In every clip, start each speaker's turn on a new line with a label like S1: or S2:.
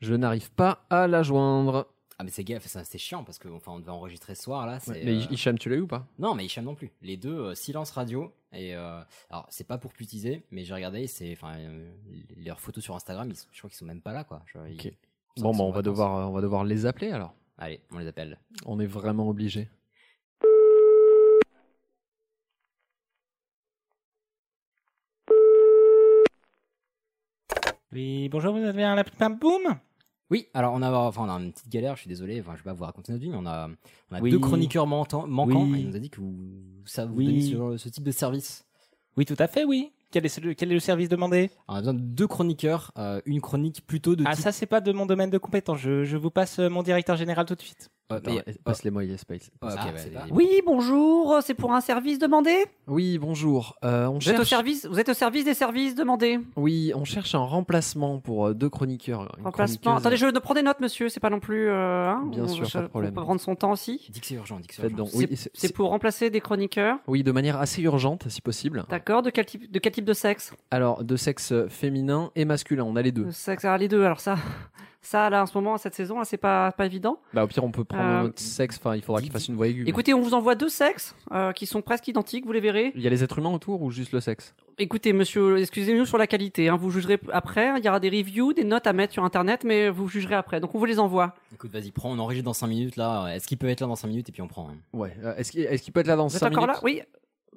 S1: Je n'arrive pas à la joindre.
S2: Ah mais c'est gaffe, ça, c'est chiant parce que enfin on devait enregistrer ce soir là. c'est,
S1: mais
S2: euh,
S1: Hicham, tu l'as eu ou pas
S2: Non mais Hicham non plus. Les deux euh, silence radio et euh, alors c'est pas pour putiser mais j'ai regardé c'est enfin euh, leurs photos sur Instagram ils sont- je crois qu'ils sont même pas là quoi. Je- ils-
S1: Ok.
S2: ils
S1: Bon,
S2: sont
S1: bah,
S2: en
S1: on va
S2: vacances.
S1: devoir, euh, on va devoir les appeler alors.
S2: Allez on les appelle.
S1: On est vraiment obligé.
S3: Oui, bonjour, vous êtes bien à la petite Pam boum
S2: Oui alors on a enfin on a une petite galère je suis désolé enfin je vais pas vous raconter notre vie mais on a on a
S3: Oui.
S2: deux chroniqueurs manquants- manquants
S3: Oui.
S2: et il nous a dit que vous, ça vous
S3: Oui.
S2: donnez sur ce type de service.
S3: Oui, tout à fait, oui. Quel est, celui- quel est le service demandé
S2: On a besoin de deux chroniqueurs, euh, une chronique plutôt de
S3: Ah,
S2: type-
S3: ça, c'est pas de mon domaine de compétence. Je, je vous passe euh, mon directeur général tout de suite.
S2: Euh,
S1: Attends,
S2: mais-
S1: eh, Passe-les-moi, Space.
S2: Ah, ok,
S1: Ah,
S2: bah,
S1: c'est-
S2: bah,
S4: Oui, bonjour, c'est pour un service demandé
S1: Oui, bonjour. Euh, on
S4: vous êtes, au
S1: cherche...
S4: service, vous êtes au service des services demandés.
S1: Oui, on cherche un remplacement pour euh, deux chroniqueurs. une
S4: Remplacement.
S1: chroniqueuse.
S4: Attendez, je ne prends des notes, monsieur, c'est pas non plus. euh, hein,
S1: Bien sûr,
S4: je-
S1: pas de
S4: faut
S1: problème.
S4: prendre son temps aussi.
S2: Dix, c'est urgent, dix, c'est
S1: Faites
S2: urgent.
S1: donc. Oui, c'est-
S4: C'est
S1: c'est-
S4: pour remplacer des chroniqueurs.
S1: oui, de manière assez urgente, si possible.
S4: D'accord, de quel type de quel type de sexe
S1: Alors, de sexe féminin et masculin, on a les deux.
S4: De sexe ah, les deux. Alors ça ça là en ce moment à cette saison, là c'est pas pas évident.
S1: Bah, au pire, on peut prendre
S4: Euh,
S1: un autre sexe. Enfin, il faudra qu'il fasse une voix aiguë. mais-
S4: Écoutez, on vous envoie deux sexes euh, qui sont presque identiques, vous les verrez.
S1: Il y a les êtres humains autour ou juste le sexe
S4: Écoutez, monsieur, excusez-nous sur la qualité. hein, vous jugerez après. Il y aura des reviews, des notes à mettre sur Internet, mais vous jugerez après. Donc on vous les envoie.
S2: Écoute, vas-y, prends, on enregistre dans 5 minutes là. Est-ce qu'il peut être là dans 5 minutes et puis on prend hein.
S1: Ouais. Euh, Est-ce qu'il est-ce qu'il peut être là dans
S4: Vous êtes
S1: 5 minutes
S4: encore là Oui.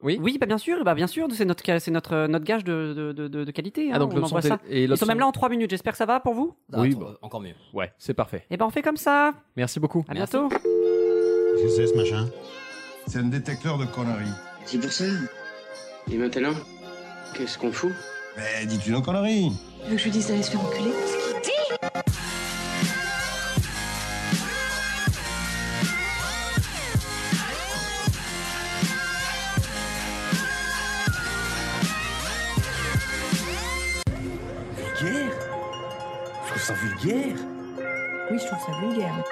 S1: Oui.
S4: Oui, bah bien sûr, bah bien sûr, c'est notre c'est notre euh, notre gage de de, de, de qualité.
S1: Ah,
S4: hein,
S1: donc
S4: on
S1: l'autre
S4: envoie
S1: son
S4: ça.
S1: télé- et
S4: Ils
S1: l'autre
S4: sont même
S1: son-
S4: là en trois minutes. J'espère que ça va pour vous.
S2: Ah,
S1: Oui,
S2: attends,
S1: bah.
S2: euh, encore mieux.
S1: Ouais, c'est parfait.
S4: Eh ben on fait comme ça.
S1: Merci beaucoup.
S4: À
S2: Merci.
S4: bientôt.
S5: Qu'est-ce que c'est ce machin C'est un détecteur de conneries.
S6: C'est pour ça. Et maintenant, qu'est-ce qu'on fout
S5: Mais dis-tu nos conneries
S7: Tu veux que je lui dise d'aller se faire enculer
S8: Vulgaire Je trouve ça vulgaire
S7: Oui, je trouve ça vulgaire.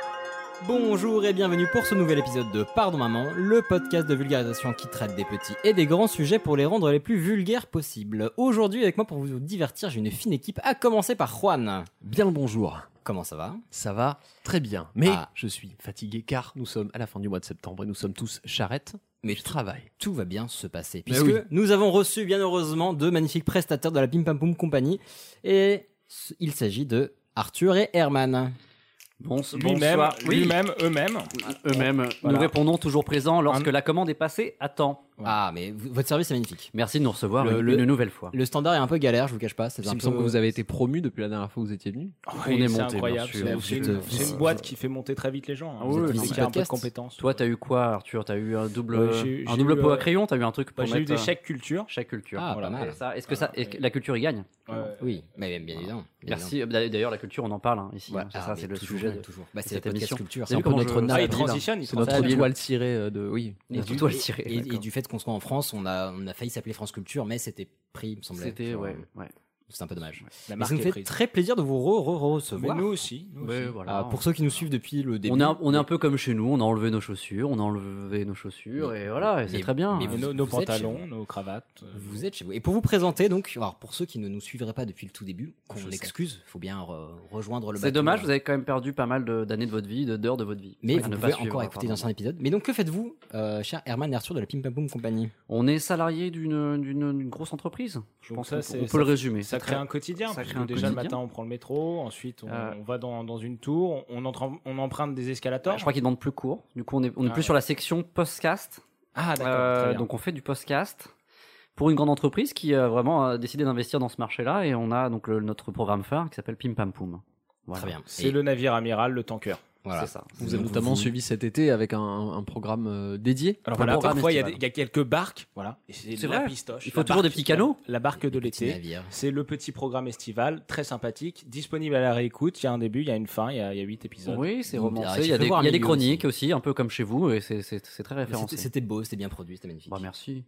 S2: Bonjour et bienvenue pour ce nouvel épisode de Pardon Maman, le podcast de vulgarisation qui traite des petits et des grands sujets pour les rendre les plus vulgaires possibles. Aujourd'hui, avec moi pour vous divertir, j'ai une fine équipe, à commencer par Juan.
S1: Bien le bonjour.
S2: Comment ça va
S1: Ça va très bien. Mais
S2: Ah.
S1: je suis fatigué car nous sommes à la fin du mois de septembre et nous sommes tous charrettes
S2: Mais
S1: du travail.
S2: tout va bien se passer,
S1: Mais
S2: puisque
S1: oui.
S2: nous avons reçu bien heureusement deux magnifiques prestataires de la Pim Pam Poum Company, et s- il s'agit de Arthur et Herman.
S3: Lui-même, lui-même, eux-mêmes.
S9: Euh, Eux-mêmes, euh,
S3: Voilà.
S9: nous répondons toujours présents lorsque
S3: Un-
S9: la commande est passée à temps.
S2: Ah, mais v- votre service est magnifique.
S9: Merci de nous recevoir
S2: Le-
S9: une,
S2: le-
S9: une nouvelle fois.
S2: Le standard est un peu galère, je vous cache pas. c'est
S1: Il
S2: un
S1: me semble
S2: peu-
S1: que vous avez été promu depuis la dernière fois que vous étiez venu.
S3: Oui, Oh,
S9: est
S3: c'est
S9: monté,
S3: incroyable.
S9: bien sûr.
S3: C'est- C'est
S2: Vous
S3: une,
S2: êtes-
S3: c'est une boîte qui fait monter très vite les gens. hein.
S9: Ah
S3: euh, Vous
S9: oui,
S3: êtes
S9: non,
S3: ici
S9: mais-
S3: qui a un peu de
S2: podcast.
S3: compétences.
S9: Toi, t'as eu quoi, Arthur T'as eu un double,
S3: Euh, j'ai-
S9: un
S3: j'ai
S9: double
S3: eu,
S9: pot
S3: euh,
S9: à crayon T'as eu un truc pour
S3: Bah, J'ai eu
S9: mettre,
S3: des
S9: euh,
S3: chèques culture.
S9: chaque culture.
S2: Ah,
S3: Voilà.
S2: pas
S9: Et
S2: mal.
S9: ça, Est-ce que ça, est-ce que la culture y gagne
S3: Ouais.
S2: Oui, mais bien, bien évidemment. bien évidemment.
S9: Merci. Euh, bah, D'ailleurs, la culture, on en parle hein, ici.
S2: Ouais,
S9: hein, c'est
S2: ah,
S9: ça,
S2: mais
S9: c'est le
S2: toujours,
S9: sujet. de-
S2: Toujours. Bah, c'est
S9: cette
S2: le podcast
S9: émission.
S2: culture.
S9: Vous
S2: C'est
S9: avez
S2: un
S9: vu
S2: peu
S9: comment
S2: notre
S9: je-
S2: nage
S3: Ah,
S2: à
S3: il
S2: vivre.
S3: transitionne, il
S1: C'est notre
S9: transitionne.
S1: étoile tirée euh, de. Oui.
S9: Et
S2: du-
S9: surtout, elle tirait,
S2: et- et
S9: d'accord.
S2: du fait qu'on soit en France, on a, on a failli s'appeler France Culture, mais c'était pris, il me semblait.
S9: C'était
S2: Genre,
S9: ouais, ouais.
S2: C'est un peu dommage. Ah,
S3: La
S2: Mais
S3: marque
S2: ça nous
S3: est
S2: fait
S3: prise.
S2: très plaisir de vous re- re-
S3: Mais
S2: recevoir.
S3: nous aussi. nous
S9: Ouais,
S3: aussi.
S9: voilà.
S2: Ah, pour ceux qui nous suivent depuis le début.
S9: on est, un, on est un peu comme chez nous, on a enlevé nos chaussures, on a enlevé nos chaussures, et voilà, et c'est
S2: mais-
S9: très bien.
S2: mais
S3: Et
S2: vous-
S3: nos, nos
S2: êtes chez
S3: pantalons,
S2: vous.
S3: nos cravates. euh,
S2: Vous êtes chez vous. Et pour vous présenter, donc, alors pour ceux qui ne nous suivraient pas depuis le tout début, qu'on
S3: sais.
S2: excuse, faut bien re- rejoindre le
S9: C'est
S2: bateau.
S9: dommage, vous avez quand même perdu pas mal de- d'années de, votre vie, de- d'heures de votre vie.
S2: Mais
S9: À
S2: vous
S9: ne pas
S2: pouvez
S9: suivre,
S2: encore
S9: hein,
S2: écouter
S9: pardon.
S2: d'anciens épisodes. Mais donc, que faites-vous, euh, cher Herman et Arthur de la Pim Pam Poum Compagnie
S9: On est salarié d'une d'une- d'une grosse entreprise. Je
S3: Donc
S9: pense
S3: ça,
S9: qu'on
S3: c'est-
S9: on peut
S3: ça-
S9: le résumer.
S3: Ça
S9: C'est
S3: crée
S9: très-
S3: un quotidien.
S9: ça
S3: parce
S9: crée
S3: que
S9: un
S3: déjà le
S9: quotidien.
S3: matin, on prend le métro, ensuite on,
S9: Euh.
S3: on va dans, dans une tour, on, entre en- on emprunte des escalators.
S9: Ouais, je crois qu'ils demandent plus court. Du coup, on est, on est
S3: Ah,
S9: plus
S3: ouais.
S9: sur la section podcast.
S3: Ah d'accord.
S9: Euh,
S3: très bien.
S9: donc, on fait du podcast pour une grande entreprise qui euh, vraiment a décidé d'investir dans ce marché-là. Et on a donc le- notre programme phare qui s'appelle Pim Pam Poum. Voilà.
S2: Très bien.
S3: c'est
S2: Et
S3: le navire amiral, le tanker.
S2: voilà.
S9: C'est ça.
S1: Vous avez notamment suivi cet été avec un, un programme euh, dédié.
S3: Alors
S9: Le
S3: voilà,
S9: programme
S3: parfois il y, a
S9: estival.
S3: des- il y a quelques barques, voilà. et C'est
S9: C'est
S3: de la
S9: vrai.
S3: pistoche.
S9: Il faut
S3: la
S9: toujours des petits canaux.
S3: La barque de
S2: Petit
S3: l'été.
S2: navire.
S3: C'est le petit programme estival, très sympathique, disponible à la réécoute. Il y a un début, il y a une fin, il y a, il y a huit épisodes.
S9: Oui, c'est
S2: Il- ah,
S9: romancé.
S2: il
S9: Il y a
S2: faut
S9: des,
S2: voir
S9: il y a des
S2: Emilio
S9: chroniques aussi, un peu comme chez vous. Et c'est- c'est c'est très
S2: Mais c'était-
S9: référencé.
S2: C'était beau, c'était bien produit, c'était magnifique.
S9: Bah, merci.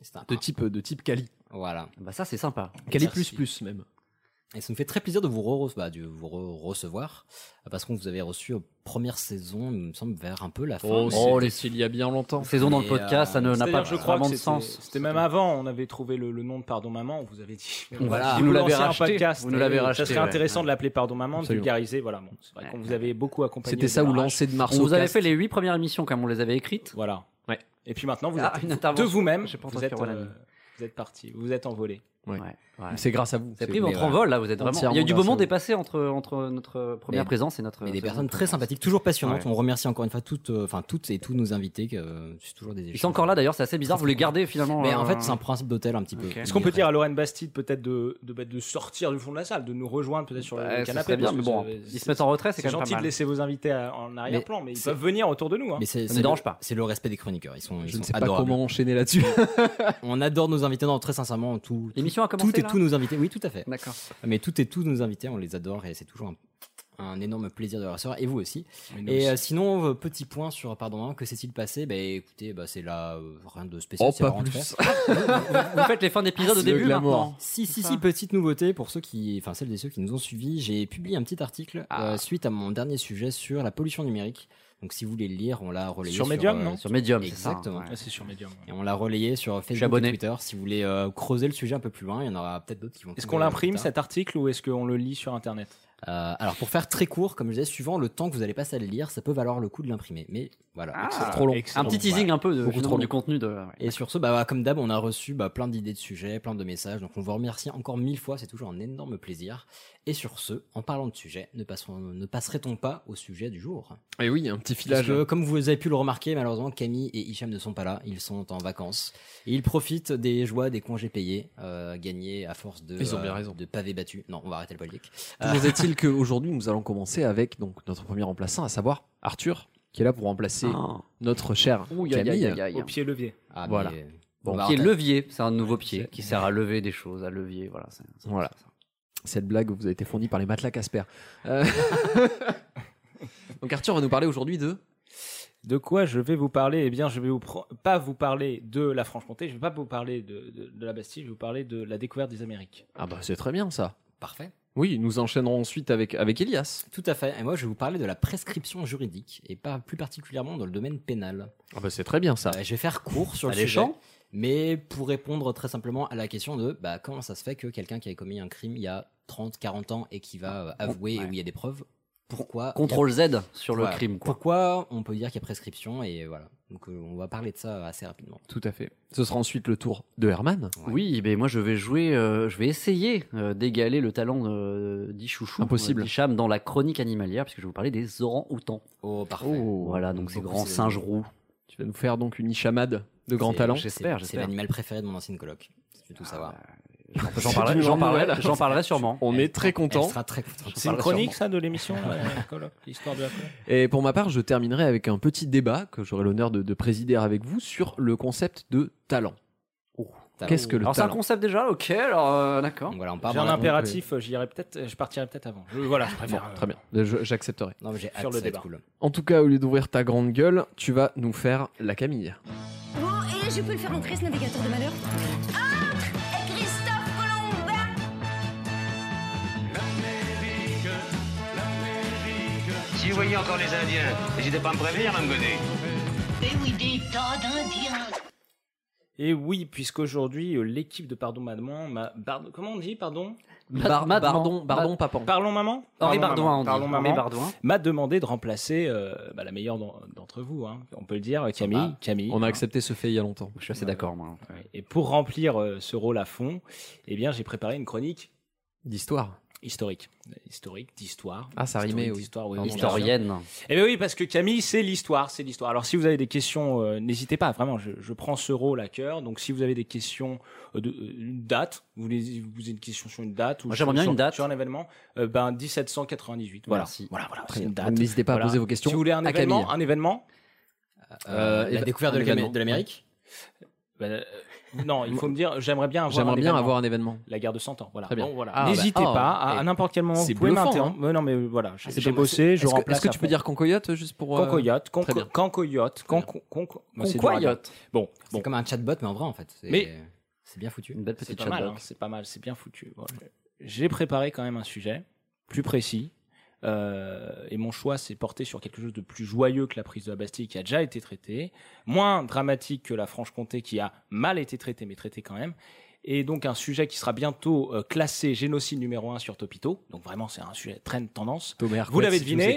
S2: C'était un-
S1: De type, de type Cali.
S2: Voilà.
S9: Bah, ça, c'est sympa.
S1: Cali
S3: Merci.
S1: plus plus même.
S2: Et ça nous fait très plaisir de vous, re- bah, de vous re- recevoir, euh, parce qu'on vous avait reçu aux premières saisons, il me semble, vers un peu la fin.
S1: Oh,
S2: Mais
S1: oh
S2: c'était-
S1: les il y a bien longtemps.
S9: Saison dans le
S2: Et,
S9: podcast, ça ne- n'a
S3: C'est-à-dire,
S9: pas
S3: je crois que
S9: vraiment de
S3: c'était-
S9: sens.
S3: C'était même avant, on avait trouvé le, le nom de Pardon Maman, on vous avait dit.
S1: Voilà.
S3: si
S1: Vous nous l'avez
S3: lancez un
S1: racheté.
S3: podcast, euh,
S1: Vous nous l'avez racheté,
S3: Ça serait
S1: ouais.
S3: intéressant de l'appeler Pardon Maman, de
S1: Absolument.
S3: vulgariser. Voilà, bon, c'est vrai qu'on vous avait beaucoup accompagné.
S1: C'était
S3: au
S1: ça ou
S3: démarrage.
S1: lancer de
S9: On
S1: Marceau.
S9: vous avait
S1: Cast.
S9: fait les huit premières émissions comme on les avait écrites.
S3: Voilà.
S1: Ouais.
S3: Et puis maintenant, vous
S9: Ah,
S3: êtes
S9: une
S3: de
S9: intervention.
S3: vous-même.
S9: J'ai pas
S3: Vous
S9: entendu
S3: êtes,
S9: Ronan.
S3: euh, vous êtes parti, vous êtes envolé.
S9: Ouais.
S1: C'est grâce à vous.
S9: Vous avez pris
S1: mais,
S9: votre
S1: euh,
S9: envol là, vous êtes vraiment. Il y a eu du
S1: entièrement
S9: moment
S1: grâce à
S9: dépassé entre, entre notre première
S2: Mais-
S9: présence et notre.
S2: Mais des
S9: seconde
S2: personnes très
S9: présence.
S2: sympathiques, toujours passionnantes.
S1: Ouais.
S2: On remercie encore une fois toutes, euh, enfin toutes et tous nos invités. que, euh, c'est toujours des
S9: Ils sont encore là d'ailleurs, c'est assez bizarre, vous les gardez finalement.
S2: Mais
S9: euh,
S2: en fait, c'est un principe d'hôtel un petit peu.
S9: Ok.
S3: Est-ce qu'on peut dire à Lorraine Bastide peut-être de, de, bah, de sortir du fond de la salle, de nous rejoindre peut-être sur le-
S9: bah,
S3: le
S9: ça
S3: canapé
S9: serait bien,
S3: parce
S9: mais
S3: que
S9: bon,
S3: c'est-
S9: ils se
S3: c'est-
S9: mettent en retrait, c'est
S3: C'est
S9: quand même
S3: gentil
S9: pas
S3: de
S9: mal.
S3: laisser vos invités à- en arrière-plan, mais ils
S2: c'est-
S3: peuvent venir autour de nous. hein.
S2: Mais c'est,
S9: Ça
S2: c'est
S9: ne
S2: le-
S9: dérange pas.
S2: C'est le respect des chroniqueurs. Ils sont, ils
S1: Je
S2: sont
S1: ne sais pas
S2: adorables.
S1: comment enchaîner là-dessus.
S2: On adore nos invités. Non, très sincèrement, tout.
S9: L'émission a commencé
S2: Tout et
S9: là
S2: tous nos invités. Oui, tout à fait.
S9: D'accord.
S2: Mais tout et tous nos invités, on les adore et c'est toujours un, un énorme plaisir de les recevoir. Et vous aussi.
S3: Mais nous
S2: Et
S3: aussi.
S2: euh, sinon, euh, petit point sur, pardon, hein, que s'est-il passé Ben écoutez, bah, c'est là, euh, rien de spécial.
S1: Oh,
S2: c'est
S1: pas
S2: la rentrée.
S1: plus.
S9: Vous faites les fins d'épisode au
S1: Le
S9: début
S1: glamour.
S9: maintenant.
S2: Si, si,
S9: ça.
S2: si, petite nouveauté pour ceux qui, enfin celles et ceux qui nous ont suivis, j'ai publié un petit article
S9: Ah.
S2: euh, suite à mon dernier sujet sur la pollution numérique. Donc si vous voulez le lire, on l'a relayé
S3: Sur Medium,
S2: euh,
S3: non
S9: Sur Medium, c'est ça.
S2: Exactement.
S3: Ah, c'est sur Medium. ouais.
S2: Et on l'a relayé sur Facebook
S9: abonné.
S2: et Twitter. Si vous voulez euh, creuser le sujet un peu plus loin, il y en aura peut-être d'autres qui vont.
S3: Est-ce
S2: tomber
S3: qu'on l'imprime
S2: plus tard.
S3: cet article ou est-ce qu'on le lit sur internet
S2: Euh, Alors pour faire très court, comme je disais, suivant le temps que vous allez passer à le lire, ça peut valoir le coup de l'imprimer. Mais voilà.
S9: Ah.
S2: c'est trop long.
S9: Un petit teasing un peu de,
S2: Beaucoup
S9: finalement,
S2: trop long.
S9: du contenu de. ouais.
S2: Et sur ce, bah, bah, comme d'hab, on a reçu bah, plein d'idées de sujets, plein de messages. Donc on vous remercie encore mille fois, c'est toujours un énorme plaisir. Et sur ce, en parlant de sujets, ne, passerons- ne passerait-on pas au sujet du jour
S1: Et oui, un petit
S2: Parce
S1: filage.
S2: que, comme vous avez pu le remarquer, malheureusement, Camille et Hicham ne sont pas là, ils sont en vacances. Et ils profitent des joies des congés payés, euh, gagnés à force de,
S1: Ils ont bien
S2: euh,
S1: raison.
S2: de pavés battus. Non, on va arrêter le politique.
S1: Toujours est-il qu'aujourd'hui, nous allons commencer avec donc, notre premier remplaçant, à savoir Arthur, qui est là pour remplacer
S9: Ah.
S1: notre cher
S9: Ouh, ya, ya,
S1: Camille.
S9: ya, ya, ya.
S3: Au pied levier.
S2: Ah, mais-
S1: Voilà.
S2: on
S9: Bon,
S2: va
S9: qui est
S2: arrêter.
S9: levier, c'est un nouveau pied
S1: c'est-
S9: qui sert à lever des choses, à levier, voilà. c'est- c'est-
S1: Voilà.
S9: c'est ça.
S1: Cette blague vous a été fournie par les matelas Casper. Euh, donc Arthur va nous parler aujourd'hui de...
S3: De quoi je vais vous parler Eh bien, je vais vous pro- pas vous parler de la Franche-Comté, je vais pas vous parler de, de- de la Bastille, je vais vous parler de la découverte des Amériques.
S1: Ah bah c'est très bien ça.
S2: Parfait.
S1: Oui, nous enchaînerons ensuite avec, avec Elias.
S2: Tout à fait. Et moi, je vais vous parler de la prescription juridique, et pas plus particulièrement dans le domaine pénal.
S1: Ah bah c'est très bien ça.
S2: Euh, je vais faire court sur le sujet.
S9: Alléchant.
S2: Mais pour répondre très simplement à la question de bah, comment ça se fait que quelqu'un qui a commis un crime il y a 30, 40 ans et qui va euh, avouer et
S9: Ouais.
S2: où il y a des preuves, pourquoi
S9: Contrôle Z sur le
S2: Voilà.
S9: crime, quoi.
S2: Pourquoi on peut dire qu'il y a prescription et voilà. Donc euh, on va parler de ça assez rapidement.
S1: Tout à fait. Ce sera ensuite le tour de Herman.
S2: Ouais.
S9: Oui, mais moi je vais jouer, euh, je vais essayer euh, d'égaler le talent euh, d'Ichouchou,
S1: Impossible.
S9: euh, d'Hicham dans la chronique animalière, puisque je vais vous parler des orangs-outans.
S2: Oh, parfait.
S9: voilà, donc ces
S2: Beaucoup,
S9: grands
S2: c'est-
S9: singes roux.
S1: Tu vas nous faire donc une ichamade de grand
S9: C'est-
S1: talent.
S9: J'espère,
S2: C'est- C'est
S9: j'espère.
S2: l'animal préféré de mon ancienne coloc. Si tu veux tout savoir.
S9: J'en
S1: C'est
S9: parlerai,
S1: une
S9: j'en
S1: grande
S9: parlerai,
S1: nouvelle.
S9: j'en parlerai sûrement.
S1: On est très
S2: Elle
S1: content.
S2: sera très contente.
S3: C'est une chronique, ça, de l'émission, là, la colloque, l'histoire de la colloque
S1: Et pour ma part, je terminerai avec un petit débat que j'aurai l'honneur de, de présider avec vous sur le concept de talent.
S2: Talent.
S1: Qu'est-ce que le
S9: Alors c'est un
S1: talent
S9: concept déjà, ok, alors euh, d'accord.
S2: Donc voilà, on part
S3: J'ai
S2: dans
S3: un
S2: la-
S3: impératif, euh, j'y irai peut-être, euh, je partirai peut-être avant. Je- voilà, je
S1: Bon,
S3: préfère. euh,
S1: Très bien, Je- j'accepterai.
S2: Non, mais j'ai hâte,
S3: Sur le
S2: ça va être
S3: débat.
S2: cool.
S1: En tout cas, au lieu d'ouvrir ta grande gueule, tu vas nous faire la Camille.
S10: Bon, et là, je peux le faire entrer, ce navigateur de malheur Ah Christophe Colomb
S11: Si vous voyez encore les Indiens, n'hésitez pas à me prévenir, Mme Godet.
S10: Eh oui, des tas d'Indiens
S3: Et oui, puisqu'aujourd'hui, euh, l'équipe de Pardon Maman m'a. Pardon- Comment on dit, pardon
S9: Bar- Bar-
S1: pardon, pardon, papan.
S3: Parlons Maman
S9: Henri
S3: Parlons
S9: Bardouin,
S3: Maman,
S9: on dit.
S3: Parlons
S9: Henri
S3: Maman.
S9: Bardouin.
S3: m'a demandé de remplacer euh, bah, la meilleure d'en- d'entre vous, hein, on peut le dire, euh, Camille.
S2: Ah,
S3: Camille.
S1: On a accepté ce fait il y a longtemps.
S9: Je suis assez d'accord, moi.
S3: Ouais. Et pour remplir euh, ce rôle à fond, eh bien, j'ai préparé une chronique
S1: D'histoire.
S3: historique. Euh, Historique, d'histoire.
S1: Ah, ça
S3: Historique
S1: rimait, oui.
S3: d'histoire, oui,
S1: Pardon.
S3: oui, bien sûr.
S9: Historienne.
S3: Eh bien oui, parce que Camille, c'est l'histoire, c'est l'histoire. Alors si vous avez des questions, euh, n'hésitez pas, vraiment, je, je prends ce rôle à cœur. Donc si vous avez des questions euh, de euh, une date, vous voulez vous avez une question sur une date ou
S9: Moi,
S3: sur-
S9: j'aimerais bien
S3: sur-
S9: une date.
S3: sur un événement, euh, ben 1798. Voilà.
S9: Merci.
S3: Voilà, voilà,
S1: Très
S3: c'est
S1: bien.
S3: une
S1: Donc,
S3: date.
S1: N'hésitez pas à
S3: Voilà.
S1: poser vos
S3: Si
S1: questions
S3: vous voulez un
S1: à Camille.
S3: événement, un événement
S1: Euh,
S2: Euh, la
S1: éva-
S2: découverte
S1: un
S2: de l'Amé-
S1: événement.
S2: de l'Amérique
S3: ben, euh, Non, il faut me dire, j'aimerais bien avoir. Ah, un
S1: J'aimerais bien
S3: événement.
S1: avoir un événement.
S3: La guerre de 100 ans, voilà.
S1: Très bien.
S3: Bon, voilà.
S1: Ah, bah,
S3: N'hésitez
S1: ah,
S3: pas, à,
S1: eh,
S3: à n'importe quel moment,
S1: c'est
S3: vous pouvez
S1: bluffant,
S3: m'interrompre. Mais Non, mais euh, voilà, j'ai j'ai bossé,
S1: Est-ce
S3: je
S1: que-
S3: remplace.
S1: Est-ce que tu
S3: après.
S1: peux dire concoyote juste pour. euh,
S3: Concoyote,
S1: Très bien.
S3: conco- cancoyote, conco- conco- Moi, Bah, c'est dur à dire.
S9: Concoyote.
S3: Bon,
S2: C'est
S3: bon.
S2: comme un chatbot, mais en vrai, en fait. C'est-
S3: Mais-
S2: C'est bien foutu.
S9: Une belle
S3: C'est
S9: petite
S3: pas mal,
S9: chatbot.
S3: hein, c'est pas mal, c'est bien foutu. voilà. j'ai préparé quand même un sujet plus précis. euh, et mon choix s'est porté sur quelque chose de plus joyeux que la prise de la Bastille qui a déjà été traité, moins dramatique que la Franche-Comté qui a mal été traitée, mais traitée quand même. Et donc un sujet qui sera bientôt euh, classé génocide numéro 1 sur Topito. Donc vraiment c'est un sujet très de tendance. Vous l'avez deviné,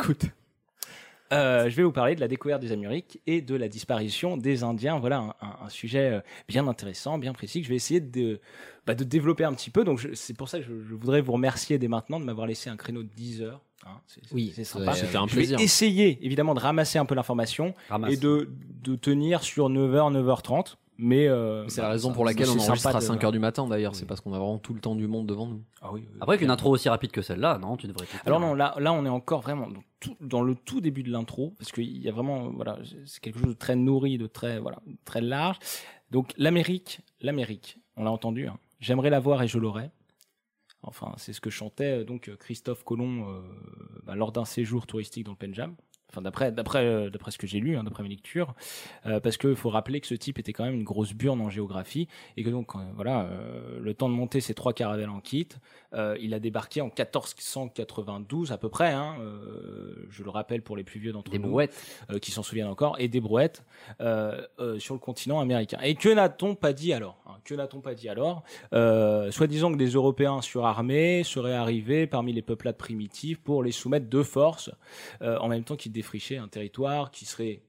S3: euh, je vais vous parler de la découverte des Amériques et de la disparition des Indiens. Voilà un, un- un sujet euh, bien intéressant, bien précis que je vais essayer de, bah, de développer un petit peu. Donc je- c'est pour ça que je, je voudrais vous remercier dès maintenant de m'avoir laissé un créneau de 10 heures. hein. C'est- c'est-
S2: Oui,
S3: c'est sympa.
S1: c'était un
S3: Je vais
S1: plaisir.
S3: essayer évidemment de ramasser un peu l'information
S2: Ramasse.
S3: et de, de tenir sur 9h, 9h30. Mais euh,
S1: C'est la raison
S3: ça-
S1: pour laquelle
S3: c'est
S1: on
S3: sympa
S1: enregistre à
S3: de-
S1: 5h du matin d'ailleurs, c'est parce qu'on a vraiment tout le temps du monde devant nous.
S3: Ah oui, euh,
S9: Après, qu'une intro aussi rapide que celle-là, non, tu devrais.
S3: Alors non, là, là on est encore vraiment dans, tout- dans le tout début de l'intro, parce qu'il y a vraiment, voilà, c'est quelque chose de très nourri, de très, voilà, très large. Donc l'Amérique, l'Amérique, on l'a entendu, hein. j'aimerais la voir et je l'aurai. Enfin, c'est ce que chantait euh, donc euh, Christophe Colomb euh, bah, lors d'un séjour touristique dans le Punjab. Enfin, d'après, d'après, euh, d'après ce que j'ai lu, hein, d'après mes lectures, Euh, parce qu'il faut rappeler que ce type était quand même une grosse burne en géographie et que donc euh, voilà, euh, le temps de monter ces trois caravelles en kit, euh, il a débarqué en 1492 à peu près. Hein, euh, je le rappelle pour les plus vieux d'entre
S9: Des
S3: nous
S9: brouettes.
S3: euh, qui s'en souviennent encore, et des brouettes euh, euh, sur le continent américain. Et que n'a-t-on pas dit alors hein Que n'a-t-on pas dit alors euh, Soi-disant que des Européens surarmés seraient arrivés parmi les peuplades primitives pour les soumettre de force, euh, en même temps qu'ils défrichaient un territoire qui serait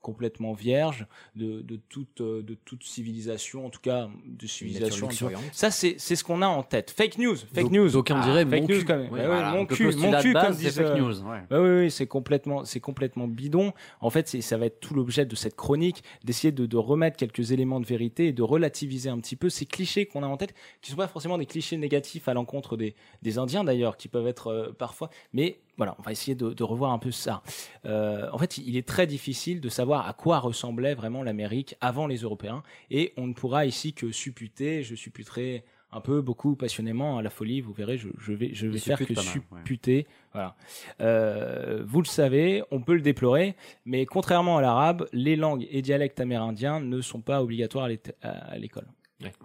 S3: complètement vierge de, de, toute, euh, de toute civilisation, en tout cas de civilisation. Ça, c'est c'est ce qu'on a en tête. Fake news, fake
S1: D'au-
S3: news. Ah,
S1: d'aucun dirait
S3: fake
S1: mon
S3: news
S1: cul.
S3: quand même.
S1: Oui,
S3: Ouais,
S1: voilà,
S3: ouais, mon
S9: Donc, le
S3: cul,
S9: postulat
S3: mon
S9: de
S3: cul,
S9: base,
S3: comme
S9: c'est
S3: disent,
S9: fake
S3: euh,
S9: news. ouais.
S3: oui, oui, oui, c'est complètement, c'est complètement bidon. En fait, c'est- ça va être tout l'objet de cette chronique, d'essayer de, de remettre quelques éléments de vérité et de relativiser un petit peu ces clichés qu'on a en tête, qui sont pas forcément des clichés négatifs à l'encontre des, des Indiens d'ailleurs, qui peuvent être euh, parfois. Mais voilà, on va essayer de, de revoir un peu ça. Euh, en fait, il est très difficile de savoir à quoi ressemblait vraiment l'Amérique avant les Européens, et on ne pourra ici que supputer. Je supputerai un peu beaucoup passionnément à la folie. Vous verrez, je, je vais, je vais faire que
S9: suppute pas mal, ouais.
S3: supputer. Voilà. Euh, vous le savez, on peut le déplorer, mais contrairement à l'arabe, les langues et dialectes amérindiens ne sont pas obligatoires à l'éte- à à l'école.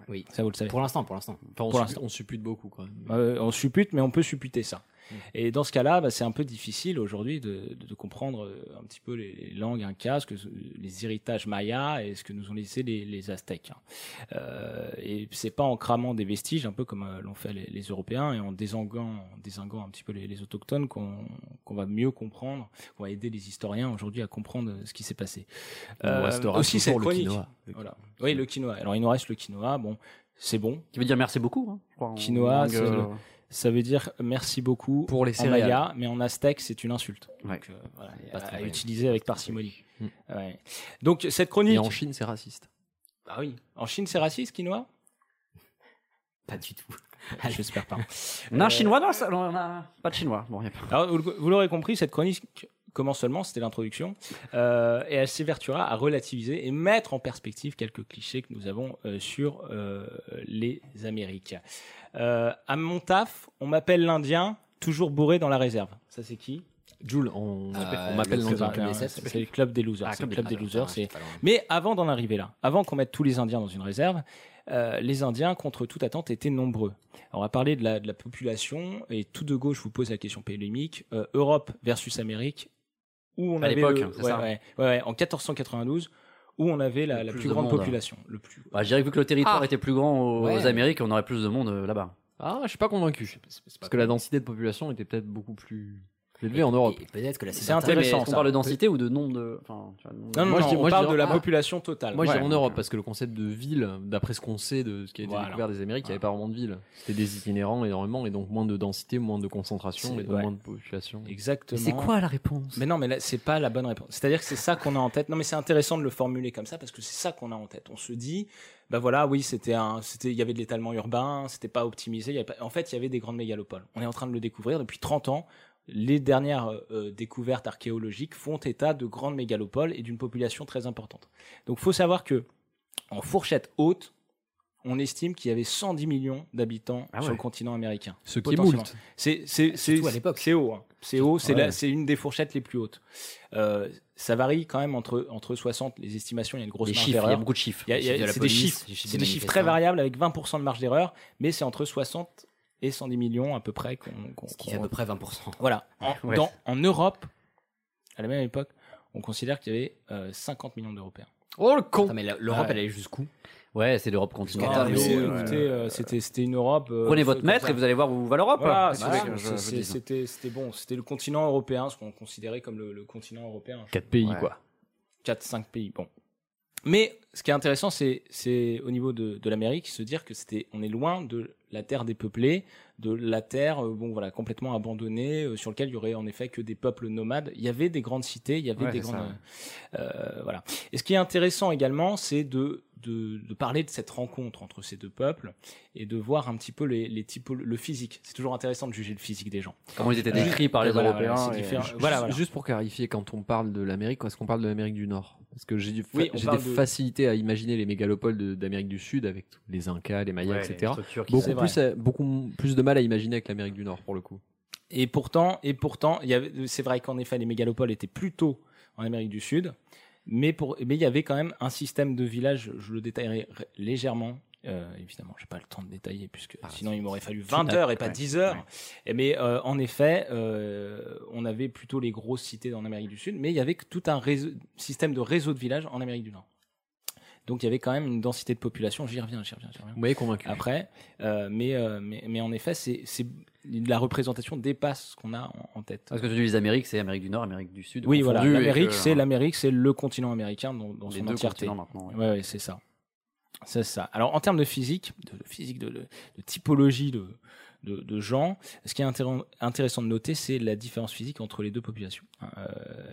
S2: Oui.
S3: Ça, vous le savez.
S2: Pour l'instant, pour l'instant.
S1: Enfin, on,
S3: Pour
S1: suppu-
S3: l'instant.
S1: on suppute beaucoup quand même.
S3: Euh, on suppute, mais on peut supputer ça.
S1: Mm.
S3: Et dans ce cas-là, bah, c'est un peu difficile aujourd'hui de, de- de comprendre euh, un petit peu les, les langues incas, ce que- les héritages mayas et ce que nous ont laissé les, les aztèques. hein. Euh, et c'est pas en cramant des vestiges, un peu comme euh, l'ont fait les, les Européens, et en désinguant, en désinguant un petit peu les, les autochtones, qu'on qu'on va mieux comprendre, qu'on va aider les historiens aujourd'hui à comprendre euh, ce qui s'est passé. Euh,
S1: On restera toujours le quinoa.
S3: Voilà. Oui, le quinoa. Alors il nous reste le quinoa. Bon, c'est bon.
S9: Qui veut dire merci beaucoup. Hein, je crois, en
S3: Quinoa,
S9: langue,
S3: c'est
S9: euh,
S3: Ça veut dire merci beaucoup
S1: Pour les
S3: en
S1: céréales.
S3: maya, mais en aztèque, c'est une insulte.
S9: Ouais.
S3: Donc, euh, voilà,
S9: C'est
S3: et
S9: pas
S3: à,
S9: très
S3: à
S9: joli.
S3: utiliser avec parcimonie.
S1: Mm.
S3: Ouais. Donc, cette chronique.
S1: Et en Chine, c'est raciste.
S3: Ah oui. En Chine, c'est raciste, quinoa Ah,
S2: Pas du tout.
S3: J'espère pas.
S9: On a un chinois dans ça Non, on a pas de chinois. Bon, y a pas.
S3: Alors, vous, le- vous l'aurez compris, cette chronique commence seulement, c'était l'introduction, euh, et elle s'évertuera à relativiser et mettre en perspective quelques clichés que nous avons euh, sur euh, les Amériques. Euh, à mon taf, on m'appelle l'Indien, toujours bourré dans la réserve. Ça, c'est qui
S1: Jules, on,
S2: Ah,
S1: on m'appelle
S2: le
S1: l'Indien.
S2: club des sept.
S3: C'est le club des losers.
S2: Ah,
S3: c'est le club des losers. c'est-
S2: pas loin.
S3: Mais avant d'en arriver là, avant qu'on mette tous les Indiens dans une réserve, euh, les Indiens, contre toute attente, étaient nombreux. Alors, on va parler de la, de la population, et tout de gauche, je vous pose la question polémique euh, Europe versus Amérique, où on
S9: À
S3: avait
S9: l'époque,
S1: hein,
S3: le-
S9: c'est
S3: ouais,
S9: ça
S3: ouais, ouais, ouais, en 1492, où on avait la,
S9: Le
S3: la
S9: plus
S3: plus grande
S9: grand monde.
S3: population. Le plus...
S9: Bah, je dirais que vu que le territoire
S4: Ah.
S9: était plus grand aux,
S1: Ouais.
S9: aux Amériques, on aurait plus de monde euh, là-bas.
S1: Ah, je suis pas convaincu. Parce que la densité de population était peut-être beaucoup plus élevée en Europe.
S2: Et Peut-être que la
S3: C'est
S2: sédentarité-
S3: intéressant,
S9: Est-ce qu'on
S3: ça.
S9: parle de densité ou de nombre de. Enfin, tu vois, de nombre de-
S3: Non, non,
S1: Moi,
S3: non,
S1: je dis-
S3: on
S1: moi, je
S3: parle
S1: dirais-
S3: de la
S1: ah.
S3: population totale.
S1: Moi, je
S3: Ouais. euh,
S1: dis en Europe parce que le concept de ville, d'après ce qu'on sait de ce qui a été
S3: Voilà.
S1: découvert des Amériques, il n'y avait pas vraiment de ville. C'était des itinérants énormément et donc moins de densité, moins de concentration et
S3: C'est-
S1: donc
S3: ouais.
S1: moins de population.
S9: Mais
S3: Exactement.
S9: c'est quoi la réponse
S3: Mais non, mais là, c'est pas la bonne réponse. C'est-à-dire que c'est ça qu'on a en tête. Non, mais c'est intéressant de le formuler comme ça parce que c'est ça qu'on a en tête. On se dit, bah voilà, oui, c'était un, c'était, il y avait de l'étalement urbain, c'était pas optimisé. il y avait pas- en fait, il y avait des grandes mégalopoles. On est en train de le découvrir depuis 30 ans. Les dernières euh, euh, découvertes archéologiques font état de grandes mégalopoles et d'une population très importante. Donc, faut savoir que en fourchette haute, on estime qu'il y avait 110 millions d'habitants
S9: Ah
S3: sur
S9: ouais.
S3: le continent américain.
S1: Ce qui est
S3: Potentiellement.
S1: moult.
S3: C'est c'est c'est
S2: Surtout à l'époque.
S3: C'est haut. hein. C'est haut. C'est
S1: Ouais.
S3: la- c'est une des fourchettes les plus hautes. Euh, ça varie quand même entre entre 60 les estimations. Il y a une grosse
S9: Des
S3: marge
S9: chiffres, il y a
S3: d'erreur.
S9: beaucoup de chiffres.
S3: Il y a- il y a-
S2: chiffres de la
S3: C'est des
S2: police,
S3: chiffres.
S2: les chiffres
S3: C'est
S2: des
S3: des chiffres très
S2: manifestants.
S3: variables avec 20% de marge d'erreur, mais c'est entre 60 et 110 millions à peu près. qu'on- qu'on-
S2: Ce qui fait à
S3: qu'on-
S2: peu près 20%.
S3: Voilà. En,
S2: Ouais.
S3: dans- en Europe, à la même époque, on considère qu'il y avait euh, 50 millions d'Européens.
S2: Oh le con Mais la- l'Europe,
S3: Ouais.
S2: elle est jusqu'où
S9: Ouais, c'est l'Europe continentale.
S3: Ah, mais c'est-
S9: euh,
S3: écoutez, euh, c'était c'était une Europe. euh,
S9: Prenez votre
S3: comme
S9: mètre
S3: ça.
S9: et vous allez voir où va l'Europe.
S3: Voilà,
S9: C'est
S3: c'est-
S9: vrai,
S3: c'est-
S9: je- je
S3: c'est-
S9: dis ça.
S3: c'était c'était bon, c'était le continent européen, ce qu'on considérait comme le, le continent européen.
S1: Quatre pays,
S3: Ouais.
S1: quoi.
S3: Quatre, cinq pays, bon. Mais ce qui est intéressant, c'est c'est au niveau de, de l'Amérique, se dire que c'était, on est loin de la terre dépeuplée, de la terre, euh, bon voilà, complètement abandonnée, euh, sur laquelle il y aurait en effet que des peuples nomades. Il y avait des grandes cités, il y avait
S12: Ouais,
S3: des
S12: c'est ça,
S3: grandes, euh, voilà. Et ce qui est intéressant également, c'est de, de, de parler de cette rencontre entre ces deux peuples et de voir un petit peu les, les typos- le physique. C'est toujours intéressant de juger le physique des gens.
S9: Comment ils étaient
S3: Euh,
S9: décrits par
S3: et
S9: les
S3: voilà,
S9: Européens
S3: voilà, c'est
S9: et-
S3: différent.
S1: Ju-
S3: Voilà,
S1: juste-
S3: voilà.
S1: Juste pour clarifier, quand on parle de l'Amérique, est-ce qu'on parle de l'Amérique du Nord Parce que j'ai du- fa-
S3: Oui, on
S1: j'ai des
S3: parle de-
S1: facilités à imaginer les mégalopoles de- d'Amérique du Sud avec tous les Incas, les Mayas,
S3: Ouais, les
S1: etc.
S3: structures qui-
S1: Beaucoup
S3: C'est
S1: plus, à- beaucoup m- plus de mal à imaginer avec l'Amérique du Nord pour le coup.
S3: Et pourtant, et pourtant, il y avait- c'est vrai qu'en effet, les mégalopoles étaient plutôt en Amérique du Sud, mais pour, mais il y avait quand même un système de villages. Je le détaillerai r- légèrement. Euh, évidemment, j'ai pas le temps de détailler puisque
S12: Ah,
S3: sinon il m'aurait fallu 20
S12: notes,
S3: heures et pas
S12: ouais.
S3: 10 heures. Et mais euh, en effet, euh, on avait plutôt les grosses cités en Amérique du Sud, mais il y avait que tout un réseau- système de réseau de villages en Amérique du Nord. Donc il y avait quand même une densité de population. J'y reviens, j'y reviens, j'y reviens.
S1: Vous m'avez convaincu.
S3: Après, euh, mais, euh, mais mais en effet, c'est c'est- la représentation dépasse ce qu'on a en, en tête.
S9: Parce que tu dis les Amériques, Ah, c'est Amérique du Nord, Amérique du Sud.
S3: Oui, voilà.
S9: confondues, et
S3: L'Amérique,
S9: que- euh,
S3: c'est l'Amérique, c'est le continent américain dans, dans
S9: Les
S3: son
S9: deux
S3: entièreté.
S9: continents maintenant, ouais.
S3: ouais, c'est ça. C'est ça. Alors, en termes de physique, de, de physique, de, de- de typologie de, de, de gens, ce qui est intér- intéressant de noter, c'est la différence physique entre les deux populations. Euh,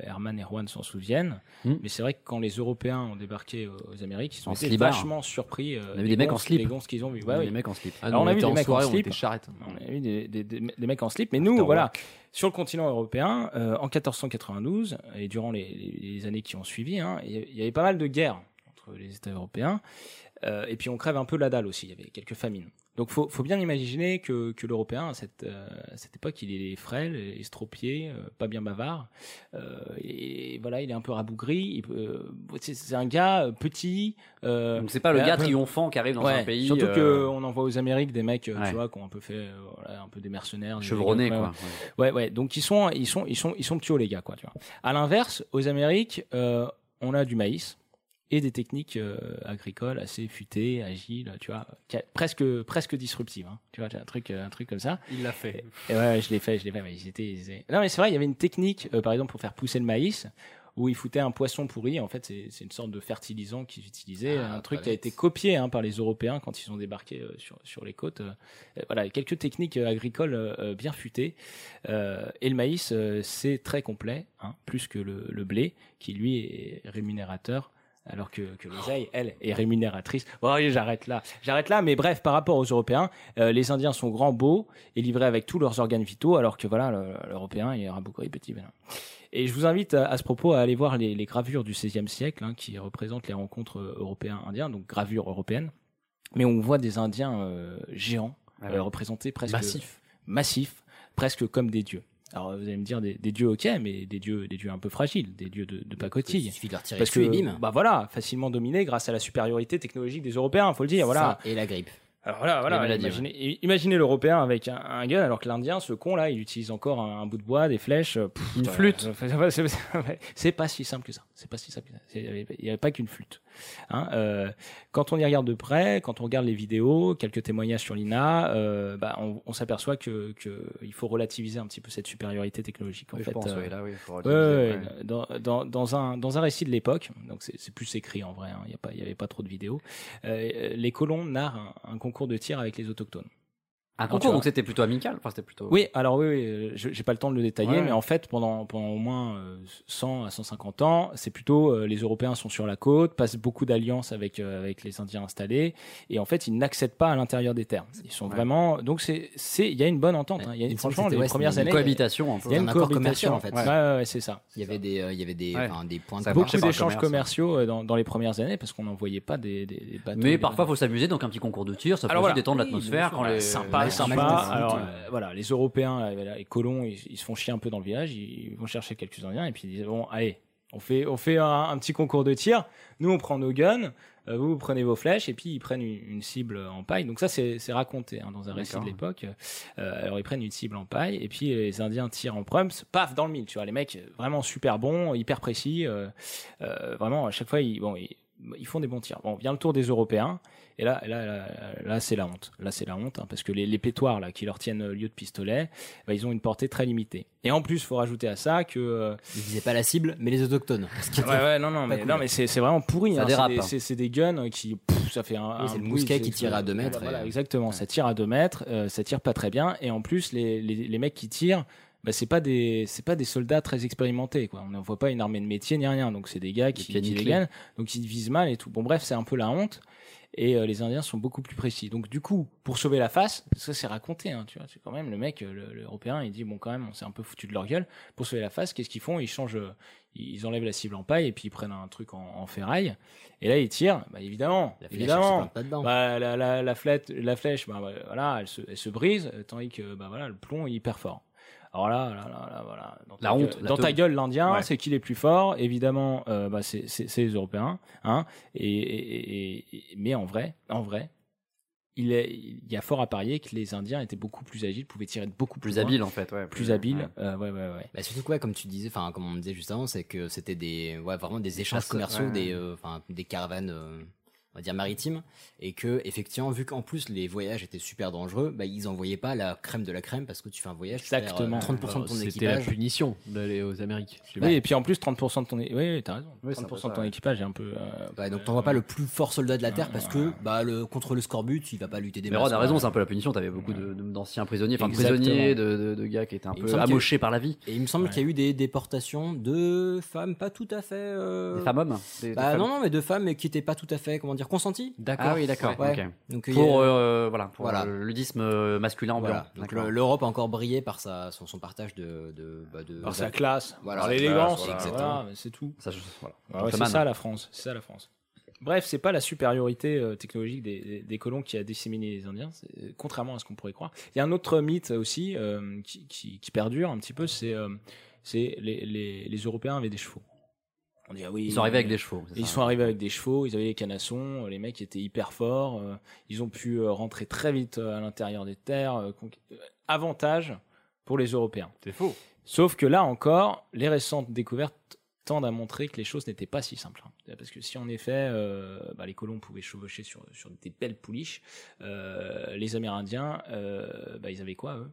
S3: Herman et Juan s'en souviennent,
S9: Mm.
S3: mais c'est vrai que quand les Européens ont débarqué euh, aux Amériques, ils sont
S9: En
S3: été
S9: slibard.
S3: vachement surpris. euh,
S9: On a vu
S3: des
S9: des mecs en
S3: gonzes-
S9: slip.
S3: Des gonzes qu'ils ont vu.
S9: On a
S3: Ouais,
S9: vu
S3: ouais.
S9: des mecs en slip.
S1: Ah,
S3: Alors,
S1: nous, on
S3: on a vu
S1: était
S3: des
S1: en
S3: mecs en
S1: soirée, on
S3: slip.
S1: était charrette.
S3: On a vu des, des- des- des mecs en slip. Mais nous, voilà, sur le continent européen, euh, en 1492 et durant les, les- les années qui ont suivi, hein, il y avait- il y avait pas mal de guerres entre les États européens. Euh, et puis on crève un peu la dalle aussi. Il y avait quelques famines. Donc faut, faut bien imaginer que, que l'européen à cette, euh, à cette époque, il est frêle, estropié, euh, pas bien bavard. Euh, et voilà, il est un peu rabougri. il peut- c'est- c'est un gars euh, petit. euh,
S9: Donc c'est pas le
S3: un
S9: gars
S3: peu-
S9: triomphant qui arrive dans
S3: Ouais,
S9: un pays.
S3: Surtout
S9: euh,
S3: qu'on envoie aux Amériques des mecs, euh,
S9: Ouais.
S3: tu vois, qui ont un peu fait, euh, voilà, un peu des mercenaires, des
S9: Chevronnés,
S3: gars,
S9: quoi.
S3: Ouais, ouais. Donc ils sont, ils sont, ils sont, ils sont ptios les gars, quoi. Tu vois. À l'inverse, aux Amériques, euh, on a du maïs et des techniques euh, agricoles assez futées, agiles, tu vois, qui a- presque, presque disruptives. hein. tu vois, un truc, euh, un truc comme ça.
S2: Il l'a fait.
S3: Et ouais, ouais, je l'ai fait, je l'ai fait. Mais ils étaient- ils étaient- Non, mais c'est vrai, il y avait une technique, euh, par exemple, pour faire pousser le maïs, où ils foutaient un poisson pourri. En fait, c'est c'est une sorte de fertilisant qu'ils utilisaient,
S2: Ah,
S3: un truc
S2: pas
S3: qui a
S2: bête.
S3: été copié hein, par les Européens quand ils ont débarqué euh, sur, sur les côtes. Euh, euh, voilà, quelques techniques euh, agricoles euh, euh, bien futées. Euh, et le maïs, euh, c'est très complet, hein, plus que le, le blé, qui lui est rémunérateur. Alors que, que l'oseille, elle, est rémunératrice. Bon, allez, j'arrête là. J'arrête là, mais bref, par rapport aux Européens, euh, les Indiens sont grands, beaux et livrés avec tous leurs organes vitaux, alors que voilà, le- l'Européen il est rabougri, petit, malin. Et je vous invite à, à ce propos à aller voir les, les gravures du XVIe siècle hein, qui représentent les rencontres euh, européens-indiens, donc gravures européennes. Mais on voit des Indiens euh, géants,
S12: Ah ouais.
S3: euh, représentés presque
S12: Massifs.
S3: massifs, presque comme des dieux. Alors vous allez me dire des, des dieux ok, mais des dieux, des dieux un peu fragiles, des dieux de, de pacotille.
S2: il suffit de leur tirer dessus et bim.
S3: bah voilà, facilement dominés grâce à la supériorité technologique des Européens, faut le dire. Voilà.
S2: Ça et la grippe.
S3: Alors voilà, voilà,
S2: Les maladies,
S3: imaginez, i- imaginez l'Européen avec un, un gun, alors que l'Indien, ce con là, il utilise encore un, un bout de bois, des flèches, euh, pff,
S2: Une
S3: putain,
S2: flûte.
S3: euh, c'est- c'est- c'est- C'est pas si simple que ça. C'est pas si simple. que ça. C'est- Il n'y avait, il y avait pas qu'une flûte. Hein, euh, quand on y regarde de près, quand on regarde les vidéos, quelques témoignages sur l'INA, euh, bah, on, on s'aperçoit que, que il faut relativiser un petit peu cette supériorité technologique. En
S9: Oui, je
S3: fait,
S9: pense,
S3: euh,
S9: oui, là, oui, il faut
S3: ouais,
S9: relativiser,
S3: ouais, Dans, dans- dans un, dans un récit de l'époque, donc c'est c'est plus écrit en vrai, hein, il y a pas- il n'y avait pas trop de vidéos, euh, les colons narrent un, un concours de tir avec les autochtones.
S9: Un
S3: Hein,
S9: concours,
S3: tu vois.
S9: donc c'était plutôt amical. Enfin, c'était plutôt.
S3: Oui, alors oui, oui, euh, je- j'ai pas le temps de le détailler,
S9: Ouais.
S3: mais en fait, pendant, pendant au moins euh, 100 à 150 ans, c'est plutôt euh, les Européens sont sur la côte, passent beaucoup d'alliances avec, euh, avec les Indiens installés, et en fait, ils n'accèdent pas à l'intérieur des terres. Ils sont vraiment. Donc, c'est c'est- il y a une bonne entente. hein. Il y a-
S2: il me semble que
S3: franchement,
S2: c'était,
S3: les
S2: ouais,
S3: premières
S2: c'était une
S3: années.
S2: cohabitation, un peu.
S3: Il y a
S2: Un
S3: une
S2: accord
S3: cohabitation,
S2: commercial, en fait.
S3: Ouais, ouais, ouais, c'est ça.
S2: Il y avait des, euh, il y avait des, enfin, des points de
S3: Beaucoup
S2: commerce.
S3: d'échanges commerciaux euh, dans, dans les premières années parce qu'on n'en voyait pas des, des, des bateaux.
S9: Mais
S3: des-
S9: parfois, faut s'amuser. Donc, un petit concours de tir, ça peut
S3: Alors
S9: aussi
S3: voilà.
S9: détendre
S3: Oui,
S9: l'atmosphère.
S3: bien
S9: quand
S3: sûr.
S9: les-
S3: Sympa,
S9: les-
S3: sympa.
S9: les-
S3: Alors, euh, voilà, les Européens, là, les colons, ils, ils se font chier un peu dans le village, ils vont chercher quelques Indiens et puis ils disent bon, allez, On fait, on fait un, un petit concours de tir. Nous, on prend nos guns. euh, vous, vous prenez vos flèches et puis ils prennent une, une cible en paille. Donc ça, c'est c'est raconté hein, dans un récit de
S9: D'accord.
S3: l'époque. Euh, alors ils prennent une cible en paille et puis les Indiens tirent en prumps, paf dans le mille. Tu vois, les mecs euh, vraiment super bons, hyper précis. euh, euh, vraiment, à chaque fois, ils, bon, ils, ils font des bons tirs. Bon, vient le tour des Européens et là, là, là, là, c'est la honte. Là, c'est la honte hein, parce que les, les pétoirs là qui leur tiennent euh, lieu de pistolet, bah, ils ont une portée très limitée. Et en plus, faut rajouter à ça que euh,
S2: Ils disaient pas la cible, mais les autochtones. Ce qui était-
S3: Ouais, ouais, non, non, mais,
S2: cool.
S3: non, mais c'est c'est vraiment pourri.
S2: Ça
S3: hein. C'est
S2: dérape,
S3: des-
S2: hein.
S3: C'est c'est des guns euh, qui. pff, ça fait un.
S2: Oui,
S3: un
S2: c'est le
S3: bruit,
S2: mousquet
S3: c'est-
S2: qui tire à deux mètres
S3: Voilà,
S2: et-
S3: exactement. Ça tire à 2 mètres, euh, ça tire pas très bien. Et en plus, les, les, les mecs qui tirent, bah, c'est pas, des- c'est pas des soldats très expérimentés. Quoi. On ne voit pas une armée de métier ni rien. Donc c'est des gars qui,
S9: pieds
S3: qui
S9: nickelés.
S3: dégainent. Donc ils visent mal et tout. Bon, bref, c'est un peu la honte. Et euh, les Indiens sont beaucoup plus précis. Donc du coup, pour sauver la face, parce que ça c'est raconté, hein, tu vois, c'est quand même le mec, euh, le- l'Européen, il dit bon quand même, on s'est un peu foutu de leur gueule. Pour sauver la face, qu'est-ce qu'ils font Ils changent, euh, ils enlèvent la cible en paille et puis ils prennent un truc en, en ferraille. Et là ils tirent, bah, évidemment,
S2: La flèche, elle se
S3: évidemment.
S2: plante pas dedans.
S3: Bah, la, la, la, flèche, la flèche, bah, bah, voilà, elle se, elle se brise, euh, tandis que bah, voilà, le plomb est hyper fort. Alors là, là, là, là, voilà. Dans
S9: La
S3: ta
S9: honte,
S3: gueule-
S9: la
S3: dans ta
S9: teub.
S3: gueule, l'Indien,
S9: Ouais.
S3: c'est qu'il est plus fort. Évidemment, euh, bah, c'est c'est- c'est les Européens. Hein, et, et- et- et- mais en vrai, en vrai, il, est, il y a fort à parier que les Indiens étaient beaucoup plus agiles, pouvaient tirer de beaucoup plus,
S9: Plus
S3: loin,
S9: habile en fait, ouais.
S3: plus habiles.
S9: ouais.
S3: euh, ouais, ouais, ouais.
S2: Bah, surtout quoi, comme tu disais, enfin comme on disait juste avant, c'est que c'était des, ouais, vraiment des échanges
S9: passes,
S2: commerciaux,
S9: ouais.
S2: des, euh, enfin des caravanes, euh, on va dire maritimes, et que effectivement, vu qu'en plus les voyages étaient super dangereux, bah ils envoyaient pas la crème de la crème parce que tu fais un voyage, tu perds, euh,
S3: Exactement.
S2: 30% de ton
S1: C'était la
S2: équipage.
S1: punition d'aller aux Amériques.
S3: Oui, et puis en plus, 30% de ton, é- oui, oui, t'as raison.
S9: Bah. Oui, c'est un
S3: 30%
S9: peu
S3: de
S9: ça,
S3: ton
S9: ouais.
S3: équipage est un peu. euh,
S2: Ouais, donc t'envoies pas le plus fort soldat de la terre parce que bah le contre le scorbut, il va pas lutter des
S9: Mais
S2: masses,
S9: Rod a
S2: quoi.
S9: raison, c'est un peu la punition. T'avais beaucoup de- de- d'anciens prisonniers, enfin de
S3: Exactement.
S9: prisonniers, de, de- de gars qui étaient un
S2: Il me
S9: peu
S2: semble qu'il y a eu-
S9: amochés par la vie.
S2: Et il me semble
S3: Ouais.
S2: qu'il y a eu des déportations de femmes pas tout à fait. euh,
S9: Des femmes hommes des- des
S2: Bah
S9: femmes.
S2: non, non, mais de femmes qui étaient pas tout à fait, comment dire, consenties.
S9: Ah oui, d'accord.
S2: Ouais.
S9: ok.
S2: Donc, il y a-
S9: Pour, euh, voilà, pour
S2: Voilà.
S9: le ludisme euh, masculin ambiant.
S2: Voilà. Donc
S9: D'accord.
S2: le- l'Europe a encore brillé par sa, son, son partage de. de, bah, de-
S3: Par sa classe,
S2: Voilà,
S3: par
S2: sa
S3: l'élégance,
S2: classe, voilà,
S3: voilà,
S2: exactement.
S3: mais c'est tout.
S9: Ça, je- voilà.
S3: Ah ouais, c'est
S9: Thomas,
S3: ça
S9: non.
S3: la France, c'est ça la France. Bref, c'est pas la supériorité euh, technologique des, des- des colons qui a disséminé les Indiens, c'est- euh, contrairement à ce qu'on pourrait croire. Il y a un autre mythe aussi euh, qui, qui- qui perdure un petit peu, c'est euh, c'est les, les- les Européens avaient des chevaux. On dit, ah oui,
S9: Ils sont arrivés avec des chevaux. c'est
S3: ils
S9: ça.
S3: sont arrivés avec des chevaux, ils avaient des canassons, euh, les mecs étaient hyper forts, euh, ils ont pu euh, rentrer très vite euh, à l'intérieur des terres. euh, conqu- euh, avantage pour les Européens.
S1: C'est faux.
S3: Sauf que là encore, les récentes découvertes tendent à montrer que les choses n'étaient pas si simples. hein. Parce que si en effet, euh, bah, les colons pouvaient chevaucher sur, sur des belles pouliches, euh, les Amérindiens, euh, bah, ils avaient quoi eux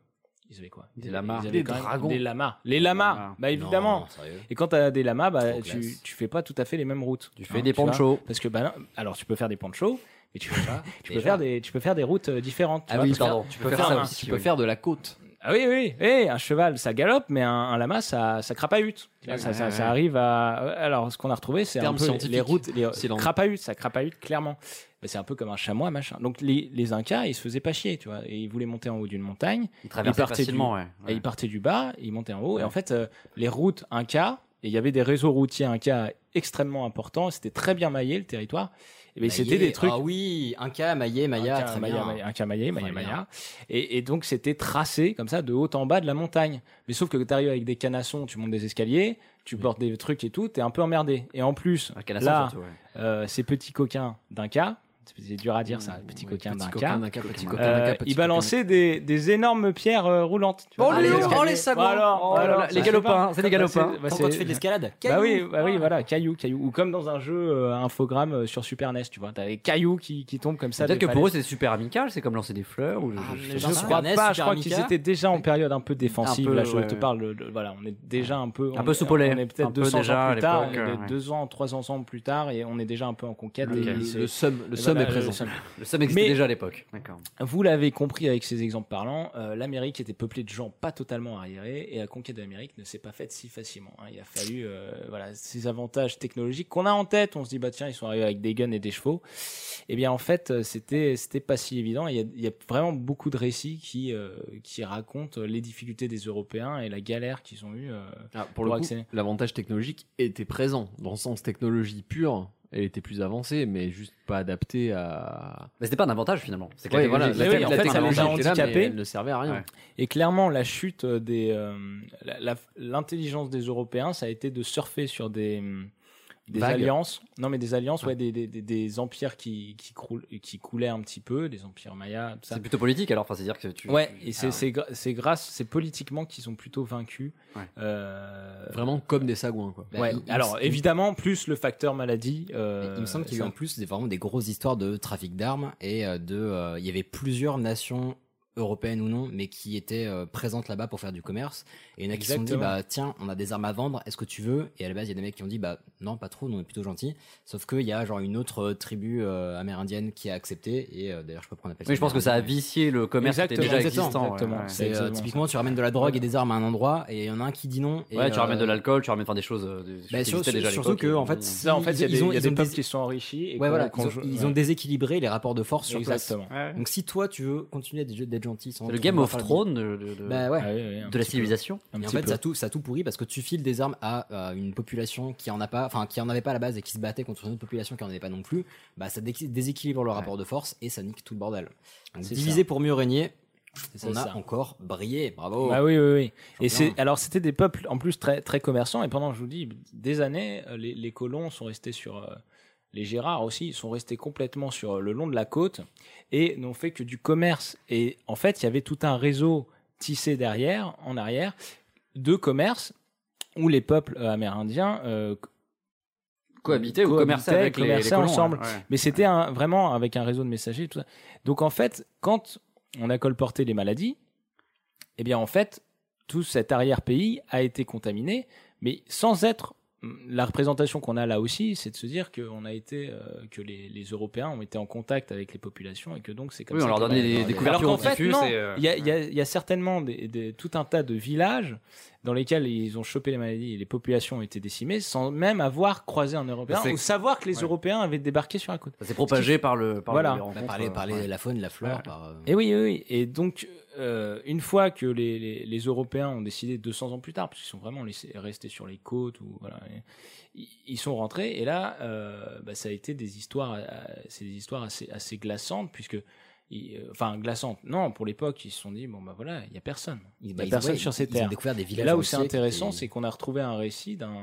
S3: Ils avaient quoi
S9: Des lamas.
S3: Ils avaient
S9: Des
S3: quand même
S9: dragons.
S3: Des lamas. Les lamas,
S9: lamas.
S3: bah
S2: Non,
S3: évidemment.
S2: sérieux.
S3: Et quand t'as des lamas, bah,
S2: Trop
S3: tu,
S2: classe.
S3: tu fais pas tout à fait les mêmes routes.
S9: Tu
S3: Hein,
S9: fais des
S3: vois
S9: ponchos.
S3: Parce que bah, non, alors tu peux faire des ponchos, mais tu, tu peux
S2: déjà.
S3: faire des tu peux faire des routes euh, différentes. tu
S9: Ah
S3: vois,
S9: oui,
S3: parce que-
S9: pardon. Tu
S1: Tu
S9: peux
S1: peux,
S9: faire
S1: faire,
S9: ça
S1: un-
S9: aussi.
S1: tu peux faire de la côte.
S3: Ah oui, oui, oui, un cheval, ça galope, mais un, un lama, ça, ça crapahute.
S1: Ah oui.
S3: ça, ça,
S1: Ouais,
S3: ça
S1: ouais.
S3: arrive à. Alors, ce qu'on a retrouvé, c'est un
S1: Terme
S3: peu les- les
S1: scientifique.
S3: routes, les
S1: C'est l'en-
S3: crapahute, ça crapahute clairement. Mais c'est un peu comme un chamois, machin. Donc, les, les Incas, ils se faisaient pas chier, tu vois. Et ils voulaient monter en haut d'une montagne,
S9: Ils
S3: Ils
S9: traversaient
S3: partaient
S9: facilement, ouais.
S3: et
S9: ouais.
S3: ils partaient du bas, et ils montaient en haut. Et
S9: Ouais.
S3: en fait, euh, les routes Incas, et il y avait des réseaux routiers Incas extrêmement importants, c'était très bien maillé le territoire. Et bien, c'était
S2: Maillet.
S3: des trucs.
S2: Ah oui, un cas, Maillet, Maya,
S3: Un
S2: très
S3: Maya,
S2: bien.
S3: Maya, un camaillé, Maya,
S2: Très bien.
S3: Maya. Et, et donc, c'était tracé comme ça de haut en bas de la montagne. Mais sauf que tu arrives avec des canassons, tu montes des escaliers, tu portes des trucs et tout, t'es un peu emmerdé. Et en plus,
S9: Un canassin,
S3: là,
S9: surtout, ouais.
S3: euh, ces petits coquins d'un cas, c'est dur à dire ça,
S1: Mmh,
S3: petits coquins d'un cas.
S1: d'un cas, petit coquin d'un
S3: euh,
S1: cas, petit coquin d'un cas.
S3: ils balançaient des, des énormes pierres euh, roulantes. tu vois,
S9: Oh,
S4: Ah,
S3: dans
S9: les- oh,
S3: escaliers.
S9: les
S3: Bah alors,
S9: Oh là
S3: alors,
S9: là,
S3: ça,
S9: les
S3: je sais
S9: galopins,
S3: pas.
S9: c'est des galopins.
S3: Bah,
S2: Quand,
S3: c'est-
S2: quand tu fais de l'escalade,
S3: bah
S2: caillou. Ah.
S3: oui, bah oui, voilà, cailloux, cailloux. Ou comme dans un jeu euh, infogramme euh, sur Super NES, tu vois, t'as les cailloux qui, qui tombent comme ça.
S9: Peut-être
S3: des
S9: que pour eux,
S3: falaises.
S9: c'est E super amical, c'est comme lancer des fleurs. Ou
S2: Ah,
S9: je-
S2: mais
S9: je
S3: Je
S9: sais
S2: Super
S3: crois
S2: NES,
S3: pas, je
S2: Super
S3: crois qu'ils
S2: Amiga.
S3: étaient déjà en période un peu défensive.
S9: Un peu,
S3: là, je
S9: ouais,
S3: te
S9: ouais.
S3: parle, de- de- voilà, on est déjà un peu.
S9: Un
S3: on
S9: peu
S3: est-
S9: sous polaire,
S3: On est
S9: un
S3: peut-être
S9: peu
S3: 200
S9: déjà
S3: ans
S9: à
S3: plus tard, on
S9: l'époque,
S3: est
S9: ouais.
S3: deux ans, trois ans plus tard, et on est déjà un peu en conquête.
S9: Ok.
S3: et- et-
S1: Le somme, le
S3: et
S1: somme
S3: voilà,
S1: est présent.
S3: le somme.
S9: pas. Le somme existait
S3: Mais-
S9: déjà à l'époque. D'accord.
S3: Vous l'avez compris avec ces exemples parlants, euh, l'Amérique était peuplée de gens pas totalement arriérés et la conquête de l'Amérique ne s'est pas faite si facilement. hein. Il a fallu euh, voilà ces avantages technologiques qu'on a en tête. On se dit bah tiens ils sont arrivés avec des guns et des chevaux. Eh bien en fait euh, c'était c'était pas si évident. Il y a, il y a vraiment beaucoup de récits qui euh, qui racontent les difficultés des Européens et la galère qu'ils ont eue. euh.
S1: Ah, pour le
S3: Pour
S1: coup,
S3: accélérer.
S1: l'avantage technologique était présent dans le sens technologie pure. elle était plus avancée, mais juste pas adaptée à.
S9: Mais c'était pas un avantage finalement. C'est que
S1: Ouais,
S9: la
S1: voilà,
S9: technologie-
S1: la-
S9: la
S1: la
S9: technologie
S1: technologie
S9: était là,
S1: était là, mais
S3: handicapée.
S1: Elle ne servait à rien.
S9: Ouais.
S3: Et clairement, la chute des. euh, la- la- L'intelligence des Européens, ça a été de surfer sur des. hum, Des
S1: Vagues.
S3: alliances, non mais des
S2: Ah.
S3: alliances, ouais, des, des, des, des empires qui, qui, croulent- qui coulaient un petit peu, des empires mayas, tout ça.
S9: C'est plutôt politique alors, enfin, c'est-à-dire que tu.
S3: Ouais,
S9: tu-
S3: et c'est
S9: Ah,
S3: c'est gra- c'est grâce, c'est politiquement qu'ils ont plutôt vaincu.
S9: Ouais.
S3: Euh,
S1: Vraiment comme des sagouins, quoi.
S9: Bah,
S3: ouais.
S2: il- il-
S3: Alors
S2: il-
S3: évidemment, plus le facteur maladie. euh,
S2: Il me semble qu'il y a eu
S3: ça-
S2: en plus des, vraiment des grosses histoires de trafic d'armes et euh, de. euh, il y avait plusieurs nations européennes ou non, mais qui étaient euh, présentes là-bas pour faire du commerce. Et il y en a qui se sont dit,
S3: Exactement.
S2: bah tiens, on a des armes à vendre, est-ce que tu veux Et à la base, il y a des mecs qui ont dit, bah non, pas trop, nous, on est plutôt gentils. Sauf qu'il y a genre une autre euh, tribu euh, amérindienne qui a accepté. Et euh, d'ailleurs, je sais pas comment on appelle ça.
S9: Oui, je pense que ça a
S2: amérindien.
S9: vicié le commerce qui était
S3: Exactement,
S9: déjà
S2: exactement,
S9: existant. ouais,
S3: exactement.
S9: ouais.
S2: C'est euh,
S3: Exactement,
S2: typiquement, tu ramènes de la drogue et des armes à un endroit, et il y en a un qui dit non. et,
S9: Ouais, tu
S2: euh,
S9: ramènes de l'alcool, tu ramènes enfin, des choses. euh, des-
S2: bah,
S9: qui
S2: sur-
S9: existaient déjà à
S2: surtout
S9: l'époque,
S2: que,
S9: et-
S2: en fait,
S3: Ça, en fait, il y a des,
S2: ils ont-
S3: il y a
S2: ils ont
S3: des peuples
S2: des-
S3: qui se sont enrichis. Et
S2: Ouais,
S3: qu'on-
S2: voilà,
S3: qu'on
S2: ils ont,
S3: joue-
S2: ils
S3: ouais.
S2: ont déséquilibré les rapports de force sur place.
S3: Exactement.
S2: Donc si toi tu veux continuer à d'être d'être gentil, sans
S9: C'est le Game of
S2: faire la-
S9: Thrones de, de- de-
S2: bah ouais.
S3: Ah oui, oui, un
S9: de la
S3: petit peu.
S9: civilisation.
S3: Un
S2: Et en
S3: petit
S2: fait,
S3: peu.
S2: ça a tout, ça a tout pourri parce que tu files des armes à euh, une population qui en a pas, enfin qui en avait pas à la base et qui se battait contre une autre population qui en avait pas non plus. Bah ça dé- déséquilibre le rapport de force et ça nique tout le bordel. Donc,
S3: C'est
S2: diviser pour mieux régner.
S3: C'est
S2: On a
S3: ça.
S2: encore brillé, bravo.
S3: Ah oui, oui, oui.
S2: Champion.
S3: Et c'est alors c'était des peuples en plus très très commerçants et pendant je vous dis des années euh, les, les colons sont restés sur euh, les Gérards aussi ils sont restés complètement sur euh, le long de la côte et n'ont fait que du commerce et en fait il y avait tout un réseau tissé derrière en arrière de commerce où les peuples euh, amérindiens euh,
S9: Cohabiter ou
S3: Cohabiter,
S9: commercer avec les, les
S3: commercer
S9: colons, hein.
S3: ensemble.
S9: Ouais.
S3: mais c'était un- vraiment avec un réseau de messagers et tout ça. Donc en fait, quand on a colporté les maladies, eh bien en fait, tout cet arrière-pays a été contaminé, mais sans être la représentation qu'on a là aussi, c'est de se dire que on a été, euh, que les, les Européens ont été en contact avec les populations et que donc c'est comme
S9: Oui,
S3: ça
S9: on leur
S3: que-
S9: donnait des, des
S2: Alors
S3: alors
S9: couvertures
S3: qu'en
S9: en
S3: fait,
S9: typhus
S3: non,
S9: et, euh,
S3: il y, a- il y a- il y a certainement des- des- tout un tas de villages dans lesquels ils ont chopé les maladies et les populations ont été décimées sans même avoir croisé un Européen
S9: C'est-
S3: ou savoir que les
S9: Ouais.
S3: Européens avaient débarqué sur la côte.
S9: Ça s'est propagé par le. Par
S3: Voilà.
S9: les
S2: Bah,
S9: rencontres,
S2: parler,
S9: euh,
S2: parler
S9: ouais.
S2: de la faune, la flore,
S9: Ouais.
S2: par, euh,
S3: Et oui, oui, oui. Et donc, euh, une fois que les, les, les Européens ont décidé 200 ans plus tard, parce qu'ils sont vraiment laissés- restés sur les côtes, ou voilà, et- ils- ils sont rentrés. Et là, euh, bah, ça a été des histoires, euh, c'est des histoires assez, assez glaçantes, puisque, ils- euh, enfin, glaçantes. Non, pour l'époque, ils se sont dit, bon bah voilà, il y a personne, il y
S2: bah,
S3: a
S2: ils-
S3: personne
S2: ouais,
S3: sur ces
S2: ils ont
S3: terres.
S2: découvert des
S3: Et
S2: villages
S3: là où c'est
S2: entiers qui
S3: intéressant,
S2: étaient-
S3: c'est qu'on a retrouvé un récit d'un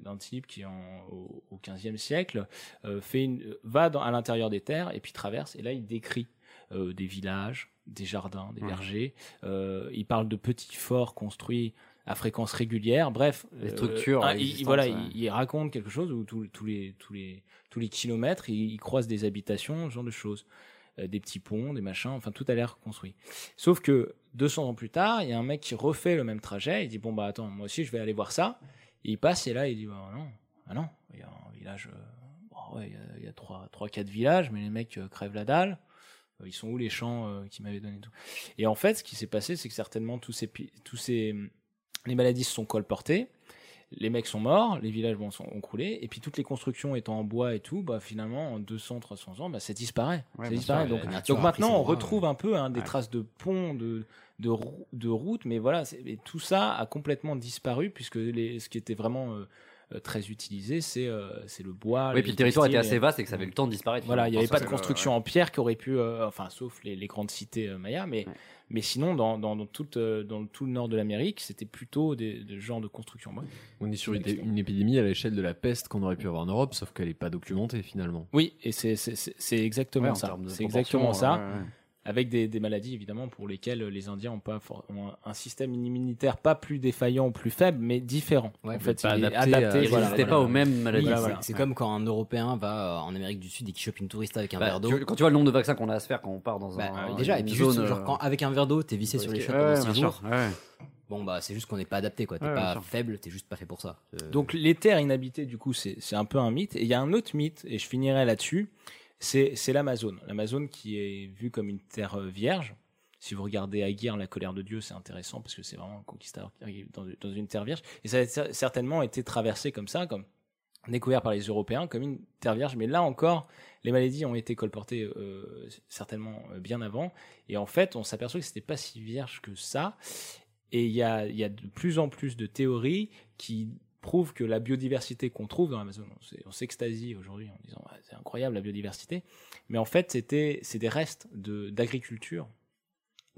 S3: d'un type qui, en, au, au 15e siècle, euh, fait une, va dans- à l'intérieur des terres et puis traverse. Et là, il décrit euh, des villages, des jardins, des
S2: Mmh.
S9: Mhm.
S3: vergers. Euh, il parle de petits forts construits à fréquence régulière. Bref, euh,
S9: Les structures
S3: un- il- il-
S9: existantes,
S3: voilà,
S9: ouais.
S3: il, il raconte quelque chose où tous tous les tous les tous les kilomètres, il, il croise des habitations, ce genre de choses, Euh, des petits ponts, des machins. Enfin, tout a l'air construit. Sauf que 200 ans plus tard, il y a un mec qui refait le même trajet. Il dit Bon, bah attends, moi aussi je vais aller voir ça. Et il passe et là il dit Bah non, ah non, il y a un village. euh, bon, ouais, il y a- il y a 3-4 villages, mais les mecs euh, crèvent la dalle. Euh, Ils sont où les champs euh, qui m'avaient donné tout Et en fait, ce qui s'est passé, c'est que certainement tous ces, pi- tous ces. hum, Les maladies se sont colportées. Les mecs sont morts, les villages bon, sont, ont croulé, et puis toutes les constructions étant en bois et tout, bah finalement en 200-300 ans, bah, ça disparaît.
S9: Ouais,
S3: ça
S9: bien
S3: disparaît.
S9: sûr,
S3: Donc, euh,
S2: la nature
S3: donc
S2: a pris
S3: maintenant
S2: son
S3: on
S2: bras,
S3: retrouve un peu hein, des
S9: euh, Ouais.
S3: traces de ponts, de, de, rou- de routes, mais voilà, c'est- et tout ça a complètement disparu puisque les, ce qui était vraiment euh, euh, très utilisé, c'est euh, c'est le bois.
S9: Oui, puis le territoire était
S3: textile,
S9: assez
S3: et-
S9: vaste et que ça avait le temps de disparaître.
S3: Voilà, il n'y avait pas de
S9: Ouais.
S3: construction en pierre qui aurait pu, euh, enfin, sauf les, les grandes cités euh, mayas, mais,
S9: Ouais.
S3: mais sinon, dans, dans, dans toute, euh, dans tout le nord de l'Amérique, c'était plutôt des, des genres de constructions. en bois.
S1: On est sur une, une épidémie à l'échelle de la peste qu'on aurait pu avoir en Europe, sauf qu'elle n'est pas documentée finalement.
S3: Oui, et c'est c'est- c'est- c'est exactement
S9: Ouais, en
S3: ça.
S9: termes de
S3: C'est
S9: proportion,
S3: exactement ça.
S9: ouais, ouais.
S3: avec des, des maladies évidemment pour lesquelles les Indiens ont pas for- ont un- un système immunitaire pas plus défaillant ou plus faible mais différent.
S2: Ouais,
S3: en
S1: mais
S3: fait,
S1: pas
S3: il est
S1: adapté à-
S3: adapté.
S9: Ils
S1: Voilà,
S9: résistaient
S1: voilà.
S9: pas aux mêmes maladies.
S2: Oui,
S3: Voilà,
S2: c'est-
S3: voilà.
S2: C'est comme quand un Européen va euh, en Amérique du Sud et qu'il chope une touriste avec un
S9: Bah,
S2: verre d'eau.
S9: tu- quand tu vois le nombre de vaccins qu'on a à se faire quand on part dans
S2: Bah,
S9: un,
S2: euh, déjà, et
S9: une
S2: puis
S9: zone.
S2: juste, genre, quand avec un verre d'eau, t'es vissé sur les cheveux pendant six jours. Bon, bah, c'est juste qu'on n'est pas adapté, quoi. T'es
S9: Ouais, bien
S2: pas
S9: sûr.
S2: faible, t'es juste pas fait pour ça. Euh,
S3: Donc les terres inhabitées du coup c'est c'est un peu un mythe et il y a un autre mythe et je finirai là-dessus. C'est c'est l'Amazone. L'Amazone qui est vue comme une terre euh, vierge. Si vous regardez Aguirre, la colère de Dieu, c'est intéressant parce que c'est vraiment un conquistador qui arrive dans, dans une terre vierge. Et ça a cer- certainement été traversé comme ça, comme découvert par les Européens comme une terre vierge. Mais là encore, les maladies ont été colportées euh, certainement euh, bien avant. Et en fait, on s'aperçoit que c'était pas si vierge que ça. Et il y a, il y a de plus en plus de théories qui prouve que la biodiversité qu'on trouve dans l'Amazon, on s'est- on s'extasie aujourd'hui en disant Ah, c'est incroyable la biodiversité, mais en fait c'était c'est des restes de- d'agriculture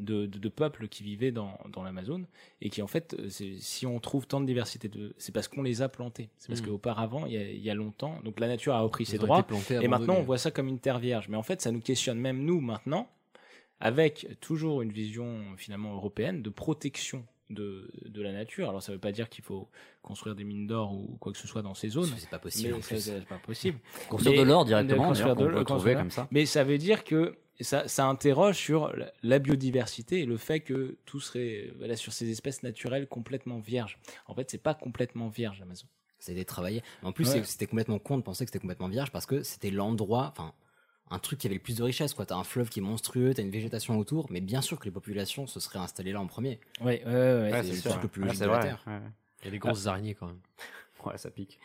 S3: de, de, de peuples qui vivaient dans, dans l'Amazon et qui en fait euh, c'est- si on trouve tant de diversité de c'est parce qu'on les a plantés c'est parce
S1: Mhm.
S3: qu'auparavant il y, a, il y a longtemps donc la nature a repris
S1: Ils
S3: ses
S1: ont été
S3: droits
S1: plantés,
S3: et maintenant
S1: abandonnés.
S3: on voit ça comme une terre vierge mais en fait ça nous questionne même nous maintenant avec toujours une vision finalement européenne de protection de, de la nature alors ça veut pas dire qu'il faut construire des mines d'or ou quoi que ce soit dans ces zones
S2: c'est pas possible,
S3: mais
S2: en plus.
S3: ça, c'est pas possible
S9: Construire
S3: Mais-
S9: de l'or directement,
S3: de construire
S9: d'ailleurs, qu'on
S3: de l'or,
S9: peut trouver
S3: construire-
S9: comme ça.
S3: mais ça veut dire que ça, ça interroge sur la- la biodiversité et le fait que tout serait voilà, sur ces espèces naturelles complètement vierges. En fait, c'est pas complètement vierge l'Amazon.
S2: C'est des travailleurs. En plus,
S3: Ouais.
S2: c'est- c'était complètement con de penser que c'était complètement vierge parce que c'était l'endroit, enfin, un truc qui avait le plus de richesse, quoi. T'as un fleuve qui est monstrueux, t'as une végétation autour, mais bien sûr que les populations se seraient installées là en premier.
S3: Ouais, ouais,
S2: Ouais, c'est le truc le plus logique de la Terre.
S1: Il y a des grosses araignées quand même.
S9: Ouais, ça pique.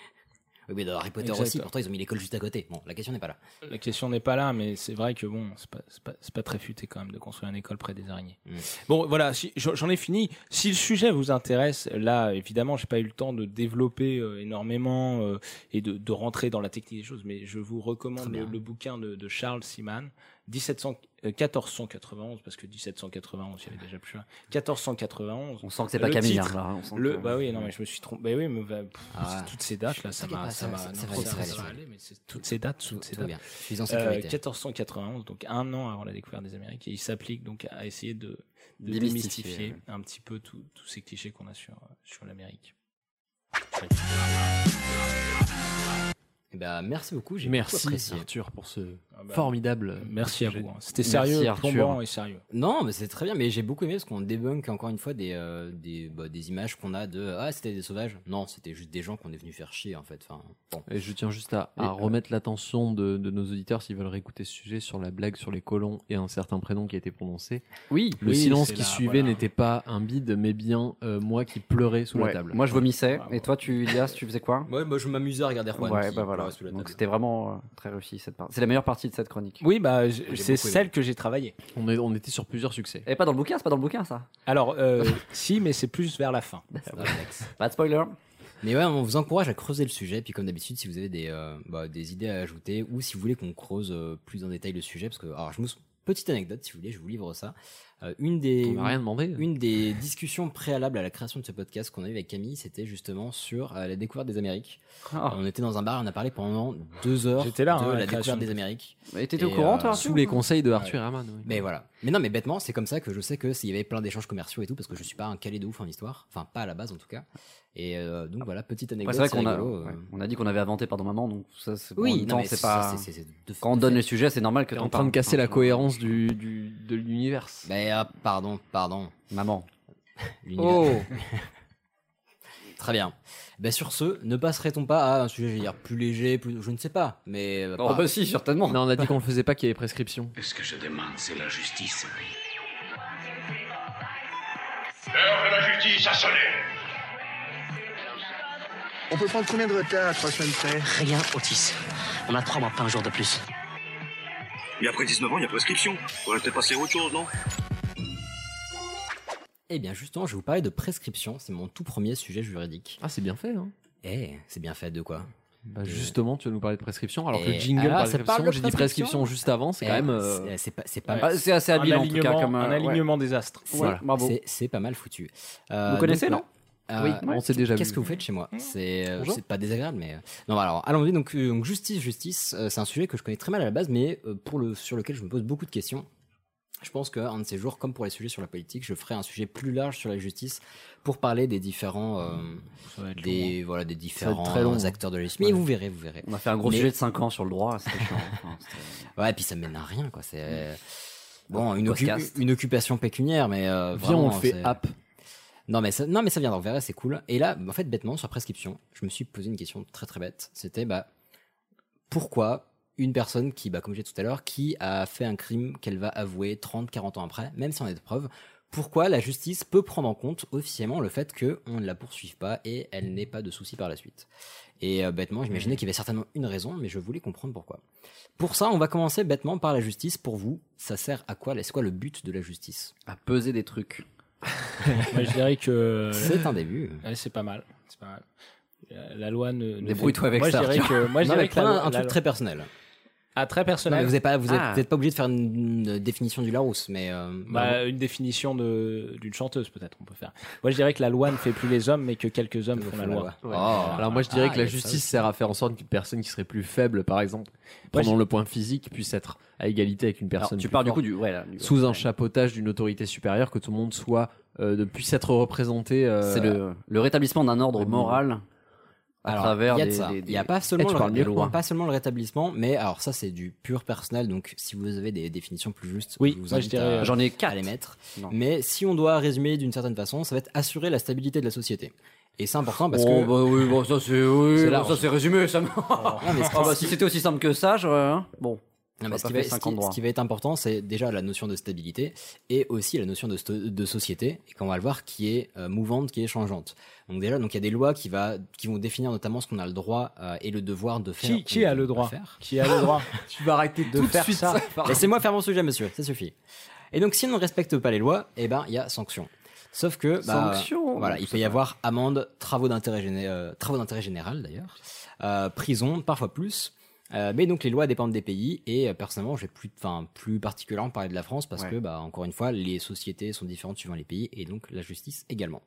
S2: Oui, mais dans Harry Potter
S3: Exact.
S2: aussi, pourtant ils ont mis l'école juste à côté. Bon, la question n'est pas là.
S3: La question n'est pas là, mais c'est vrai que bon, c'est pas, c'est pas, c'est pas très futé quand même de construire une école près des araignées.
S2: Mm.
S3: Bon, voilà, si- j'en j'en ai fini. Si le sujet vous intéresse, là, évidemment, j'ai pas eu le temps de développer euh, énormément euh, et de, de rentrer dans la technique des choses, mais je vous recommande
S2: Très
S3: le,
S2: bien.
S3: le bouquin de, de Charles Siman, 1700, euh, 1491, parce que 1791, il y avait déjà plus loin. 1491.
S9: On sent que c'est pas
S3: Le
S9: Camille. hein,
S3: titre,
S9: là, on sent
S3: Le,
S9: que-
S3: bah oui, non, mais je me suis trompé. Bah oui, mais bah, pff,
S2: Ah.
S3: toutes ces dates là, ça
S2: T'inquiète
S3: m'a.
S2: pas,
S3: Ça,
S2: ça-
S3: m'a-
S2: ça
S3: non,
S2: va,
S3: ça-
S2: ça va
S3: ça va
S2: aller.
S3: aller, mais c'est toutes ces dates,
S2: Tout,
S3: toutes ces
S2: tout va
S3: dates.
S2: bien. Je suis en
S3: Euh,
S2: sécurité.
S3: 1491, donc un an avant la découverte des Amériques, et il s'applique donc à essayer de, de
S9: Démystifier,
S3: démystifier
S9: ouais.
S3: un petit peu tous tous ces clichés qu'on a sur, euh, sur l'Amérique.
S2: Eh ben, merci beaucoup, j'ai beaucoup
S1: Merci
S2: apprécié.
S1: Arthur pour ce
S3: Ah bah,
S1: formidable.
S3: Merci à
S1: sujet.
S3: vous. hein. C'était
S9: Merci,
S3: sérieux,
S9: Arthur.
S3: plombant et sérieux.
S2: Non, mais c'est très bien, mais j'ai beaucoup aimé parce qu'on débunk encore une fois des, euh, des, bah, des images qu'on a de Ah, c'était des sauvages. Non, c'était juste des gens qu'on est venus faire chier en fait. Enfin, bon.
S1: Et je tiens juste à, à
S2: Et, euh,
S1: remettre l'attention de, de nos auditeurs s'ils veulent réécouter ce sujet sur la blague sur les colons et un certain prénom qui a été prononcé.
S9: Oui.
S1: Le
S3: Oui,
S1: silence
S3: c'est
S1: qui
S3: là,
S1: suivait
S3: voilà.
S1: n'était pas un bide, mais bien euh, moi qui pleurais sous la
S9: Ouais.
S1: table.
S9: Moi, je vomissais.
S3: Ah, ouais.
S9: Et toi, tu, Elias, tu faisais quoi
S2: Ouais, moi je m'amusais à regarder Juan.
S9: Ouais,
S2: qui
S9: bah
S2: pleurait
S9: voilà.
S2: sous la
S9: Donc,
S2: table.
S9: c'était vraiment euh, très réussi cette partie. C'est la meilleure partie de cette chronique.
S3: Oui, bah,
S2: J'ai
S3: c'est
S2: beaucoup aimé.
S3: celle que j'ai travaillée.
S1: on, est- on était sur plusieurs succès.
S9: Et pas dans le bouquin, c'est pas dans le bouquin ça.
S3: Alors, euh, si, mais c'est plus vers la fin.
S2: Ah, Alex.
S9: Pas de spoiler.
S2: Mais ouais, on vous encourage à creuser le sujet. Puis comme d'habitude, si vous avez des, euh, bah, des idées à ajouter ou si vous voulez qu'on creuse euh, plus en détail le sujet, parce que alors je me sou- petite anecdote, si vous voulez, je vous livre ça. Euh, une des
S1: on n'a rien
S9: Euh.
S1: demandé.
S2: une des discussions préalables à la création de ce podcast qu'on a eu avec Camille, c'était justement sur euh, la découverte des Amériques.
S9: Ah.
S2: On était dans un bar, on a parlé pendant deux heures
S3: J'étais là,
S2: de
S3: hein, à la
S2: la
S3: création
S2: découverte
S3: de-
S2: des Amériques.
S9: Mais t'étais au
S2: Et,
S9: courant
S2: euh,
S9: toi
S1: Sous les conseils de Arthur Herman. oui.
S2: Mais voilà. Mais non, mais bêtement, c'est comme ça que je sais que s'il y avait plein d'échanges commerciaux et tout, parce que je suis pas un calé de ouf en histoire, enfin pas à la base en tout cas. Et euh, donc voilà, petite
S9: Ouais,
S2: anecdote.
S9: c'est vrai
S2: c'est
S9: qu'on a,
S2: rigolo, euh.
S9: ouais, on a dit qu'on avait inventé pardon maman, donc ça c'est en
S2: Oui,
S9: même
S2: non,
S9: temps,
S2: mais
S9: c'est
S2: ça,
S9: pas.
S2: c'est- c'est de-
S9: Quand on
S2: de
S9: donne
S2: fait.
S9: le sujet, c'est normal que
S1: T'es
S9: t'en
S1: en train de
S9: parles.
S1: casser
S9: Enfin,
S1: la cohérence du, du- de l'univers.
S2: Mais ah, pardon, pardon.
S9: Maman.
S2: L'univers-
S9: Oh.
S1: Oh.
S2: Très bien. Ben sur ce, ne passerait-on pas à un sujet, je vais dire, plus léger, plus. Je ne sais pas, mais. euh,
S9: Oh
S2: pas-
S9: bah si, certainement.
S1: Non, on a dit qu'on le faisait pas, qu'il y avait prescription.
S11: Ce que je demande, c'est la justice.
S5: L'heure de la justice a sonné
S8: On peut prendre combien de retard à trois semaines près
S11: Rien, Otis. On a trois mois, pas un jour de plus.
S8: Mais après 19 ans, il y a prescription. On va peut-être passer à autre chose, non
S2: Eh bien, justement, je vais vous parler de prescription. C'est mon tout premier sujet juridique.
S1: Ah, c'est bien fait. Hein.
S2: Eh, c'est bien fait de quoi
S1: Bah,
S2: Euh,
S1: justement, tu vas nous parler de prescription. Alors que le
S2: et
S1: jingle
S2: alors,
S1: parle
S2: ça
S1: de
S2: parle
S1: prescription,
S2: de
S1: j'ai dit prescription juste avant, c'est
S2: Eh,
S1: quand même. euh,
S2: c'est- C'est pas, c'est pas
S3: Ouais.
S2: mal.
S9: Ah, c'est assez
S3: Un
S9: habile en tout cas
S3: alignement,
S9: comme. euh,
S3: un
S9: ouais.
S3: alignement des astres.
S9: Ouais,
S1: Voilà.
S9: bravo.
S2: C'est- C'est pas mal foutu.
S9: Vous connaissez, non
S2: non
S9: Oui.
S1: On s'est déjà vu.
S2: Qu'est-ce que vous faites chez moi C'est euh,
S1: Bonjour.
S2: c'est pas désagréable, mais euh, non. Alors, allons-y. Donc, euh, donc, justice, justice, euh, c'est un sujet que je connais très mal à la base, mais euh, pour le sur lequel je me pose beaucoup de questions. Je pense qu'un de ces jours, comme pour les sujets sur la politique, je ferai un sujet plus large sur la justice pour parler des différents, euh,
S3: Ça va être long, hein.
S2: des voilà, des différents
S1: très long, hein.
S2: acteurs de la justice. Mais
S1: Ouais.
S2: vous verrez, vous verrez.
S9: On a fait un gros
S2: Mais-
S9: sujet de 5 ans sur le droit, c'était chiant. Enfin, c'était-
S2: Ouais, et puis ça mène à rien, quoi. C'est bon, une, occu-
S9: Podcast.
S2: une occupation pécuniaire, mais euh,
S1: Mmh. Viens, on
S2: vraiment,
S1: le fait
S2: c'est-
S1: app.
S2: Non mais ça, non mais ça viendra, on verra, c'est cool. Et là, en fait, bêtement sur prescription, je me suis posé une question très très bête. C'était bah pourquoi une personne qui, bah, comme j'ai dit tout à l'heure, qui a fait un crime qu'elle va avouer 30-40 ans après, même si on a de preuves, pourquoi la justice peut prendre en compte officiellement le fait qu'on ne la poursuive pas et elle n'ait pas de soucis par la suite. Et euh, bêtement, j'imaginais qu'il y avait certainement une raison, mais je voulais comprendre pourquoi. Pour ça, on va commencer bêtement par la justice. Pour vous, ça sert à quoi C'est quoi le but de la justice
S9: À peser des trucs.
S3: Moi, je dirais que. Euh.
S2: C'est un début.
S3: Ouais, c'est pas mal. C'est pas mal. Euh, La loi ne. ne-
S2: Débrouille-toi avec
S3: moi,
S2: ça,
S3: Je dirais
S2: Arthur.
S3: que, moi, Ah, je
S2: Non, mais
S3: dirais que la
S2: prenez
S3: loi-
S2: un
S3: la
S2: truc
S3: loi-
S2: très personnel.
S3: Ah, très
S2: Non,
S3: personnel.
S2: mais vous n'êtes pas, vous êtes-
S3: Ah.
S2: vous êtes pas obligé de faire une, une définition du Larousse, mais. euh,
S3: Bah, une définition de- d'une chanteuse, peut-être, on peut faire. Moi, je dirais que la loi ne fait plus les hommes, mais que quelques hommes font la loi.
S1: Alors moi je dirais que la justice sert à faire en sorte qu'une personne qui serait plus faible, par exemple, prenant
S3: j'ai-
S1: le point physique, puisse être à égalité avec une personne.
S9: tu
S1: plus
S9: parles du coup
S1: forte,
S9: du- ouais, là, du-
S1: sous un chapeautage d'une autorité supérieure, que tout le monde soit euh, de- puisse être représenté. euh,
S9: C'est le, le rétablissement d'un ordre moral à
S2: Mmh. Alors,
S9: travers
S2: il y a de
S9: des,
S2: ça.
S9: des-
S2: Il y a
S9: des-
S2: pas seulement,
S9: Eh, tu
S2: le,
S9: parles mieux que
S2: non,
S9: moi.
S2: pas seulement le rétablissement, mais alors ça c'est du pur personnel, donc si vous avez des définitions plus justes,
S3: Oui,
S2: je vous
S3: moi, je
S2: invite
S3: dirais,
S2: à,
S3: j'en ai
S2: à
S3: quatre.
S2: les mettre.
S9: Non.
S2: Mais si on doit résumer d'une certaine façon, ça va être assurer la stabilité de la société. Et c'est important parce
S9: Oh,
S2: que...
S9: bah oui, bon, ça c'est oui,
S2: C'est
S9: bon,
S2: large.
S9: ça c'est résumé ça.
S2: mais ce
S3: Oh,
S2: qui-
S9: Ah bah, si c'était aussi simple que ça, j'aurais hein. bon.
S2: Non, mais Bah,
S9: j'aurais
S2: ce,
S9: pas
S2: qui
S9: fait
S2: va, ce qui-
S9: 50
S2: ce
S9: droits.
S2: qui va être important, c'est déjà la notion de stabilité et aussi la notion de, sto- de société, et qu'on va le voir, qui est euh, mouvante, qui est changeante. Donc déjà, donc il y a des lois qui, va, qui vont définir notamment ce qu'on a le droit euh, et le devoir de faire.
S3: Qui, qui a le droit Qui a le droit
S1: Tu vas arrêter
S3: de faire ça.
S2: Laissez-moi faire mon sujet, monsieur, ça suffit. Et donc, si on ne respecte pas les lois, eh ben, il y a sanction. Sauf que, bah,
S9: Sanction
S2: voilà,
S9: Donc,
S2: il
S9: ça
S2: peut y
S9: va.
S2: avoir amende, travaux d'intérêt géné- euh, travaux d'intérêt général d'ailleurs, euh, prison, parfois plus. Euh, mais donc les lois dépendent des pays et euh, personnellement, je vais plus, enfin, plus particulièrement parler de la France parce
S9: Ouais.
S2: que, bah, encore une fois, les sociétés sont différentes suivant les pays et donc la justice également.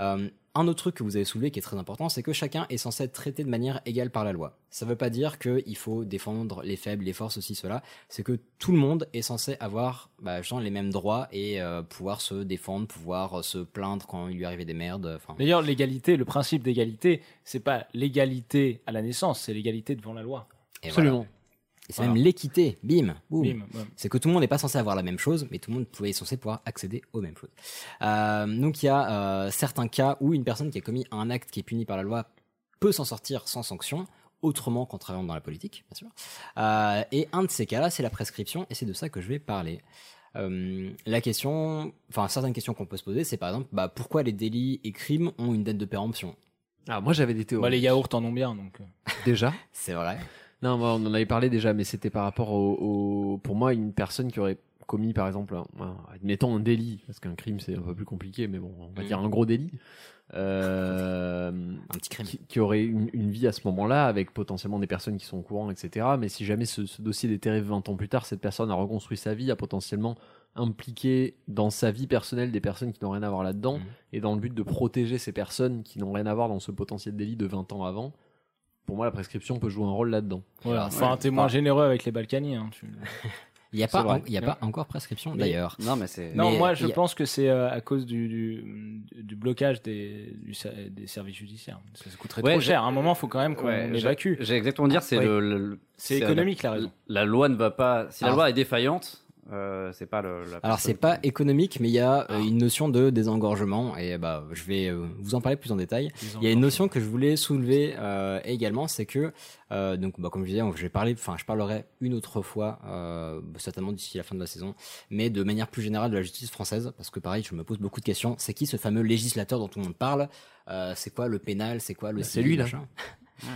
S2: Euh, un autre truc que vous avez soulevé qui est très important, c'est que chacun est censé être traité de manière égale par la loi. Ça ne veut pas dire qu'il faut défendre les faibles, les forces, ceci, cela. C'est que tout le monde est censé avoir bah, genre, les mêmes droits et euh, pouvoir se défendre, pouvoir euh, se plaindre quand il lui arrivait des merdes. Enfin,
S3: D'ailleurs, l'égalité, le principe d'égalité, c'est pas l'égalité à la naissance, c'est l'égalité devant la loi.
S2: et voilà. Et c'est même l'équité, bim, boum.
S3: Bim, ouais.
S2: C'est que tout le monde n'est pas censé avoir la même chose, mais tout le monde pouvait- est censé pouvoir accéder aux mêmes choses. Euh, donc il y a euh, certains cas où une personne qui a commis un acte qui est puni par la loi peut s'en sortir sans sanction, autrement qu'en travaillant dans la politique, bien sûr. Euh, et un de ces cas-là, c'est la prescription, et c'est de ça que je vais parler. Euh, la question, enfin certaines questions qu'on peut se poser, c'est par exemple, bah, pourquoi les délits et crimes ont une date de péremption
S1: Ah, moi j'avais des théories.
S3: Bah, les yaourts en ont bien, donc. euh.
S1: Déjà
S2: C'est vrai.
S1: Non, moi, on en avait parlé déjà, mais c'était par rapport au, au- Pour moi, une personne qui aurait commis, par exemple, un- un- admettons un délit, parce qu'un crime c'est un peu plus compliqué, mais bon, on va
S2: Mm.
S1: dire un gros délit. euh,
S2: Un petit crime.
S1: qui, qui aurait une, une vie à ce moment-là, avec potentiellement des personnes qui sont au courant, etc. Mais si jamais ce, ce dossier est déterré 20 ans plus tard, cette personne a reconstruit sa vie, a potentiellement impliqué dans sa vie personnelle des personnes qui n'ont rien à voir là-dedans,
S2: Mhm.
S1: et dans le but de protéger ces personnes qui n'ont rien à voir dans ce potentiel délit de 20 ans avant, pour moi, la prescription peut jouer un rôle là-dedans.
S3: Voilà.
S2: Alors,
S3: Enfin,
S2: Ah, ouais.
S3: t'es moins généreux avec les Balkany. hein, tu-
S2: Il n'y a,
S3: C'est
S2: pas,
S3: vrai.
S2: en- il y a pas encore prescription
S3: Mais-
S2: d'ailleurs.
S9: Non mais c'est
S3: Non,
S2: Mais
S3: moi, je
S2: il y a-
S3: pense que c'est euh, à cause du, du, du blocage des, du ser- des services judiciaires. Ça, coûterait
S9: Ouais,
S3: trop
S9: j'ai-
S3: cher. À un moment, il faut quand même qu'on
S9: Ouais, j'ai-
S3: évacue.
S9: J'ai exactement dire
S2: Ah,
S9: c'est
S3: Oui.
S9: le, le- le-
S3: C'est économique, la raison.
S9: La loi ne va pas si la
S2: Alors-
S9: loi est défaillante, euh, c'est pas le la
S2: Ah. Alors
S9: personne
S2: c'est pas
S9: qui-
S2: économique, mais il y a euh, une notion de désengorgement et bah je vais euh, vous en parler plus en détail. Il y a une notion que je voulais soulever euh, également, c'est que euh, donc bah, comme je disais, je vais parler, enfin je parlerai une autre fois euh, certainement d'ici la fin de la saison, mais de manière plus générale de la justice française parce que pareil, je me pose beaucoup de questions. C'est qui ce fameux législateur dont tout le monde parle Euh, C'est quoi le pénal C'est quoi le
S1: Bah, c'est
S2: civil,
S1: lui, là.
S2: machin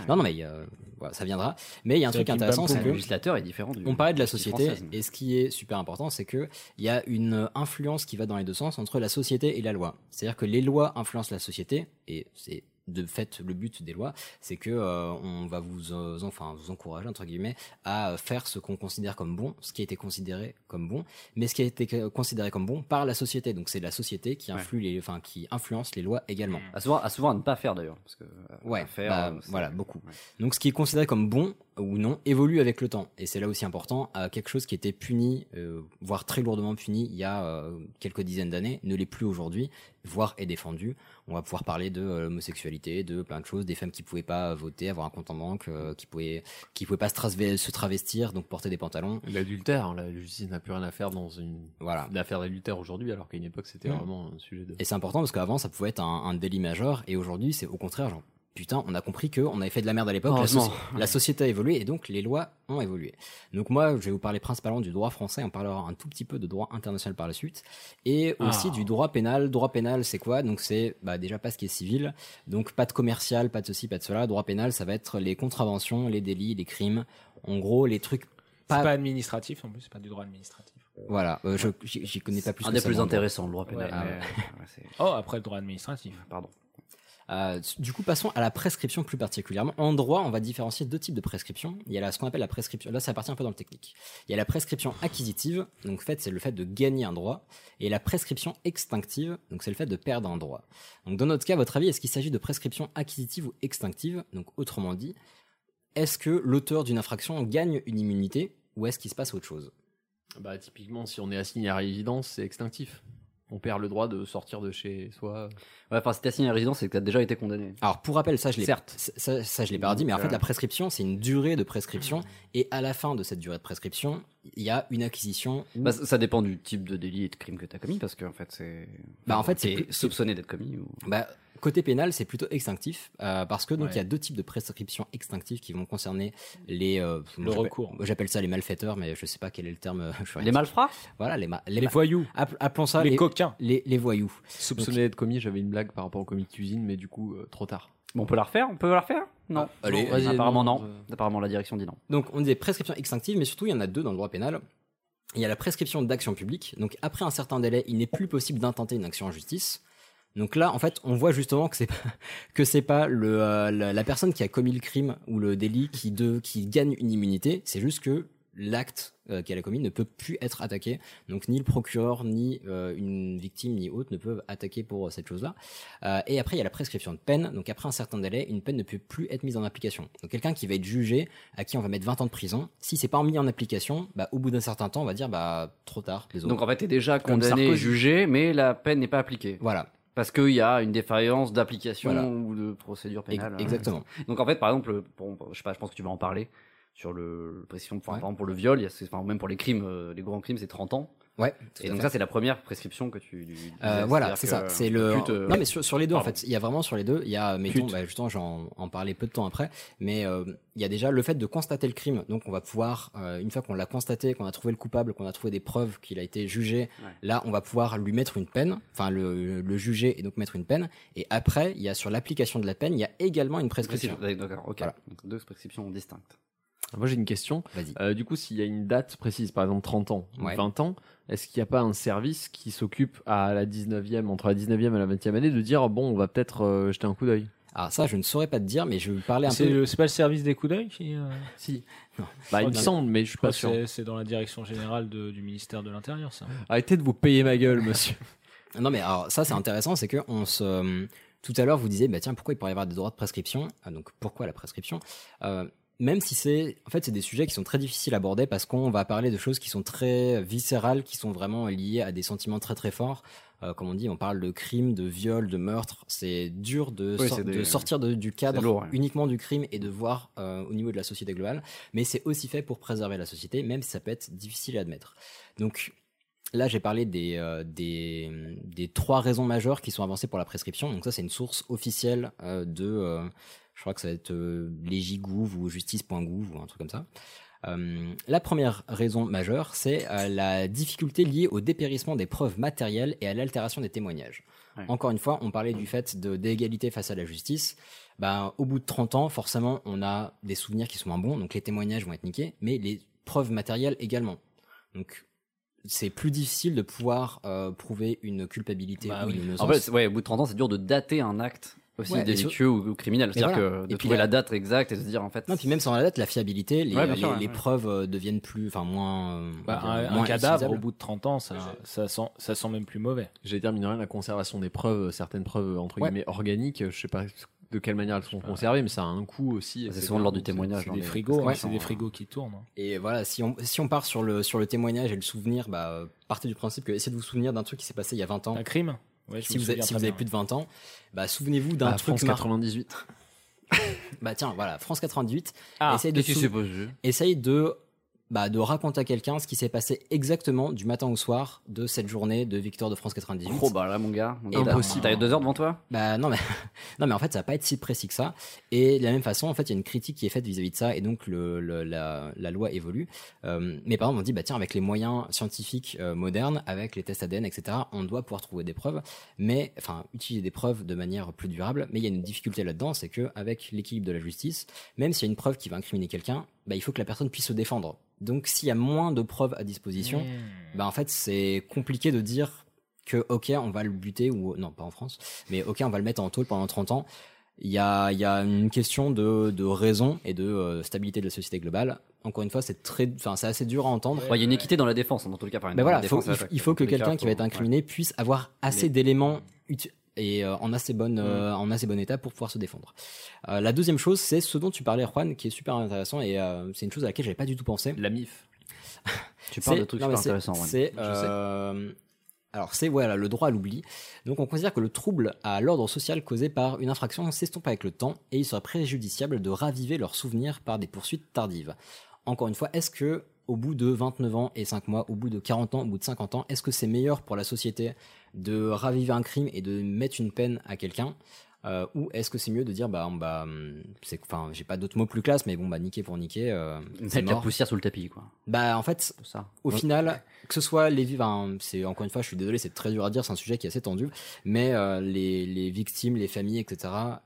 S2: Non non mais euh, voilà, ça viendra. Mais il y a un
S3: C'est
S2: truc
S3: Kim Bam
S2: intéressant,
S3: Poum,
S2: c'est
S9: Le
S2: que
S9: législateur est différent du
S2: on parlait de la
S9: justice
S2: société,
S9: française.
S2: et ce qui est super important, c'est qu'il y a une influence qui va dans les deux sens entre la société et la loi. C'est-à-dire que les lois influencent la société, et c'est de fait le but des lois, c'est que euh, on va vous, euh, enfin, vous encourager, entre guillemets, à faire ce qu'on considère comme bon, ce qui a été considéré comme bon, mais ce qui a été euh, considéré comme bon par la société. Donc c'est la société qui, influe les, enfin, qui influence les lois également.
S9: À souvent, à souvent à ne pas faire d'ailleurs parce que euh,
S2: Ouais,
S9: à faire,
S2: bah,
S9: euh, c'est-
S2: voilà, beaucoup.
S9: ouais.
S2: Donc ce qui est considéré comme bon ou non évolue avec le temps. Et c'est là aussi important, à quelque chose qui était puni, euh, voire très lourdement puni il y a euh, quelques dizaines d'années, ne l'est plus aujourd'hui, voire est défendu. On va pouvoir parler de euh, l'homosexualité, de plein de choses, des femmes qui pouvaient pas voter, avoir un compte en banque, euh, qui pouvaient qui pouvaient pas se, trasve- se travestir, donc porter des pantalons.
S1: L'adultère, hein, la justice n'a plus rien à faire dans une
S2: Voilà.
S1: affaire d'adultère aujourd'hui, alors qu'à une époque c'était
S3: Mm.
S1: vraiment un sujet de.
S2: Et c'est important parce qu'avant ça pouvait être un, un délit majeur et aujourd'hui c'est au contraire genre putain on a compris que on avait fait de la merde à l'époque. La,
S9: Heureusement.
S2: soci- la société a évolué et donc les lois ont évolué. Donc moi je vais vous parler principalement du droit français, on parlera un tout petit peu de droit international par la suite et aussi
S3: Ah.
S2: du droit pénal. Droit pénal c'est quoi Donc c'est bah, déjà pas ce qui est civil, donc pas de commercial, pas de ceci, pas de cela. Droit pénal ça va être les contraventions, les délits, les crimes, en gros les trucs.
S3: C'est
S2: pas-
S3: pas administratif, en plus, c'est pas du droit administratif.
S2: Voilà, euh, je j'y j'y connais pas plus.
S9: un
S2: que
S9: des
S2: ça,
S9: plus
S2: moi, en droit.
S9: intéressants le droit pénal.
S3: Ouais.
S9: mais, euh, ouais, c'est-
S3: Oh, après le droit administratif.
S9: Pardon.
S2: Euh, du coup, passons à la prescription plus particulièrement. En droit, on va différencier deux types de prescription. Il y a la- ce qu'on appelle la prescription. Là, ça appartient un peu dans le technique. Il y a la prescription acquisitive, donc en fait, c'est le fait de gagner un droit, et la prescription extinctive, donc c'est le fait de perdre un droit. Donc, dans notre cas, à votre avis, est-ce qu'il s'agit de prescription acquisitive ou extinctive Donc, autrement dit, est-ce que l'auteur d'une infraction gagne une immunité ou est-ce qu'il se passe autre chose
S1: Bah, typiquement, si on est assigné à résidence, c'est extinctif. On perd le droit de sortir de chez soi.
S9: Ouais, enfin, si t'es assigné à résidence, c'est que t'as déjà été condamné.
S2: Alors pour rappel, ça je l'ai
S9: Certes.
S2: ça, ça- ça, je l'ai pas dit,
S3: euh,
S2: mais en fait la prescription c'est une durée de prescription
S3: Hmm.
S2: et à la fin de cette durée de prescription, il y a une acquisition. ou-
S9: Bah, ça ça dépend du type de délit et de crime que t'as commis, parce que en fait, c'est.
S2: Bah, en fait,
S9: t'es
S2: c'est-
S9: plus soupçonné d'être commis. Ou...
S2: Bah, côté pénal, c'est plutôt extinctif euh, parce que donc
S9: Ouais.
S2: il y a deux types de prescriptions extinctives qui vont concerner les euh,
S3: Le
S2: j'appelle-
S3: recours.
S2: J'appelle ça les malfaiteurs, mais je sais pas quel est le terme. euh, je saurais
S9: Les
S2: dire.
S9: malfrats
S2: Voilà les ma-
S3: Les
S2: ma-
S3: voyous,
S2: app- Appelons ça
S3: les, coquins.
S2: les, les voyous.
S1: Soupçonné d'être commis, j'avais une blague par rapport au commis de cuisine, mais du coup, euh, trop tard.
S9: Bon, on peut la refaire On peut la refaire Non.
S2: Allez,
S1: Bon,
S2: vas-y,
S9: Apparemment,
S1: non,
S9: non. Apparemment, la direction dit non.
S2: Donc on dit des prescriptions extinctives, mais surtout il y en a deux dans le droit pénal. Il y a la prescription d'action publique. Donc après un certain délai, il n'est plus possible d'intenter une action en justice. Donc là, en fait, on voit justement que c'est pas, que c'est pas le, euh, la, la personne qui a commis le crime ou le délit qui, de, qui gagne une immunité. C'est juste que l'acte euh, qu'elle a commis ne peut plus être attaqué. Donc ni le procureur, ni euh, une victime, ni autre ne peuvent attaquer pour euh, cette chose-là. Euh, et après, il y a la prescription de peine. Donc après un certain délai, une peine ne peut plus être mise en application. Donc quelqu'un qui va être jugé, à qui on va mettre 20 ans de prison, si c'est pas mis en application, bah, au bout d'un certain temps, on va dire bah trop tard. désolé.
S9: Donc en fait, t'es déjà
S2: Comme
S9: condamné et
S2: Sarkozy.
S9: jugé, mais la peine n'est pas appliquée.
S2: voilà,
S9: Parce qu'il y a une défaillance d'application
S2: Voilà.
S9: ou de procédure
S2: Ex-
S9: pénale. hein.
S2: exactement.
S9: Donc en fait, par exemple, bon, je sais pas, je pense que tu vas en parler sur le le prescription. enfin,
S2: Ouais.
S9: Par exemple, pour le viol, il y a, c'est- enfin, même pour les crimes, euh, les grands crimes, c'est 30 ans.
S2: Ouais.
S9: Et donc ça, c'est la première prescription que tu. du- du-
S2: Euh,
S9: disais,
S2: voilà,
S9: c'est-à-dire
S2: c'est ça.
S9: que
S2: C'est le.
S9: tu te- euh,
S2: Non, mais sur, sur les deux, en
S9: Pardon.
S2: fait, il y a vraiment sur les deux. Il y a, mettons,
S9: Pute.
S2: bah, justement, j'en en parlais peu de temps après, mais euh, il y a déjà le fait de constater le crime. Donc, on va pouvoir, euh, une fois qu'on l'a constaté, qu'on a trouvé le coupable, qu'on a trouvé des preuves qu'il a été jugé,
S9: Ouais.
S2: là, on va pouvoir lui mettre une peine, enfin, le, le juger et donc mettre une peine. Et après, il y a sur l'application de la peine, il y a également une prescription.
S9: Prescription. D'accord, ok.
S2: Voilà.
S9: Donc deux prescriptions distinctes.
S1: Moi, j'ai une question.
S2: Vas-y.
S1: Euh, du coup, s'il y a une date précise, par exemple 30 ans, ou
S2: Ouais.
S1: 20 ans, est-ce qu'il n'y a pas un service qui s'occupe à la 19e, entre la 19e et la 20e année, de dire bon, on va peut-être euh, jeter un coup d'œil
S2: Alors, Ah, ça, je ne saurais pas te dire, mais je vais vous parler un
S3: C'est
S2: peu.
S3: le- c'est pas le service des coups d'œil qui. euh,
S1: Si.
S2: Non.
S1: Bah, il me
S3: Ok.
S1: semble, mais je suis
S3: je crois
S1: pas
S3: que
S1: sûr.
S3: c'est- C'est dans la direction générale de- du ministère de l'Intérieur, ça.
S1: Arrêtez de vous payer ma gueule, monsieur.
S2: Non, mais alors ça, c'est intéressant, c'est que on se. euh, Tout à l'heure, vous disiez, bah tiens, pourquoi il pourrait y avoir des droits de prescription Ah, Donc pourquoi la prescription Euh, Même si c'est, en fait, c'est des sujets qui sont très difficiles à aborder parce qu'on va parler de choses qui sont très viscérales, qui sont vraiment liées à des sentiments très très forts. Euh, comme on dit, on parle de crime, de viol, de meurtre. C'est dur de,
S9: Oui,
S2: sor-
S9: c'est des-
S2: de sortir de- du cadre
S9: c'est lourd, hein.
S2: uniquement du crime et de voir euh, au niveau de la société globale. Mais c'est aussi fait pour préserver la société, même si ça peut être difficile à admettre. Donc, Là, j'ai parlé des, euh, des, des trois raisons majeures qui sont avancées pour la prescription. Donc ça, c'est une source officielle euh, de, euh, je crois que ça va être euh, légigouv ou justice.gouv ou un truc comme ça. Euh, la première raison majeure, c'est euh, la difficulté liée au dépérissement des preuves matérielles et à l'altération des témoignages.
S9: Ouais.
S2: Encore une fois, on parlait du fait de d'égalité face à la justice. Ben, au bout de 30 ans, forcément, on a des souvenirs qui sont moins bons, donc les témoignages vont être niqués, mais les preuves matérielles également. Donc, c'est plus difficile de pouvoir euh, prouver une culpabilité
S3: Bah
S2: ou
S3: oui.
S2: une innocence.
S9: En fait, c'est- ouais, au bout de 30 ans, c'est dur de dater un acte aussi
S2: Ouais, et
S9: délicieux ou, ou criminel.
S2: Et
S9: C'est-à-dire
S2: voilà.
S9: que
S2: Et
S9: de
S2: puis
S9: trouver
S2: la-
S9: la date exacte et de se dire en fait.
S2: non, puis même sans la date, la fiabilité, les,
S9: Ouais, bien
S2: les-
S9: sûr, ouais,
S2: les
S9: ouais.
S2: preuves euh, deviennent plus, enfin moins, euh,
S3: Bah,
S2: on va dire,
S3: un, un
S2: moins
S3: cadavre,
S2: utilisables.
S3: au bout de 30 ans, ça, ça, sent, ça sent même plus mauvais.
S1: J'ai terminé la conservation des preuves, euh, certaines preuves entre
S2: Ouais.
S1: guillemets organiques, euh, je sais pas de quelle manière elles sont conservées, mais ça a un coût aussi.
S2: Bah,
S9: C'est
S1: etc.
S9: souvent de l'ordre du
S1: Donc, c'est-
S9: témoignage.
S1: Euh, c'est
S9: hein,
S1: des
S9: les-
S1: frais.
S3: Frigo,
S9: parce
S3: hein,
S9: qu'ils
S3: c'est des
S9: sont-
S3: frigos qui tournent. hein.
S2: Et voilà, si on, si on part sur le, sur le témoignage et le souvenir, bah, euh, partez du principe que essayez de vous souvenir d'un truc qui s'est passé il y a 20 ans.
S3: Un crime Ouais, je
S2: Si
S3: me
S2: vous, êtes-
S3: souviens
S2: si
S3: très
S2: vous avez
S3: bien.
S2: plus de 20 ans, bah, souvenez-vous d'un
S1: Ah,
S2: truc
S1: France
S2: marquant.
S1: 98.
S2: Bah tiens, voilà, France 98.
S3: Ah,
S2: essayez de,
S9: Qu'est-ce qui
S2: sou-
S9: s'est passé
S2: essayez de, bah, de raconter à quelqu'un ce qui s'est passé exactement du matin au soir de cette journée de victoire de France 98.
S9: Gros bah là, mon gars. on
S2: Et
S9: est-
S2: impossible.
S9: T'as deux heures devant toi
S2: Bah non mais, non mais en fait ça va pas être si précis que ça. Et de la même façon en fait il y a une critique qui est faite vis-à-vis de ça et donc le, le- la, la loi évolue. Euh, mais par exemple on dit bah tiens avec les moyens scientifiques euh, modernes, avec les tests ADN etc, on doit pouvoir trouver des preuves, mais enfin utiliser des preuves de manière plus durable. Mais il y a une difficulté là-dedans, c'est que avec l'équilibre de la justice, même s'il y a une preuve qui va incriminer quelqu'un, bah il faut que la personne puisse se défendre. Donc s'il y a moins de preuves à disposition,
S3: Mmh.
S2: bah en fait c'est compliqué de dire que ok on va le buter ou non pas en France mais ok on va le mettre en taule pendant 30 ans il y a, il y a une question de, de raison et de euh, stabilité de la société globale encore une fois c'est très enfin c'est assez dur à entendre
S9: Ouais, il y a une équité dans la défense, dans tous les cas. par exemple.
S2: mais Bah voilà
S9: Dans la
S2: faut-
S9: défense,
S2: il,
S9: à
S2: faut,
S9: chaque-
S2: il faut
S9: dans
S2: que
S9: tous les cas,
S2: quelqu'un qui va
S9: faut-
S2: être incriminé puisse avoir assez d'éléments uti- et euh, en assez bonne euh, en assez bon état pour pouvoir se défendre Euh, la deuxième chose c'est ce dont tu parlais Juan qui est super intéressant et euh, c'est une chose à laquelle j'avais pas du tout pensé
S1: La MIF.
S9: Tu parles de
S2: C'est-
S9: trucs
S2: non, mais
S9: super
S2: c'est-
S9: intéressants. Juan.
S2: C'est,
S9: Je
S2: euh, alors c'est voilà le droit à l'oubli. Donc on considère que le trouble à l'ordre social causé par une infraction s'estompe avec le temps et il serait préjudiciable de raviver leurs souvenirs par des poursuites tardives. Encore une fois, est-ce que au bout de 29 ans et 5 mois, au bout de 40 ans, au bout de 50 ans, est-ce que c'est meilleur pour la société de raviver un crime et de mettre une peine à quelqu'un Euh, ou est-ce que c'est mieux de dire bah bah hum, c'est enfin j'ai pas d'autres mots plus classe mais bon bah niquer pour niquer euh,
S9: sais.
S2: c'est
S9: Mettre la
S2: mort.
S9: poussière sous le tapis, quoi.
S2: Bah en fait
S9: Tout ça.
S2: au
S9: Ouais.
S2: final, que ce soit les victimes, c'est encore une fois, je suis désolé, c'est très dur à dire, c'est un sujet qui est assez tendu, mais euh, les, les victimes, les familles, etc.,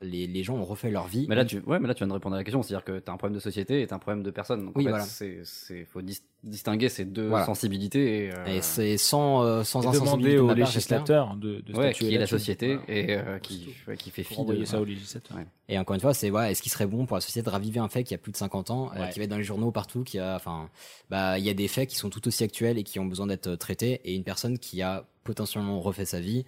S2: les, les gens ont refait leur vie.
S9: Mais là, tu, ouais, mais là, tu viens de répondre à la question. C'est-à-dire que t'as un problème de société et t'as un problème de personne. Donc,
S2: Oui,
S9: en fait,
S2: voilà.
S9: c'est, c'est, faut dis- distinguer ces deux
S2: Voilà.
S9: sensibilités. Et, euh,
S2: Et c'est sans, euh, sans
S3: Et
S2: insensibilité
S3: demander
S2: de
S3: au
S2: ma part, j'espère.
S3: législateur de, de
S9: ouais,
S3: statuer
S9: qui est la
S3: là-dessus.
S9: société
S3: Voilà.
S9: et euh, qui, ouais, qui fait
S3: Pour
S9: fi de.
S3: envoyer ça au législateur.
S9: Ouais.
S2: Et encore une fois, c'est voilà, est-ce qu'il serait bon pour la société de raviver un fait qui a plus de 50 ans, euh,
S3: Ouais.
S2: qui va être dans les journaux partout, qui a, enfin, bah, il y a des faits qui sont tout aussi actuels et qui ont besoin d'être euh, traités, et une personne qui a potentiellement refait sa vie,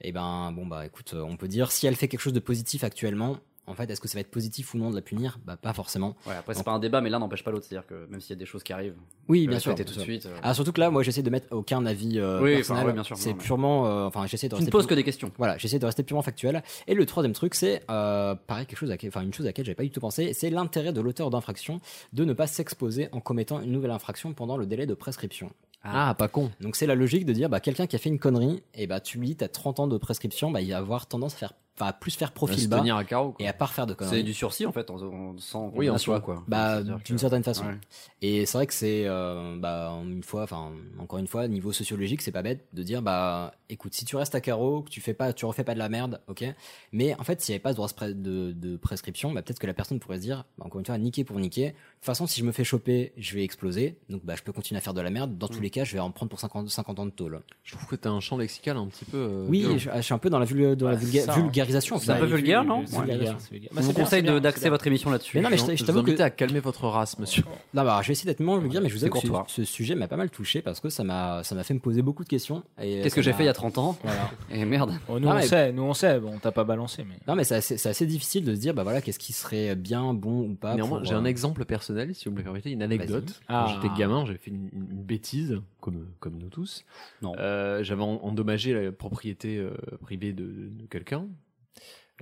S2: et ben, bon bah, écoute, euh, on peut dire si elle fait quelque chose de positif actuellement, en fait, est-ce que ça va être positif ou non de la punir Bah, pas forcément.
S9: Ouais, après, c'est pas un débat, mais l'un n'empêche pas l'autre. C'est-à-dire que même s'il y a des choses qui arrivent,
S2: Oui,
S9: tu
S2: bien
S9: peux
S2: sûr.
S9: traiter
S2: bien
S9: tout de
S2: sûr.
S9: suite. euh,
S2: Ah, surtout que là, moi, j'essaie de mettre aucun avis euh,
S9: Oui, enfin,
S2: personnel.
S9: ouais, bien sûr,
S2: c'est
S9: non, mais-
S2: purement, euh, enfin, j'essaie de
S9: tu ne
S2: rester
S9: poses
S2: plus-
S9: que des questions.
S2: Voilà, j'essaie de rester purement factuel. Et le troisième truc, c'est euh, pareil quelque chose, à, laquelle- enfin une chose à laquelle j'avais pas du tout pensé, c'est l'intérêt de l'auteur d'infraction de ne pas s'exposer en commettant une nouvelle infraction pendant le délai de prescription.
S1: Ah, pas con.
S2: Donc c'est la logique de dire, bah quelqu'un qui a fait une connerie, et bah tu lui dis t'as 30 ans de prescription, bah il va avoir tendance à faire, enfin, à plus faire
S1: se
S2: profil bas
S1: tenir à carreau. quoi.
S2: et à pas refaire de
S9: C'est
S2: conneries.
S9: du sursis, en fait, en, en- sans
S1: Oui, en
S9: condamnation,
S1: soi.
S9: quoi.
S2: Bah
S9: C'est-à-dire
S2: d'une
S9: que-
S2: certaine façon.
S9: Ouais.
S2: Et c'est vrai que c'est, euh, bah, une fois, enfin, encore une fois, niveau sociologique, c'est pas bête de dire, bah, écoute, si tu restes à carreau, que tu fais pas, tu refais pas de la merde, ok. Mais en fait, s'il n'y avait pas ce droit de pres- de, de prescription, bah, peut-être que la personne pourrait se dire, bah, encore une fois, niquer pour niquer. De toute façon, si je me fais choper, je vais exploser. Donc, bah, je peux continuer à faire de la merde. Dans tous
S3: Mm.
S2: les cas, je vais en prendre pour 50, 50 ans de tôle.
S1: Je trouve que t'as un champ lexical un petit peu. euh,
S2: Oui,
S1: violent.
S2: je, ah, je suis un peu dans la, vulga- dans la
S3: Ouais,
S2: vulga-
S3: c'est ça, hein.
S2: vulgarisation. au
S9: C'est un
S2: final.
S9: peu vulgaire, non
S3: C'est
S2: Ouais.
S3: vulgaire, c'est vulgaire. Bah,
S9: On
S3: c'est
S9: vous
S3: bien,
S9: conseille
S3: c'est bien,
S9: de-
S3: c'est
S9: d'axer
S3: bien.
S9: votre émission là-dessus.
S2: Mais non, mais je,
S1: Je,
S2: t- je
S1: vous
S2: t'avoue que
S1: invite à calmer votre race, monsieur.
S2: Non, bah, je vais essayer d'être moins vulgaire, mais je vous
S9: C'est
S2: avoue que
S9: courtois.
S2: ce, ce sujet m'a pas mal touché parce que ça m'a, ça m'a fait me poser beaucoup de questions. et, euh,
S9: Qu'est-ce
S2: ça
S9: que j'ai
S2: m'a-
S9: fait il y a 30 ans
S3: Voilà.
S9: Et merde.
S3: Oh, nous,
S2: Ah
S3: on
S2: ouais.
S3: sait, nous on sait, bon, t'as pas balancé, mais.
S2: Non, mais c'est assez, c'est assez difficile de se dire, bah voilà, qu'est-ce qui serait bien, bon ou
S9: Ah,
S2: pas.
S1: Néanmoins,
S2: pour,
S1: j'ai
S2: euh,
S1: un exemple personnel, si vous me le permettez, une anecdote.
S3: Vas-y.
S1: Quand
S3: Ah.
S1: J'étais gamin, j'avais fait une, une bêtise, comme, comme nous tous.
S9: Non.
S1: Euh, j'avais en- endommagé la propriété euh, privée de, de quelqu'un.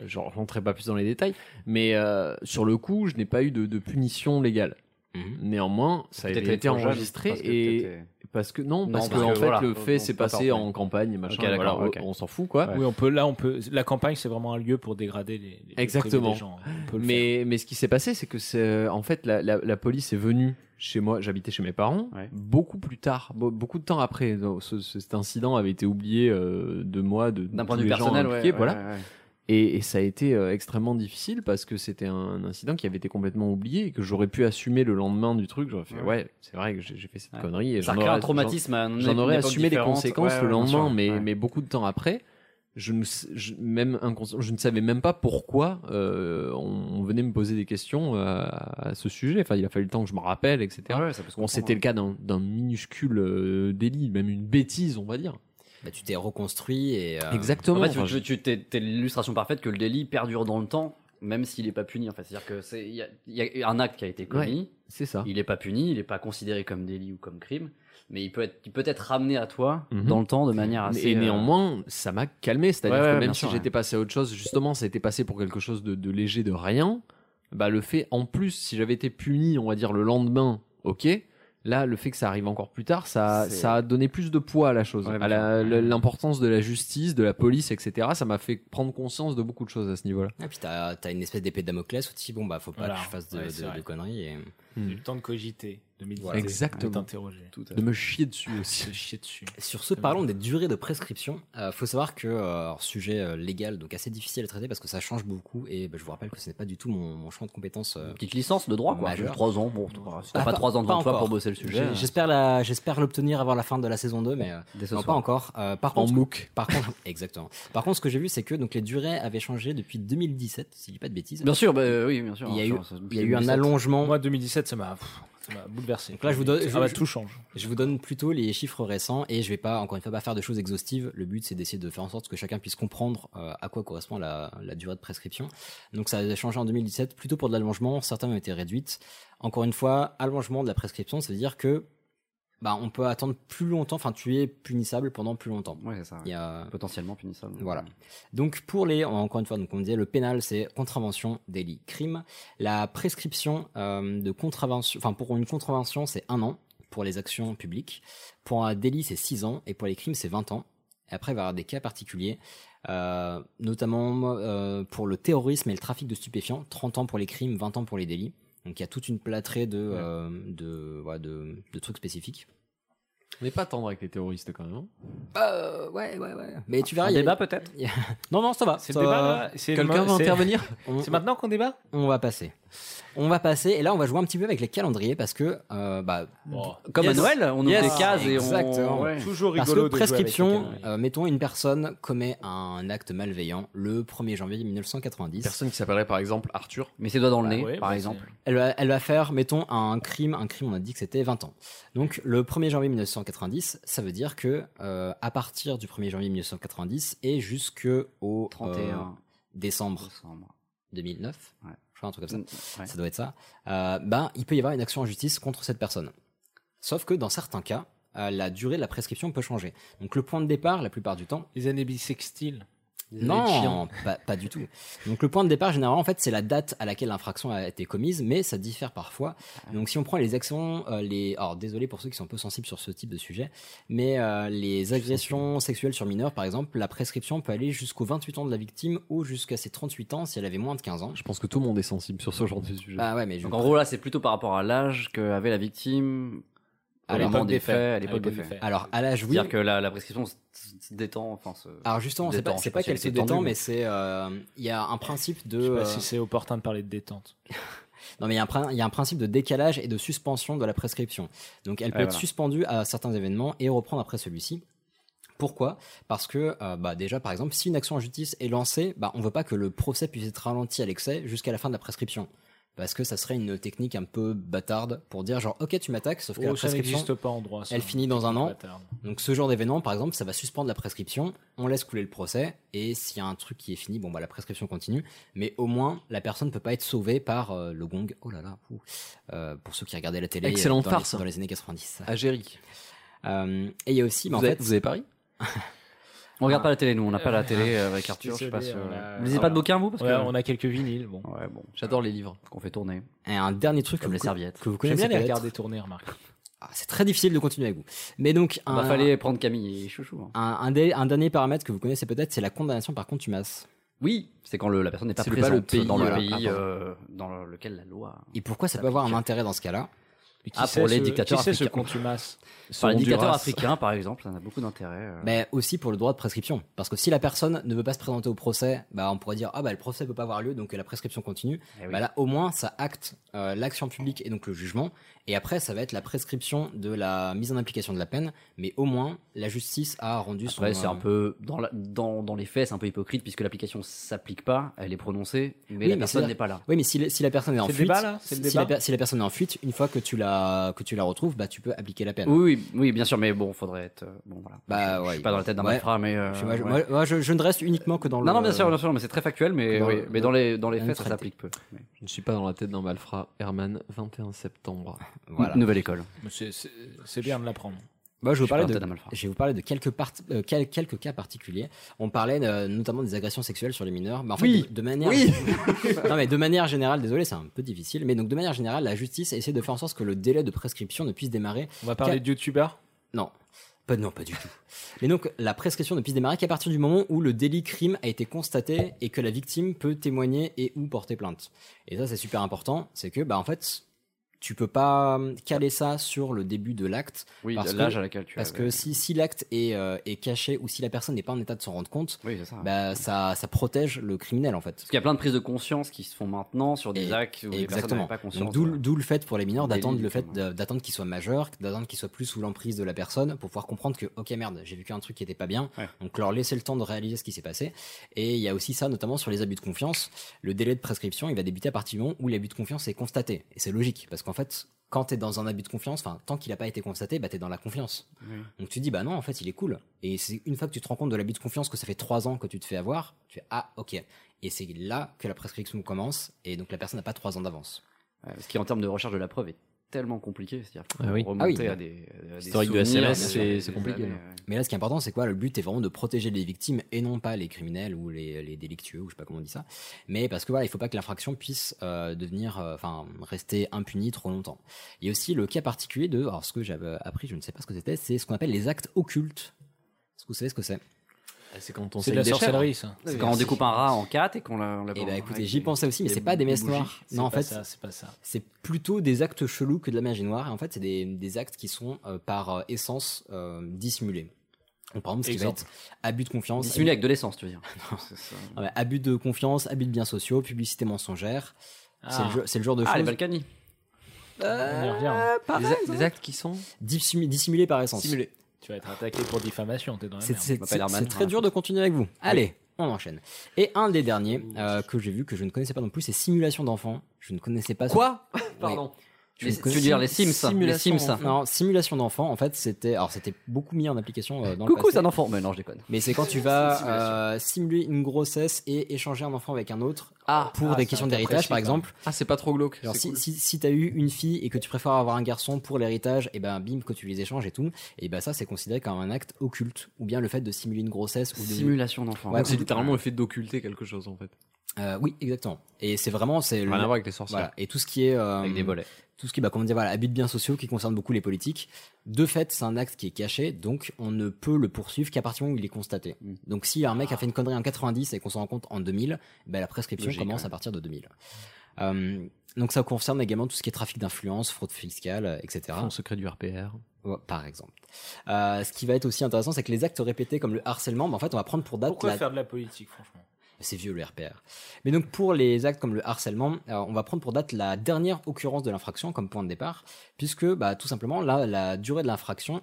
S1: Euh, Je rentrerai pas plus dans les détails, mais euh, sur le coup, je n'ai pas eu de, de punition légale.
S2: Mhm.
S1: Néanmoins, ça
S9: Peut-être
S1: avait
S9: t'es
S1: été
S9: trop jeune,
S1: enregistré
S9: parce que euh,
S1: et
S9: t'étais-
S1: parce que non,
S9: Non,
S1: parce
S9: parce
S1: que en
S9: que
S1: fait,
S9: voilà,
S1: le
S9: on-
S1: fait
S9: on
S1: s'est
S9: peut pas
S1: passé
S9: sortir.
S1: en campagne, machin.
S9: Ok, d'accord,
S1: voilà,
S9: ok.
S1: on, on s'en fout quoi.
S9: Ouais.
S3: Oui, on peut, là, on peut. La campagne, c'est vraiment un lieu pour dégrader les. les- les
S1: Exactement.
S3: privés des gens. On peut le faire.
S1: Mais, mais ce qui s'est passé, c'est que c'est, en fait, la, la- la police est venue chez moi, j'habitais chez mes parents,
S9: Ouais.
S1: beaucoup plus tard, be- beaucoup de temps après. Donc, ce- ce- cet incident avait été oublié euh, de moi, de
S9: D'un
S1: tous
S9: point de vue
S1: les gens
S9: personnel, ouais,
S1: impliqués,
S9: ouais,
S1: voilà.
S9: ouais, ouais.
S1: Et, et ça a été euh, extrêmement difficile parce que c'était un incident qui avait été complètement oublié et que j'aurais pu assumer le lendemain du truc. J'aurais fait,
S9: Ouais.
S1: ouais, c'est vrai que j'ai, j'ai fait cette
S9: Ouais.
S1: connerie. Et
S9: Ça
S1: j'en
S9: crée
S1: aurais-
S9: un traumatisme. à une
S1: J'en aurais
S9: époque
S1: assumé les
S9: différente.
S1: conséquences
S9: Ouais, ouais,
S1: le
S9: bien
S1: lendemain,
S9: sûr.
S1: mais,
S9: Ouais.
S1: mais beaucoup de temps après, je ne, sais- je- même inconscient- je ne savais même pas pourquoi euh, on, on venait me poser des questions euh, à ce sujet. Enfin, il a fallu le temps que je me rappelle, etc.
S9: Ah ouais,
S1: Bon,
S9: ça peut se comprendre,
S1: c'était le cas d'un d'un minuscule euh, délit, même une bêtise, on va dire.
S2: Bah, tu t'es reconstruit et. euh,
S1: Exactement.
S9: En fait,
S1: Enfin,
S9: tu, tu, t'es, t'es l'illustration parfaite que le délit perdure dans le temps, même s'il n'est pas puni. En fait. C'est-à-dire que c'est il y, a- il y a un acte qui a été commis,
S1: C'est ça.
S9: il n'est pas puni, il n'est pas considéré comme délit ou comme crime, mais il peut être, il peut être ramené à toi
S1: Mhm.
S9: dans le temps de manière assez.
S1: Et
S9: euh,
S1: néanmoins, ça m'a calmé. C'est-à-dire
S9: Ouais, ouais,
S1: que
S9: bien
S1: même si
S9: sûr, ouais.
S1: j'étais passé à autre chose, justement, ça a été passé pour quelque chose de, de léger, de rien. Bah, le fait, en plus, si j'avais été puni, on va dire, le lendemain, ok. Là, le fait que ça arrive encore plus tard, ça,
S9: C'est-
S1: ça a donné plus de poids à la chose,
S9: Ouais, bien
S1: à la-
S9: sûr.
S1: le- l'importance de la justice, de la police, etc. Ça m'a fait prendre conscience de beaucoup de choses à ce niveau-là.
S2: Et puis t'as, t'as une espèce d'épée de Damoclès où tu te dis, bon, bah, faut pas
S3: Voilà.
S2: que je fasse de,
S3: Ouais,
S2: de-
S3: c'est vrai.
S2: de conneries. Et...
S3: J'ai eu le temps de cogiter. 2017.
S1: Voilà. Exactement.
S3: Est interrogé.
S1: de me chier dessus aussi.
S3: Se chier dessus.
S2: Sur ce, parlons des durées de prescription. Il faut savoir que, euh, alors, sujet euh, légal, donc assez difficile à traiter parce que ça change beaucoup. Et bah, je vous rappelle que ce n'est pas du tout mon, mon champ de compétences. euh,
S9: Petite licence de droit, quoi.
S2: Majeur.
S9: 3 ans, bon, t'as pas- si t'as
S2: Ah,
S9: pas 3 ans devant toi
S2: encore.
S9: pour bosser le sujet.
S2: J'ai- J'espère la- j'espère l'obtenir avant la fin de la saison 2, mais euh,
S9: Dès ce
S2: non, pas
S9: soir.
S2: encore. Euh, par
S1: En
S2: contre,
S1: MOOC.
S2: par contre, exactement. Par contre, ce que j'ai vu, c'est que donc les durées avaient changé depuis 2017, si je dis pas de bêtises.
S9: Bien sûr, bah, euh, oui, bien sûr.
S2: Il y a
S9: Bien
S2: eu,
S9: sûr, ça-
S2: il y a eu un allongement.
S3: Moi, 2017, ça m'a pff, ça m'a bouleversé.
S2: Donc là, je vous donne- je-
S3: Ah bah,
S2: je-
S3: tout change.
S2: Je vous donne plutôt les chiffres récents et je vais pas, encore une fois, pas faire de choses exhaustives. Le but, c'est d'essayer de faire en sorte que chacun puisse comprendre euh, à quoi correspond la, la durée de prescription. Donc ça a changé en 2017, plutôt pour de l'allongement. Certaines ont été réduites. Encore une fois, allongement de la prescription, ça veut dire que bah, on peut attendre plus longtemps, enfin, tu es punissable pendant plus longtemps.
S9: Ouais, c'est ça.
S2: Il y a-
S9: Potentiellement punissable.
S2: Voilà. Donc pour les, encore une fois, donc on disait le pénal c'est contravention, délit, crime. La prescription euh, de contravention, enfin pour une contravention c'est un an pour les actions publiques, pour un délit c'est six ans et pour les crimes c'est 20 ans. Et après il va y avoir des cas particuliers, euh, notamment euh, pour le terrorisme et le trafic de stupéfiants, 30 ans pour les crimes, 20 ans pour les délits. Donc il y a toute une plâtrée de, euh, de, voilà, de, de trucs spécifiques.
S1: On n'est pas tendre avec les terroristes quand même. hein.
S2: Euh, ouais, ouais, ouais. Mais tu verras,
S9: Un
S2: il y a-
S9: débat peut-être
S2: Non, non, ça va.
S3: C'est
S2: Ça
S3: le débat,
S2: va.
S3: là C'est le
S1: Quelqu'un
S3: mo-
S1: va
S3: c'est-
S1: intervenir
S2: On-
S3: C'est maintenant qu'on débat
S2: On va passer. On va passer, et là on va jouer un petit peu avec les calendriers parce que, euh, bah,
S9: Comme
S2: Yes.
S9: à Noël, on ouvre
S2: Yes.
S9: des cases et on.
S2: Exactement.
S9: ouais.
S3: Toujours
S2: parce
S3: rigolo.
S2: que
S3: de jouer avec les
S2: prescription,
S3: calendriers.
S2: euh, mettons une personne commet un acte malveillant le 1er janvier 1990.
S1: Personne qui s'appellerait par exemple Arthur.
S9: Mais ses doigts dans le
S3: Bah
S9: nez,
S3: ouais,
S9: par
S3: bah,
S9: exemple.
S2: Elle va, elle va faire, mettons, un crime, un crime on a dit que c'était 20 ans. Donc le 1er janvier 1990, ça veut dire que euh, à partir du 1er janvier 1990 et jusqu'au euh,
S9: 31
S2: décembre
S9: décembre.
S2: 2009,
S9: Ouais.
S2: je crois un truc comme ça.
S9: Ouais.
S2: ça doit être ça, euh, ben, il peut y avoir une action en justice contre cette personne. Sauf que dans certains cas, euh, la durée de la prescription peut changer. Donc le point de départ, la plupart du temps,
S3: Les années bissextiles.
S2: non, pas, pas du tout. Donc le point de départ, généralement, en fait, c'est la date à laquelle l'infraction a été commise, mais ça diffère parfois.
S9: Ah.
S2: Donc si on prend les actions, euh, les... Alors désolé pour ceux qui sont un peu sensibles sur ce type de sujet, mais euh, les agressions sexuelles sur mineurs, par exemple, la prescription peut aller jusqu'aux 28 ans de la victime ou jusqu'à ses 38 ans si elle avait moins de 15 ans.
S1: Je pense que tout le monde est sensible sur ce genre de sujet.
S2: Bah ouais, mais je-
S9: Donc en gros, là, c'est plutôt par rapport à l'âge qu'avait la victime
S2: À
S9: au moment
S3: l'époque
S9: des
S3: des
S9: faits,
S3: faits.
S9: à l'époque des faits.
S2: Alors à l'âge, oui,
S9: C'est-à-dire que la, la prescription se, se détend, enfin, se-
S3: Ah.
S2: Alors justement, c'est
S9: Détend,
S2: pas,
S9: je
S2: c'est
S9: sais
S2: pas
S9: pas si
S2: qu'elle
S9: elle
S2: se
S9: s'est tendue,
S2: détend,
S9: mais-
S2: mais c'est euh, il y a un principe de
S3: hein. Je sais
S2: euh,
S3: pas si c'est opportun de parler de détente.
S2: non mais il y, a un prin- il y a un principe de décalage et de suspension de la prescription. Donc
S3: Ah,
S2: elle peut
S9: Ouais,
S2: être
S9: voilà.
S2: suspendue à certains événements et reprendre après celui-ci. Pourquoi Parce que euh, bah déjà par exemple, si une action en justice est lancée, bah on veut pas que le procès puisse être ralenti à l'excès jusqu'à la fin de la prescription. Parce que ça serait une technique un peu bâtarde pour dire genre ok tu m'attaques sauf que la
S3: Oh, ça
S2: prescription
S3: n'existe pas en droit. ça.
S2: elle finit dans un an.
S3: Bâtard.
S2: Donc ce genre d'événement, par exemple, ça va suspendre la prescription, on laisse couler le procès, et s'il y a un truc qui est fini, bon bah la prescription continue, mais au moins la personne peut pas être sauvée par euh, le gong. Oh là là, ouh. Euh, pour ceux qui regardaient la télé euh,
S1: Excellente
S2: dans,
S1: farce.
S2: Les, dans les années 90.
S1: Agérie.
S2: Euh, et il y a aussi, mais en
S1: vous, avez,
S2: fait,
S1: vous avez Paris
S9: On regarde pas la télé, nous,
S3: Ah.
S9: on n'a pas la télé euh, avec Arthur, je sais
S3: désolé,
S9: pas si.
S3: on
S9: euh,
S3: a- Ah
S9: Vous lisez pas de bouquins, vous parce
S3: Ouais,
S9: que...
S3: on a quelques vinyles. Bon.
S9: Ouais, bon,
S1: J'adore les livres.
S9: qu'on fait tourner.
S2: et un dernier truc
S9: Comme
S2: que
S9: les
S2: vous-
S9: serviettes.
S2: que vous
S3: J'aime
S2: connaissez
S3: bien les
S2: peut-être.
S3: regarder tourner, remarque.
S2: Ah, c'est très difficile de continuer avec vous. Mais donc
S3: Ah.
S9: Il
S2: un,
S9: Bah, fallait prendre Camille et Chouchou. hein.
S2: un, un dé- un dernier paramètre que vous connaissez peut-être, c'est la condamnation par contumace.
S9: Oui, c'est quand le, la personne n'est pas
S1: C'est pas
S9: présente
S1: le pays,
S9: dans le
S1: euh,
S9: pays
S1: ah, pardon.
S9: euh, dans le- lequel la loi.
S2: Et pourquoi ça
S9: Ça
S2: peut avoir un
S9: pique.
S2: intérêt dans ce cas-là
S3: Mais qui
S9: Ah,
S3: sait
S9: pour les
S3: ce-
S9: dictateurs
S3: Qui c'est ce
S9: africains.
S3: contumace Ce
S9: Par les dictateurs
S3: Honduras.
S9: africains, par exemple, ça a beaucoup d'intérêt. euh.
S2: Mais aussi pour le droit de prescription. Parce que si la personne ne veut pas se présenter au procès, bah on pourrait dire ah bah le procès peut pas avoir lieu donc la prescription continue.
S9: Eh oui.
S2: Bah là au moins ça acte euh, l'action publique et donc le jugement. Et après ça va être la prescription de la mise en application de la peine. Mais au moins la justice a rendu son.
S9: Après, c'est un
S2: euh,
S9: peu dans, la- dans, dans les faits, c'est un peu hypocrite puisque l'application s'applique pas, elle est prononcée, mais
S2: Oui,
S9: la
S2: mais
S9: personne
S2: c'est-
S9: n'est pas là.
S2: Oui mais si, la- si la personne est en
S3: C'est le
S2: fuite,
S3: débat, là C'est
S2: si,
S3: le
S2: la,
S3: débat
S2: per- si la personne est en fuite, une fois que tu la que tu la retrouves, bah tu peux appliquer la peine.
S9: Oui, oui, oui, bien sûr, mais bon, faudrait être. euh, Bon, voilà.
S2: Bah,
S9: je, je
S2: ouais,
S9: suis pas dans la tête d'un
S2: ouais.
S9: malfrat, mais. euh,
S2: Je- moi, je,
S9: ouais.
S2: moi- moi, je- je ne reste uniquement que dans le.
S9: Non, non, bien sûr, bien sûr, mais c'est très factuel, mais,
S2: Dans
S9: oui,
S2: le-
S9: mais dans les, dans les
S2: la
S9: faits, ça
S2: neutralité.
S9: s'applique peu. Mais-
S1: Je ne suis pas dans la tête d'un malfrat. Herman, 21 septembre.
S2: Voilà.
S9: Nouvelle école.
S3: Mais c'est- C'est c'est bien de l'apprendre.
S2: Moi, je vais vous
S9: suis
S2: parler
S9: pas un
S2: de,
S9: tel malfrat.
S2: je vais vous parler de quelques, part- euh, quel- quelques cas particuliers. On parlait euh, notamment des agressions sexuelles sur les mineurs. Bah, en fait,
S1: Oui.
S2: de, de manière, non mais de manière générale, désolé, c'est un peu difficile, mais donc de manière générale, la justice essaie de faire en sorte que le délai de prescription ne puisse démarrer.
S3: On va parler
S2: Quel-
S3: de youtubeurs
S2: Non, pas non, pas du tout. Mais donc la prescription ne puisse démarrer qu'à partir du moment où le délit crime a été constaté et que la victime peut témoigner et ou porter plainte. Et ça, c'est super important, c'est que bah en fait. tu peux pas euh, caler ça sur le début de l'acte.
S9: Oui,
S2: parce
S9: de
S2: que-
S9: l'âge à laquelle tu
S2: Parce
S9: avais.
S2: que si, si l'acte est, euh, est caché ou si la personne n'est pas en état de s'en rendre compte,
S9: Oui, c'est ça.
S2: bah, ça, ça protège le criminel en fait.
S9: Parce qu'il y a plein de prises de conscience qui se font maintenant sur des
S2: Et-
S9: actes où les personnes
S2: Exactement.
S9: n'avaient pas
S2: Donc,
S9: conscience.
S2: D'où d'où le fait pour les mineurs
S9: Des
S2: d'attendre
S9: lignes,
S2: le fait de- d'attendre qu'ils soient majeurs, d'attendre qu'ils soient plus sous l'emprise de la personne pour pouvoir comprendre que ok merde j'ai vécu un truc qui était pas bien. Donc leur laisser le temps de réaliser ce qui s'est passé. Et il y a aussi ça notamment sur les abus de confiance. Le délai de prescription il va débuter à partir du moment où l'abus de confiance est constaté. Et c'est logique parce qu'en fait quand t'es dans un abus de confiance, enfin tant qu'il n'a pas été constaté, bah t'es dans la confiance.
S9: Oui.
S2: Donc tu dis bah non en fait il est cool. Et c'est une fois que tu te rends compte de l'abus de confiance que ça fait trois ans que tu te fais avoir, tu fais ah ok. Et c'est là que la prescription commence et donc la personne n'a pas trois ans d'avance.
S9: Ouais, parce qu'en termes de recherche de la preuve est tellement compliqué. C'est-à-dire qu'il faut
S2: Ah oui.
S9: remonter
S2: Ah oui.
S9: à des, à des
S1: Historique de
S9: souvenirs,
S1: SMS,
S9: bien sûr,
S1: c'est-
S9: des-
S1: c'est
S9: des
S1: compliqué.
S9: années, euh, ouais.
S2: Mais là, ce qui est important, c'est quoi Le but est vraiment de protéger les victimes et non pas les criminels ou les, les délictueux, ou je sais pas comment on dit ça. Mais parce que voilà, il faut pas que l'infraction puisse euh, devenir, euh, enfin, rester impunie trop longtemps. Il y a aussi le cas particulier de, alors ce que j'avais appris, je ne sais pas ce que c'était, c'est ce qu'on appelle les actes occultes. Est-ce que vous savez ce que c'est
S1: Ah, C'est quand on
S3: C'est de la sorcellerie, ça.
S9: C'est quand on découpe un rat en quatre et qu'on l'a.
S2: Eh ben
S9: Ah,
S2: écoutez, j'y pensais aussi, mais c'est pas des messes noires.
S3: C'est
S2: Non, en
S3: pas
S2: fait,
S3: ça, c'est pas ça.
S2: c'est plutôt des actes chelous que de la magie noire. Et en fait, c'est des, des actes qui sont euh, par euh, essence euh, dissimulés. Donc, par exemple, ce qui va
S9: Exemple.
S2: être abus de confiance.
S9: Dissimulé avec de l'essence, tu veux dire.
S2: Ah ouais, abus de confiance, abus de biens sociaux, publicité mensongère. C'est
S9: Ah.
S2: le, jeu- c'est le genre de
S9: Ah, les
S2: choses
S9: Balkany.
S3: On y revient.
S1: Des, actes qui sont
S2: dissimulées dissimulé par essence.
S1: simulés.
S3: Tu vas être attaqué pour diffamation, t'es dans la
S2: C'est
S3: Ah, merde.
S2: c'est-
S9: m'appelle
S2: c'est-
S9: Herman.
S2: c'est très dur de continuer avec vous. Allez, on enchaîne. Et un des derniers euh, que j'ai vu, que je ne connaissais pas non plus, c'est Simulation d'enfants. Je ne connaissais pas. ce-
S1: Quoi
S2: Ouais.
S1: Pardon.
S2: Je
S9: Les-
S2: ne
S9: tu
S2: connaissais-
S9: veux dire les Sims Les
S1: Simulation
S9: Sims.
S2: Non, Simulation d'enfants, en fait, c'était alors c'était beaucoup mis en application euh, dans le
S9: Coucou,
S2: passé.
S9: c'est un enfant. Mais non, je déconne.
S2: Mais c'est quand tu vas euh, simuler une grossesse et échanger un enfant avec un autre
S9: Ah,
S2: pour
S3: Ah,
S2: des
S3: c'est
S2: questions
S3: un peu
S2: d'héritage,
S3: précis,
S2: par
S3: quand
S2: exemple.
S1: Ah, c'est pas trop glauque.
S2: Genre
S1: c'est
S2: si,
S1: cool.
S2: si, si t'as eu une fille et que tu préfères avoir un garçon pour l'héritage, et ben bim que tu les échanges et tout, et ben ça c'est considéré comme un acte occulte ou bien le fait de simuler une grossesse ou de
S9: simulation d'enfant. euh,
S2: Ouais,
S1: Donc, C'est littéralement le fait d'occulter quelque chose en fait.
S2: Euh, oui exactement. Et c'est vraiment c'est le-
S1: Rien à voir avec les
S2: voilà
S1: sorcières.
S2: et tout ce qui est euh,
S1: Avec des volets.
S2: tout ce qui est, bah, comment dire voilà habits de biens sociaux qui concerne beaucoup les politiques. De fait c'est un acte qui est caché donc on ne peut le poursuivre qu'à partir du moment où il est constaté.
S9: Mm.
S2: Donc si un mec a fait une connerie en 90 et qu'on s'en rend compte en 2000, ben la prescription
S9: Logique,
S2: commence
S9: ouais.
S2: à partir de 2000. Euh, donc ça concerne également tout ce qui est trafic d'influence, fraude fiscale, euh, etc.
S1: Fonds secret du RPR.
S2: Ouais, par exemple. Euh, ce qui va être aussi intéressant, c'est que les actes répétés comme le harcèlement, mais en fait, on va prendre pour date
S3: Pourquoi
S2: la-
S3: faire de la politique, franchement
S2: C'est vieux le RPR. Mais donc pour les actes comme le harcèlement, euh, on va prendre pour date la dernière occurrence de l'infraction comme point de départ, puisque bah, tout simplement là, la durée de l'infraction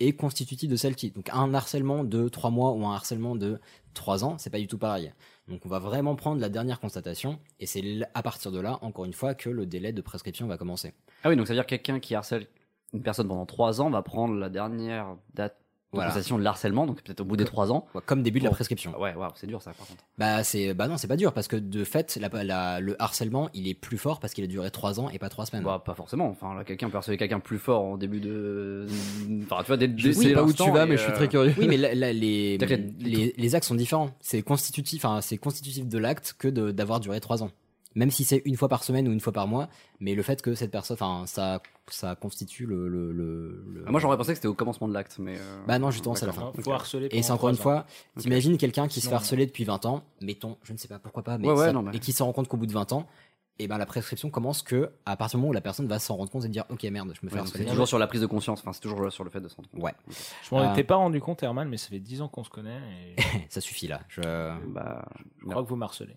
S2: est constitutive de celle-ci. Donc un harcèlement de 3 mois ou un harcèlement de 3 ans, c'est pas du tout pareil. Donc on va vraiment prendre la dernière constatation, et c'est l- à partir de là, encore une fois, que le délai de prescription va commencer.
S9: Ah oui, donc ça veut dire que quelqu'un qui harcèle une personne pendant 3 ans va prendre la dernière date de
S2: Voilà.
S9: concession de l'harcèlement, donc peut-être au bout des 3 ans. Ah
S2: Ouais, Comme début de la
S9: Bon.
S2: prescription.
S9: Ah Ouais, waouh, c'est dur ça par contre.
S2: Bah c'est bah non c'est pas dur parce que de fait la, la- le harcèlement il est plus fort parce qu'il a duré trois ans et pas trois semaines.
S9: Bah, pas forcément, enfin là, quelqu'un peut harceler quelqu'un plus fort en début de. Enfin, tu vois, dès, dès-
S1: C'est
S9: dès
S1: là où tu
S9: l'instant,
S1: vas,
S9: et,
S1: mais je suis
S9: euh,
S1: très curieux.
S2: Oui mais la- la- les,
S9: T'as fait-
S2: les les actes sont différents. C'est constitutif enfin c'est constitutif de l'acte que de- d'avoir duré trois ans. Même si c'est une fois par semaine ou une fois par mois, mais le fait que cette personne enfin ça ça constitue le le, le- le-
S9: Ah, Moi j'aurais pensé que c'était au commencement de l'acte, mais. euh,
S2: Bah non, justement, c'est la
S9: d'accord.
S3: Hein, Faut
S9: Ok.
S3: harceler
S2: et c'est
S3: pendant
S2: encore une
S3: trois ans.
S2: fois, t'imagines quelqu'un qui se fait
S3: Non.
S2: harceler depuis 20 ans, mettons, je ne sais pas pourquoi pas, mais
S9: euh, Ouais, ouais,
S2: ça-
S9: non, mais-
S2: et qui s'en rend compte qu'au bout de 20 ans, et ben la prescription commence que à partir du moment où la personne va s'en rendre compte et dire ok merde, je me fais
S9: Ouais, donc
S2: harceler.
S9: c'est toujours sur la prise de conscience, enfin c'est toujours sur le fait de se rendre compte.
S2: Ouais.
S3: Je m'en
S2: Ah.
S3: étais pas rendu compte, Herman, mais ça fait 10 ans qu'on se connaît et je
S2: Ça suffit là. Je...
S9: Bah,
S3: crois que vous marcelez.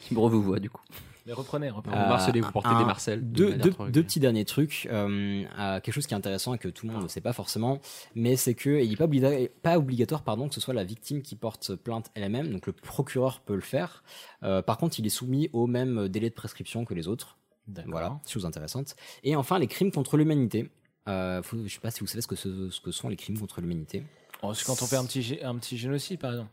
S9: qui me revoit du coup.
S3: Mais reprenez, reprenez.
S1: Vous
S2: Euh,
S1: marcelez, vous portez
S2: un-
S1: des marcelles. de
S2: Deux,
S1: manière
S2: deux-
S1: trop
S2: deux
S1: régulière.
S2: petits derniers trucs, euh, euh, quelque chose qui est intéressant et que tout le monde ne sait pas forcément, mais c'est que il n'est pas, obliga- pas obligatoire pardon, que ce soit la victime qui porte plainte elle-même, donc le procureur peut le faire. Euh, par contre, il est soumis au même délai de prescription que les autres.
S3: D'accord.
S2: Voilà, chose intéressante. Et enfin, les crimes contre l'humanité. Euh, faut- je sais pas si vous savez ce que, ce, ce que sont les crimes contre l'humanité.
S3: Oh, c'est quand on fait un petit, gé- un petit génocide, par exemple.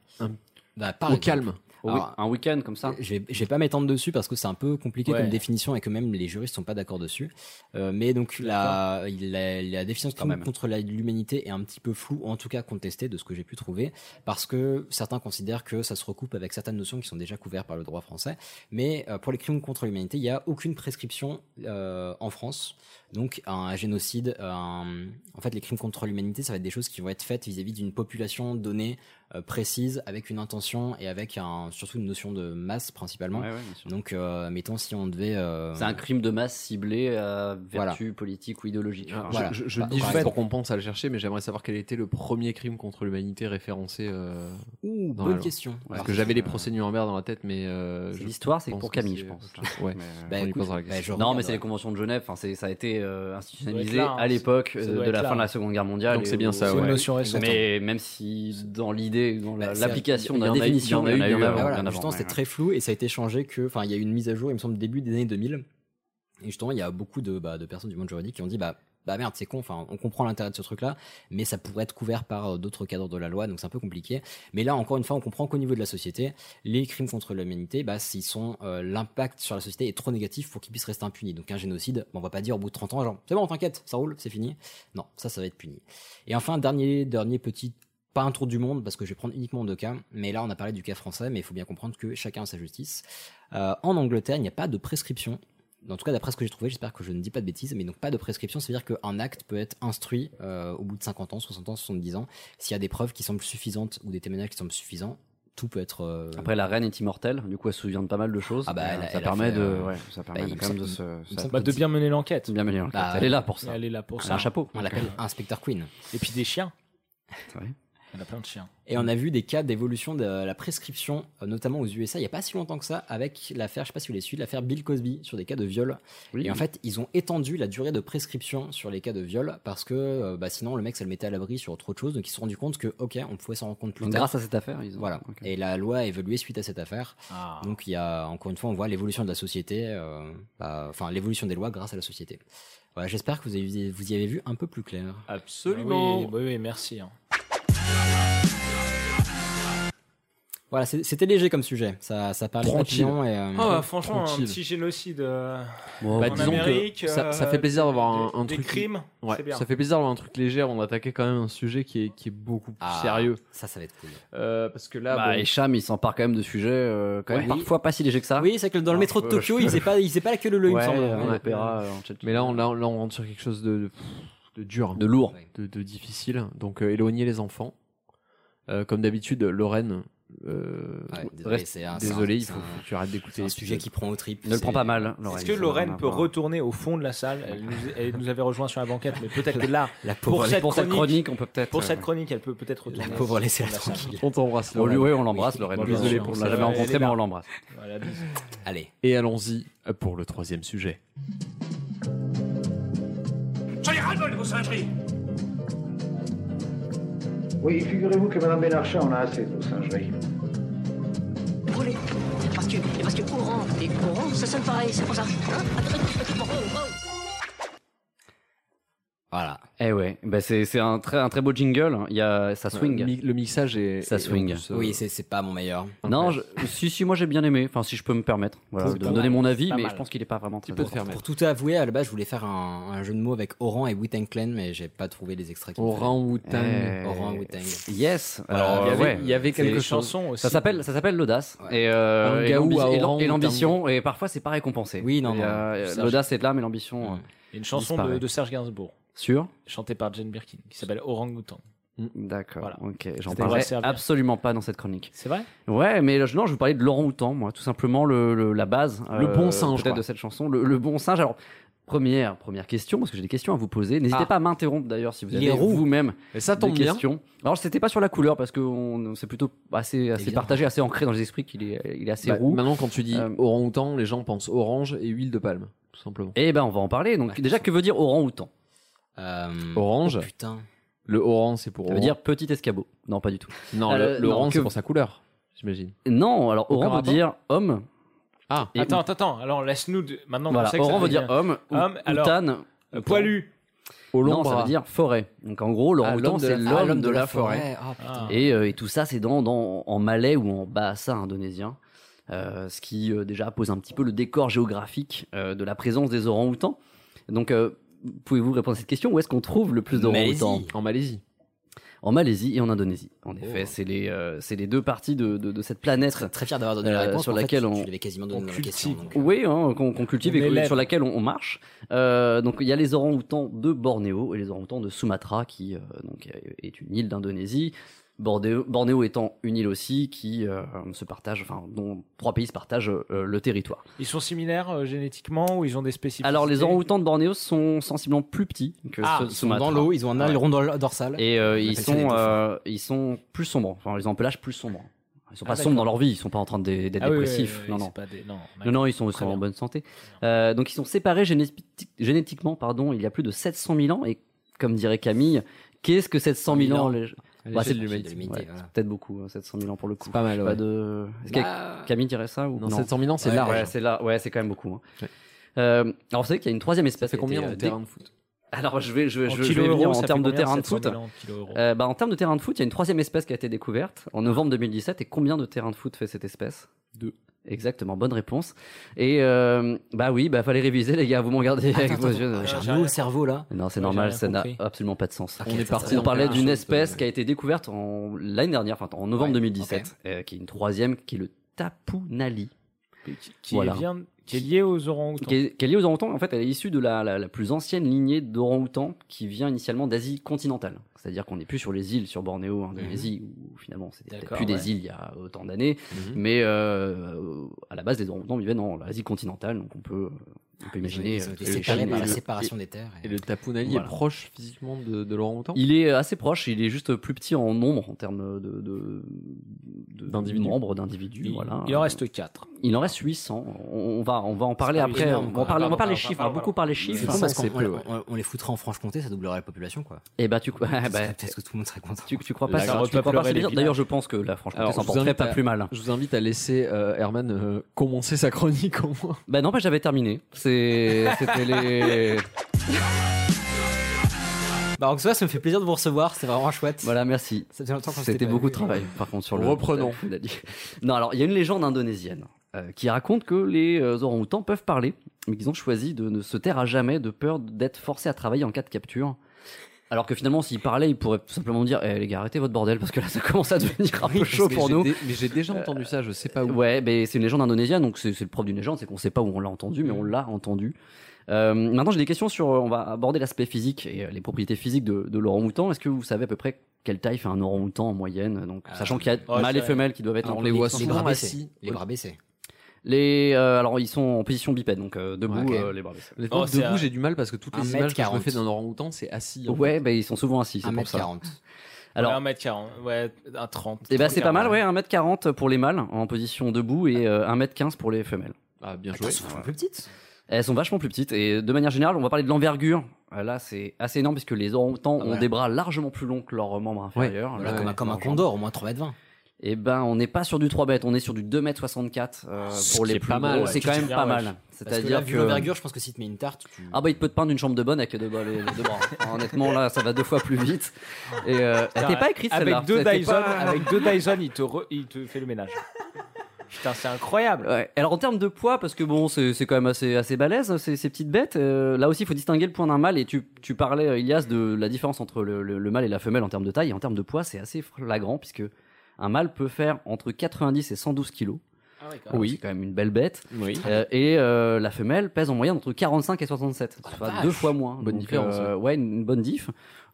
S2: Bah, par
S1: Au
S2: exemple,
S1: calme.
S9: Au
S2: Alors,
S9: wi- un week-end comme
S1: euh,
S9: ça.
S2: Je vais, je vais pas m'étendre dessus parce que c'est un peu compliqué
S3: Ouais.
S2: comme définition et que même les juristes sont pas d'accord dessus. Euh, mais donc la, la, la définition de
S9: Quand
S2: crime
S9: même.
S2: contre la- l'humanité est un petit peu floue, ou en tout cas contestée de ce que j'ai pu trouver, parce que certains considèrent que ça se recoupe avec certaines notions qui sont déjà couvertes par le droit français. Mais euh, pour les crimes contre l'humanité, il n'y a aucune prescription euh, en France. Donc un génocide, un- en fait les crimes contre l'humanité, ça va être des choses qui vont être faites vis-à-vis d'une population donnée, euh, précise, avec une intention et avec un, surtout une notion de masse principalement.
S9: Ouais, ouais, bien sûr.
S2: Donc euh, mettons si on devait... euh,
S9: C'est un crime de masse ciblé à
S2: Voilà.
S9: vertu politique ou idéologique.
S1: Ah,
S9: Enfin,
S1: je-
S2: voilà.
S1: Je, je le
S2: Bah,
S1: dis
S2: par
S1: juste
S2: exemple-
S1: pour qu'on pense à le chercher, mais j'aimerais savoir quel était le premier crime contre l'humanité référencé. euh,
S2: Ouh,
S1: dans la
S2: bonne
S1: loi.
S2: question. Ah,
S1: Parce
S2: Alors,
S1: que j'avais les
S9: euh,
S1: procès Nuremberg dans la tête, mais. euh,
S9: c'est
S1: je
S9: L'histoire, c'est
S1: pense
S9: pour
S1: que
S9: Camille,
S1: c'est-
S9: je pense.
S1: Ouais.
S9: Mais, euh,
S2: bah,
S1: on y
S2: écoute,
S1: posera la
S2: bah,
S1: question.
S2: je
S9: non, mais
S2: regarde,
S9: c'est les conventions de Genève. Enfin, c'est- ça a été euh, institutionnalisé
S3: Ça doit être là,
S9: à
S3: hein.
S9: l'époque
S3: Ça
S9: euh,
S3: doit
S9: de
S3: être
S9: la
S3: là,
S9: fin de
S3: hein.
S9: la Seconde Guerre mondiale.
S1: Donc,
S9: et
S1: c'est bien
S9: au-
S1: ça,
S3: C'est
S1: ouais.
S3: une notion récente.
S9: Mais même si dans l'idée, dans la-
S2: Bah, c'est-
S9: l'application,
S1: il y
S9: dans
S1: en
S9: la
S1: a eu-
S9: définition,
S1: il y en a eu, hein,
S2: Ah,
S1: Avant,
S2: voilà,
S9: bien avant,
S2: justement,
S9: ouais,
S2: c'était
S9: ouais.
S2: très flou et ça a été changé que, enfin, il y a eu une mise à jour, il me semble, début des années 2000. Et justement, il y a beaucoup de, bah, de personnes du monde juridique qui ont dit, bah, bah merde, c'est con, enfin, on comprend l'intérêt de ce truc-là, mais ça pourrait être couvert par euh, d'autres cadres de la loi, donc c'est un peu compliqué. Mais là, encore une fois, on comprend qu'au niveau de la société, les crimes contre l'humanité, bah, s'ils sont, euh, l'impact sur la société est trop négatif pour qu'ils puissent rester impunis. Donc un génocide, bah, on va pas dire au bout de 30 ans, genre, c'est bon, t'inquiète, ça roule, c'est fini. Non, ça, ça va être puni. Et enfin, dernier, dernier petit pas un tour du monde parce que je vais prendre uniquement deux cas, mais là on a parlé du cas français, mais il faut bien comprendre que chacun a sa justice. Euh, en Angleterre, il n'y a pas de prescription. En tout cas, d'après ce que j'ai trouvé, j'espère que je ne dis pas de bêtises, mais donc pas de prescription, c'est-à-dire qu'un acte peut être instruit euh, au bout de 50 ans, 60 ans, 70 ans, s'il y a des preuves qui semblent suffisantes ou des témoignages qui semblent suffisants, tout peut être. euh,
S9: Après, la reine est immortelle. Du coup, elle se souvient de pas mal de choses.
S2: Ah bah, elle a-
S9: ça
S2: elle a
S9: permet
S2: fait,
S9: de,
S2: euh,
S9: ouais, ça permet
S2: il me
S9: quand même
S2: semble-
S9: de se.
S2: il me
S9: ça-
S2: semble
S3: Bah, de bien mener l'enquête.
S9: Bien mené.
S2: Bah,
S9: elle est là pour ça.
S3: Elle est là pour
S9: Elle a un
S3: ça.
S9: chapeau.
S2: on l'appelle inspecteur Queen.
S3: Et puis des chiens.
S9: Ouais.
S3: Elle a plein de chiens.
S2: Et
S9: Mm.
S2: on a vu des cas d'évolution de la prescription, euh, notamment aux USA, il n'y a pas si longtemps que ça, avec l'affaire, je sais pas si vous les suivez, l'affaire Bill Cosby sur des cas de viol.
S9: Oui.
S2: Et en fait, ils ont étendu la durée de prescription sur les cas de viol parce que euh, bah, sinon, le mec, ça le mettait à l'abri sur trop de choses. Donc, ils se sont rendus compte que, ok, on pouvait s'en rendre compte plus
S9: Donc,
S2: tard.
S9: grâce à cette affaire, ils ont.
S2: Voilà.
S9: Ok.
S2: Et la loi a évolué suite à cette affaire.
S9: Ah.
S2: Donc, il y a, encore une fois, on voit l'évolution de la société, euh, bah, enfin, l'évolution des lois grâce à la société. Voilà, j'espère que vous, avez- vous y avez vu un peu plus clair.
S9: Euh.
S1: Absolument.
S3: Ah Oui, oui, oui, merci. hein.
S2: Voilà, c'est- c'était léger comme sujet. Ça, ça parlait
S1: Tranquille.
S2: papillon et. euh,
S3: Ah, bah, franchement,
S1: tranquille.
S3: un petit génocide euh,
S9: Bon,
S1: Bah,
S3: en
S1: disons que
S3: Amérique.
S1: ça-
S3: euh,
S1: ça fait plaisir d'avoir
S3: des-
S1: un- un
S3: des
S1: truc qui-
S3: crimes,
S1: Ouais,
S3: c'est bien.
S1: ça fait plaisir d'avoir un truc léger. On attaquait quand même un sujet qui est, qui est beaucoup plus
S2: Ah,
S1: sérieux.
S2: Ça, ça va être cool.
S1: Euh, parce que là,
S9: Bah,
S1: bon,
S9: et Cham, il s'empare quand même de sujets euh, quand même
S2: Oui.
S9: parfois pas si légers que ça.
S2: Oui, c'est que dans le
S9: Ah,
S2: métro de
S9: euh,
S2: Tokyo,
S9: je-
S2: il faisait pas, il faisait pas la queue le leu, il me
S9: Ouais,
S2: semble.
S9: euh,
S2: Ouais.
S9: l'opéra, euh, en tchat-
S1: mais là on, là, on- là, on rentre sur quelque chose de, de dur,
S9: de lourd.
S1: de, de difficile. Donc euh, éloigner les enfants. Euh, comme d'habitude, Lorraine. euh,
S2: Ouais, désolé,
S1: reste-
S2: c'est un-
S1: désolé, il
S2: c'est
S1: faut,
S2: un-
S1: faut que tu arrêtes d'écouter
S2: C'est un
S1: les
S2: sujet qui prend aux tripes.
S9: Ne le
S2: c'est-
S9: prends pas mal. Lorraine.
S3: Est-ce que
S9: Ça va
S3: Lorraine
S9: avoir-
S3: peut retourner au fond de la salle elle nous, elle nous avait rejoint sur la banquette, mais peut-être que là,
S2: La pauvre,
S3: Pour
S9: Ouais,
S3: cette
S9: Pour cette
S3: chronique-
S9: chronique, on peut peut-être.
S3: pour
S9: euh,
S3: cette chronique, elle peut peut-être
S2: la
S3: retourner.
S2: pauvre, laissez-la
S3: dans la salle.
S2: tranquille.
S1: On t'embrasse,
S9: On lui,
S1: Lorraine.
S9: ouais, on l'embrasse, Lorraine.
S3: Bon,
S1: désolé
S9: on
S1: pour
S9: l'a
S1: ça.
S9: jamais
S3: Elle est
S9: rencontré, mais
S3: là.
S9: on l'embrasse.
S3: Voilà, bisous.
S2: Allez.
S1: Et allons-y pour le troisième sujet.
S8: J'en ai ras-le-bol de vos singeries
S5: Oui, figurez-vous que Madame Bénarchat en a assez de singerie.
S10: Brûler. Parce que, parce que courant et courant, ça sonne pareil, c'est pour ça. Hein
S2: Voilà.
S9: Eh ouais, bah c'est c'est un très, un très beau jingle. Il y a, ça swing.
S1: Euh, mi- le mixage est.
S9: Ça
S1: est-
S9: swing.
S1: en plus, euh,
S2: Oui, c'est c'est pas mon meilleur.
S9: non, je- si, si, moi j'ai bien aimé. Enfin, si je peux me permettre voilà,
S3: C'est
S9: de
S3: pas
S9: donner
S3: mal,
S9: mon
S3: c'est
S9: avis,
S3: pas
S9: mais
S3: mal.
S9: je pense qu'il est pas vraiment très
S1: Tu peux te
S9: bon.
S1: faire mal.
S2: Pour tout avouer, à la base, je voulais faire un, un jeu de mots avec Oran et Wu-Tang Clan, mais j'ai pas trouvé les extraits. qu'il me fallait.
S1: Orang Outan.
S9: Eh,
S2: Orang Wu-Tang.
S9: Yes.
S1: Alors,
S9: Alors,
S1: il y avait,
S9: ouais.
S1: il y avait
S3: Quelque
S1: quelque chose.
S3: chanson aussi.
S9: Ça s'appelle, ça s'appelle l'audace
S2: Ouais.
S9: et, euh, et
S1: Un gaou
S9: l'ambi-
S1: à
S9: et l'am-
S1: orang,
S9: et l'ambition et parfois c'est pas récompensé.
S2: Oui, non,
S9: Et,
S2: non,
S9: euh,
S2: ça,
S9: L'audace est là, mais l'ambition
S2: Ouais.
S9: euh,
S3: Il y a Une chanson de,
S9: disparaît.
S3: de Serge Gainsbourg,
S9: sûr.
S3: chantée par Jane Birkin, qui s'appelle Orang Outan.
S9: D'accord.
S3: Voilà.
S9: Ok. J'en
S3: Ça
S9: parlerai
S3: pourrait servir.
S9: absolument pas dans cette chronique.
S3: C'est vrai
S9: Ouais, mais là, je- non, je vous parlais de Laurent Houtan, moi, tout simplement le, le- la base. euh,
S1: Le bon singe,
S9: peut-être
S1: quoi.
S9: de cette chanson, le, le bon singe. Alors. Première, première question, parce que j'ai des questions à vous poser. N'hésitez
S2: Ah.
S9: pas à m'interrompre d'ailleurs si vous
S2: Il est
S9: avez
S2: roux.
S9: vous-même
S1: Et ça
S9: des
S1: tombe bien.
S9: questions. Alors, c'était pas sur la couleur, parce que on- c'est plutôt assez, assez
S2: Évidemment.
S9: partagé, assez ancré dans les esprits qu'il est, il est assez
S1: Bah,
S9: roux.
S1: Maintenant, quand tu dis
S9: Euh,
S1: orang-outan, les gens pensent orange et huile de palme, tout simplement.
S9: Eh ben, on va en parler. Donc,
S2: Ouais.
S9: déjà, que veut dire orang-outan
S2: Euh,
S1: Orange,
S2: oh, putain.
S1: le orange c'est pour
S9: Ça
S1: orang.
S9: veut dire petit escabeau. Non, pas du tout.
S1: Non,
S9: Euh,
S1: le, le
S9: non,
S1: orange
S9: que-
S1: c'est pour sa couleur, j'imagine.
S9: Non, alors
S1: Aucun
S9: orang veut
S1: rapport
S9: dire homme.
S1: Ah,
S9: Et
S3: Attends, attends, attends. Alors laisse-nous. de- Maintenant,
S9: Voilà,
S3: on sait que ça
S9: orang veut
S3: devient-
S9: dire homme. ou-
S3: Homme, alors-
S9: Outan,
S3: Euh, Poilu.
S1: au long
S9: non, ça
S1: bras.
S9: veut dire forêt. Donc en gros,
S1: Ah,
S9: l'orang-outan,
S1: l'homme de
S9: c'est
S1: la-
S9: l'homme
S1: ah,
S9: de, la forêt.
S2: Ah, putain.
S3: Ah.
S9: Et, euh, et tout ça, c'est dans, dans- en malais ou en bahasa indonésien. Euh, ce qui euh, déjà pose un petit peu le décor géographique euh, de la présence des orang-outans. Donc, euh, pouvez-vous répondre à cette question Où est-ce qu'on trouve le plus
S2: Malaisie.
S9: d'orang-outans
S1: En Malaisie.
S9: en Malaisie et en Indonésie. En effet, c'est les, euh, c'est les deux parties de, de- de cette planète. euh,
S2: très fier d'avoir donné la réponse,
S9: sur
S2: en fait,
S9: laquelle
S2: tu-
S9: on,
S2: tu l'avais quasiment donné
S9: on
S2: dans la question,
S9: cultive. Oui, hein, qu'on qu'on cultive
S2: On
S9: et que-
S2: élève.
S9: sur laquelle on, on marche. Euh, donc il y a les orangs-outans de Bornéo et les orangs-outans de Sumatra qui euh, donc est- est une île d'Indonésie. Bornéo, Bornéo étant une île aussi qui euh, se partage, enfin dont trois pays se partagent euh, le territoire.
S12: Ils sont similaires euh, génétiquement ou ils ont des spécificités
S9: Alors les orangs-outans de Bornéo sont sensiblement plus petits que
S2: Ah,
S9: ceux de
S2: ils sont
S9: Sumatra.
S2: dans l'eau, ils ont un aileron
S9: Ouais.
S2: dor- dorsal.
S9: Et
S2: On
S9: euh, ils
S2: appelle ça des
S9: sont
S2: dauphins.
S9: euh, ils sont plus sombres. Enfin ils ont un pelage plus sombre. Ils
S2: Ah,
S9: sont pas
S2: d'accord.
S9: sombres dans leur vie, ils sont pas en train de- d'être
S2: Ah oui, oui,
S9: dépressifs.
S2: oui, oui,
S9: non,
S2: c'est
S9: non.
S2: pas des- non,
S9: non, non, ils sont, ils
S2: Très
S9: sont en
S2: bien.
S9: bonne santé. Euh, donc ils sont séparés généti- génétiquement, pardon, il y a plus de 700 000 ans. Et comme dirait Camille, qu'est-ce que 700 000 ans, les-
S1: À
S9: Bah,
S1: l'échelle de
S9: C'est
S1: l'humanité.
S9: ouais, c'est peut-être beaucoup, hein, 700 000 ans pour le coup.
S1: pas mal,
S9: Je sais
S1: ouais.
S9: de- Est-ce que
S1: Bah,
S9: Camille dirait ça ou
S1: non, 700 000 ans, c'est
S9: Ouais,
S1: large.
S9: Ouais, c'est là. Ouais, c'est quand même beaucoup. hein. Euh, alors vous savez qu'il y a une troisième espèce.
S1: fait
S9: qui a
S1: combien
S9: été,
S1: en
S9: euh,
S1: terrain
S9: dé-
S1: de foot
S9: Alors je vais, je,
S1: En
S9: je, je
S1: kilo
S9: vais
S1: euro,
S9: venir en
S1: ça fait
S9: termes de
S1: combien,
S9: terrain de
S1: 700
S9: foot.
S1: 000 en kilo euro
S9: Euh, bah, en termes de terrain de foot, il y a une troisième espèce qui a été découverte en novembre 2017. Et combien de terrains de foot fait cette espèce
S1: Deux.
S9: Exactement, bonne réponse. Et euh, bah oui, bah fallez réviser les gars, vous m'en regardez
S2: Attends,
S9: avec
S2: attends,
S9: vos yeux.
S2: attends, j'ai un nœud au cerveau là.
S9: Non, c'est
S2: Ouais,
S9: normal,
S2: j'ai
S9: ça
S2: rien
S9: n'a
S2: compris.
S9: abellement pas de sens.
S2: Ok, ça, ça
S9: On
S2: revient
S9: parlait
S2: à la
S9: d'une
S2: chose,
S9: espèce
S2: euh,
S9: qui a été découverte en- l'année dernière, enfin en novembre 2017, euh, qui est une troisième, qui est le Tapunali.
S12: qui vient- qui est lié aux orangs-outans.
S9: Qui est, qui est liée aux orang-outans. En fait, elle est issue de la, la- la plus ancienne lignée d'orang-outans qui vient initialement d'Asie continentale. C'est-à-dire qu'on n'est plus sur les îles, sur Bornéo,
S2: Mhm.
S9: Indonésie, où finalement c'était peut-être
S12: D'accord,
S9: plus
S12: ouais.
S9: des îles il y a autant d'années. Mais euh, à la base, les orang-outans vivaient dans l'Asie continentale, donc on peut, on peut imaginer.
S2: ils ont
S9: euh,
S2: été
S9: que les
S2: séparés
S9: Chines-
S2: par la
S9: et le-
S2: séparation
S9: et-
S2: des terres.
S1: Et le Tapunali
S9: Voilà.
S1: est proche physiquement de, de l'orang-outan
S9: il est assez proche, il est juste plus petit en nombre en termes de, de, de-
S1: D'individus.
S9: membres, d'individus. voilà.
S3: Il en reste 4.
S9: Il en reste 800. On, on va, on va en parler
S2: pas
S9: après.
S2: énorme,
S9: on,
S2: quoi.
S9: va parler, on
S2: Pardon,
S9: va parler
S2: pardon,
S9: chiffres.
S2: pardon,
S9: on va beaucoup parler chiffres.
S2: C'est fou parce qu'on
S9: C'est peu, ouais.
S2: on- on les foutrait en Franche-Comté, ça doublerait la population quoi.
S9: Et bah tu crois
S2: Parce
S9: bah,
S2: que peut-être que tout le monde serait content.
S9: Tu, tu crois pas ça, tu crois pas ça bizarre. D'ailleurs, je pense que la Franche-Comté
S1: Alors,
S9: s'en
S1: je vous
S9: porterait
S1: invite
S9: pas
S1: à-
S9: plus mal.
S1: Je vous invite à laisser euh, Herman euh, commencer sa chronique au moins.
S9: Bah non, bah j'avais terminé. C'est- C'était les.
S2: Bah, en tout cas, ça me fait plaisir de vous recevoir, c'est vraiment chouette.
S9: Voilà, merci.
S2: Ça faisait longtemps qu'on s'était
S9: C'était
S2: pas
S9: beaucoup
S2: vu.
S9: de travail, par contre, sur le.
S2: Reprenons.
S9: non, alors, il y a une légende indonésienne euh, qui raconte que les euh, orang-outans peuvent parler, mais qu'ils ont choisi de ne se taire à jamais de peur d'être forcés à travailler en cas de capture. Alors que finalement, s'ils parlaient, ils pourraient tout simplement dire Eh les gars, arrêtez votre bordel, parce que là, ça commence à devenir un peu chaud
S1: Mais
S9: pour
S1: j'ai
S9: nous.
S1: dé- mais j'ai déjà entendu ça, je sais pas où.
S9: Ouais, mais c'est une légende indonésienne, donc c'est c'est le propre d'une légende, c'est qu'on sait pas où on l'a entendu, mais on
S2: Mm.
S9: l'a entendu. Euh, maintenant, j'ai des questions sur. euh, On va aborder l'aspect physique et euh, les propriétés physiques de, de l'orang-outan. Est-ce que vous savez à peu près quelle taille fait un orang-outan en moyenne Donc, sachant qu'il y a
S2: Ah, ouais,
S9: mâles et
S2: c'est-
S9: femelles qui doivent être
S2: Alors,
S9: en
S2: on les voit
S9: position-
S2: souvent Les bras baissés. assis. Les bras baissés.
S9: Les, euh, alors, ils sont en position bipède, donc euh, debout,
S1: Ok.
S9: euh, les bras baissés.
S1: Honnêtement, debout, j'ai du mal parce que toutes les images que je me fais d'un orang-outan, c'est assis. en
S9: Ouais,
S1: fait.
S9: bah, ils sont souvent assis, c'est pour ça.
S3: Alors,
S9: Alors,
S3: 1m40, ouais, 1m30.
S9: eh ben, c'est pas mal, ouais, 1m40 pour les mâles en position debout et euh, 1m15 pour les femelles.
S1: Ah, bien
S9: joué.
S2: plus petites.
S9: Elles sont vachement plus petites et de manière générale, on va parler de l'envergure. Euh, Là, c'est assez énorme puisque les orang-outans
S2: Ah
S9: ont
S2: ouais.
S9: des bras largement plus longs que leurs membres inférieurs.
S2: Voilà,
S9: Là,
S2: comme, un-
S9: ouais,
S2: comme un
S9: leurs jambes.
S2: condor, au moins 3m20.
S9: Eh ben, on n'est pas sur du 3 mètres, on est sur du 2m64
S2: Ah,
S9: euh, pour les plus gros. C'est quand même pas mal.
S2: C'est-à-dire
S9: C'est-à-dire
S2: que. L'envergure, je pense que si tu mets une tarte, tu.
S9: Ah bah, il peut te peindre une chambre de bonne avec deux, bras- les- les deux bras. Enfin, honnêtement, là, ça va deux fois plus vite. Et euh, elle t'est pas écrite celle-là.
S3: avec deux,
S9: Elle t'est
S3: Dyson,
S9: pas-
S3: avec deux Dyson, il te, re- il te fait le ménage. Putain, c'est incroyable.
S9: Ouais. Alors en termes de poids, parce que bon, c'est c'est quand même assez, assez balèze ces, ces petites bêtes. euh, là aussi, il faut distinguer le point d'un mâle. Et tu, tu parlais, euh, Ilias, de la différence entre le, le- le mâle et la femelle en termes de taille. Et en termes de poids, c'est assez flagrant puisque un mâle peut faire entre 90 et 112 kilos.
S1: Oui.
S9: c'est Ah quand même une belle bête. Euh, et euh, la femelle pèse en moyenne entre 45 et 67. Enfin,
S1: vache.
S9: deux fois moins. euh,
S1: Bonne différence, ouais.
S9: ouais, une, une bonne diff.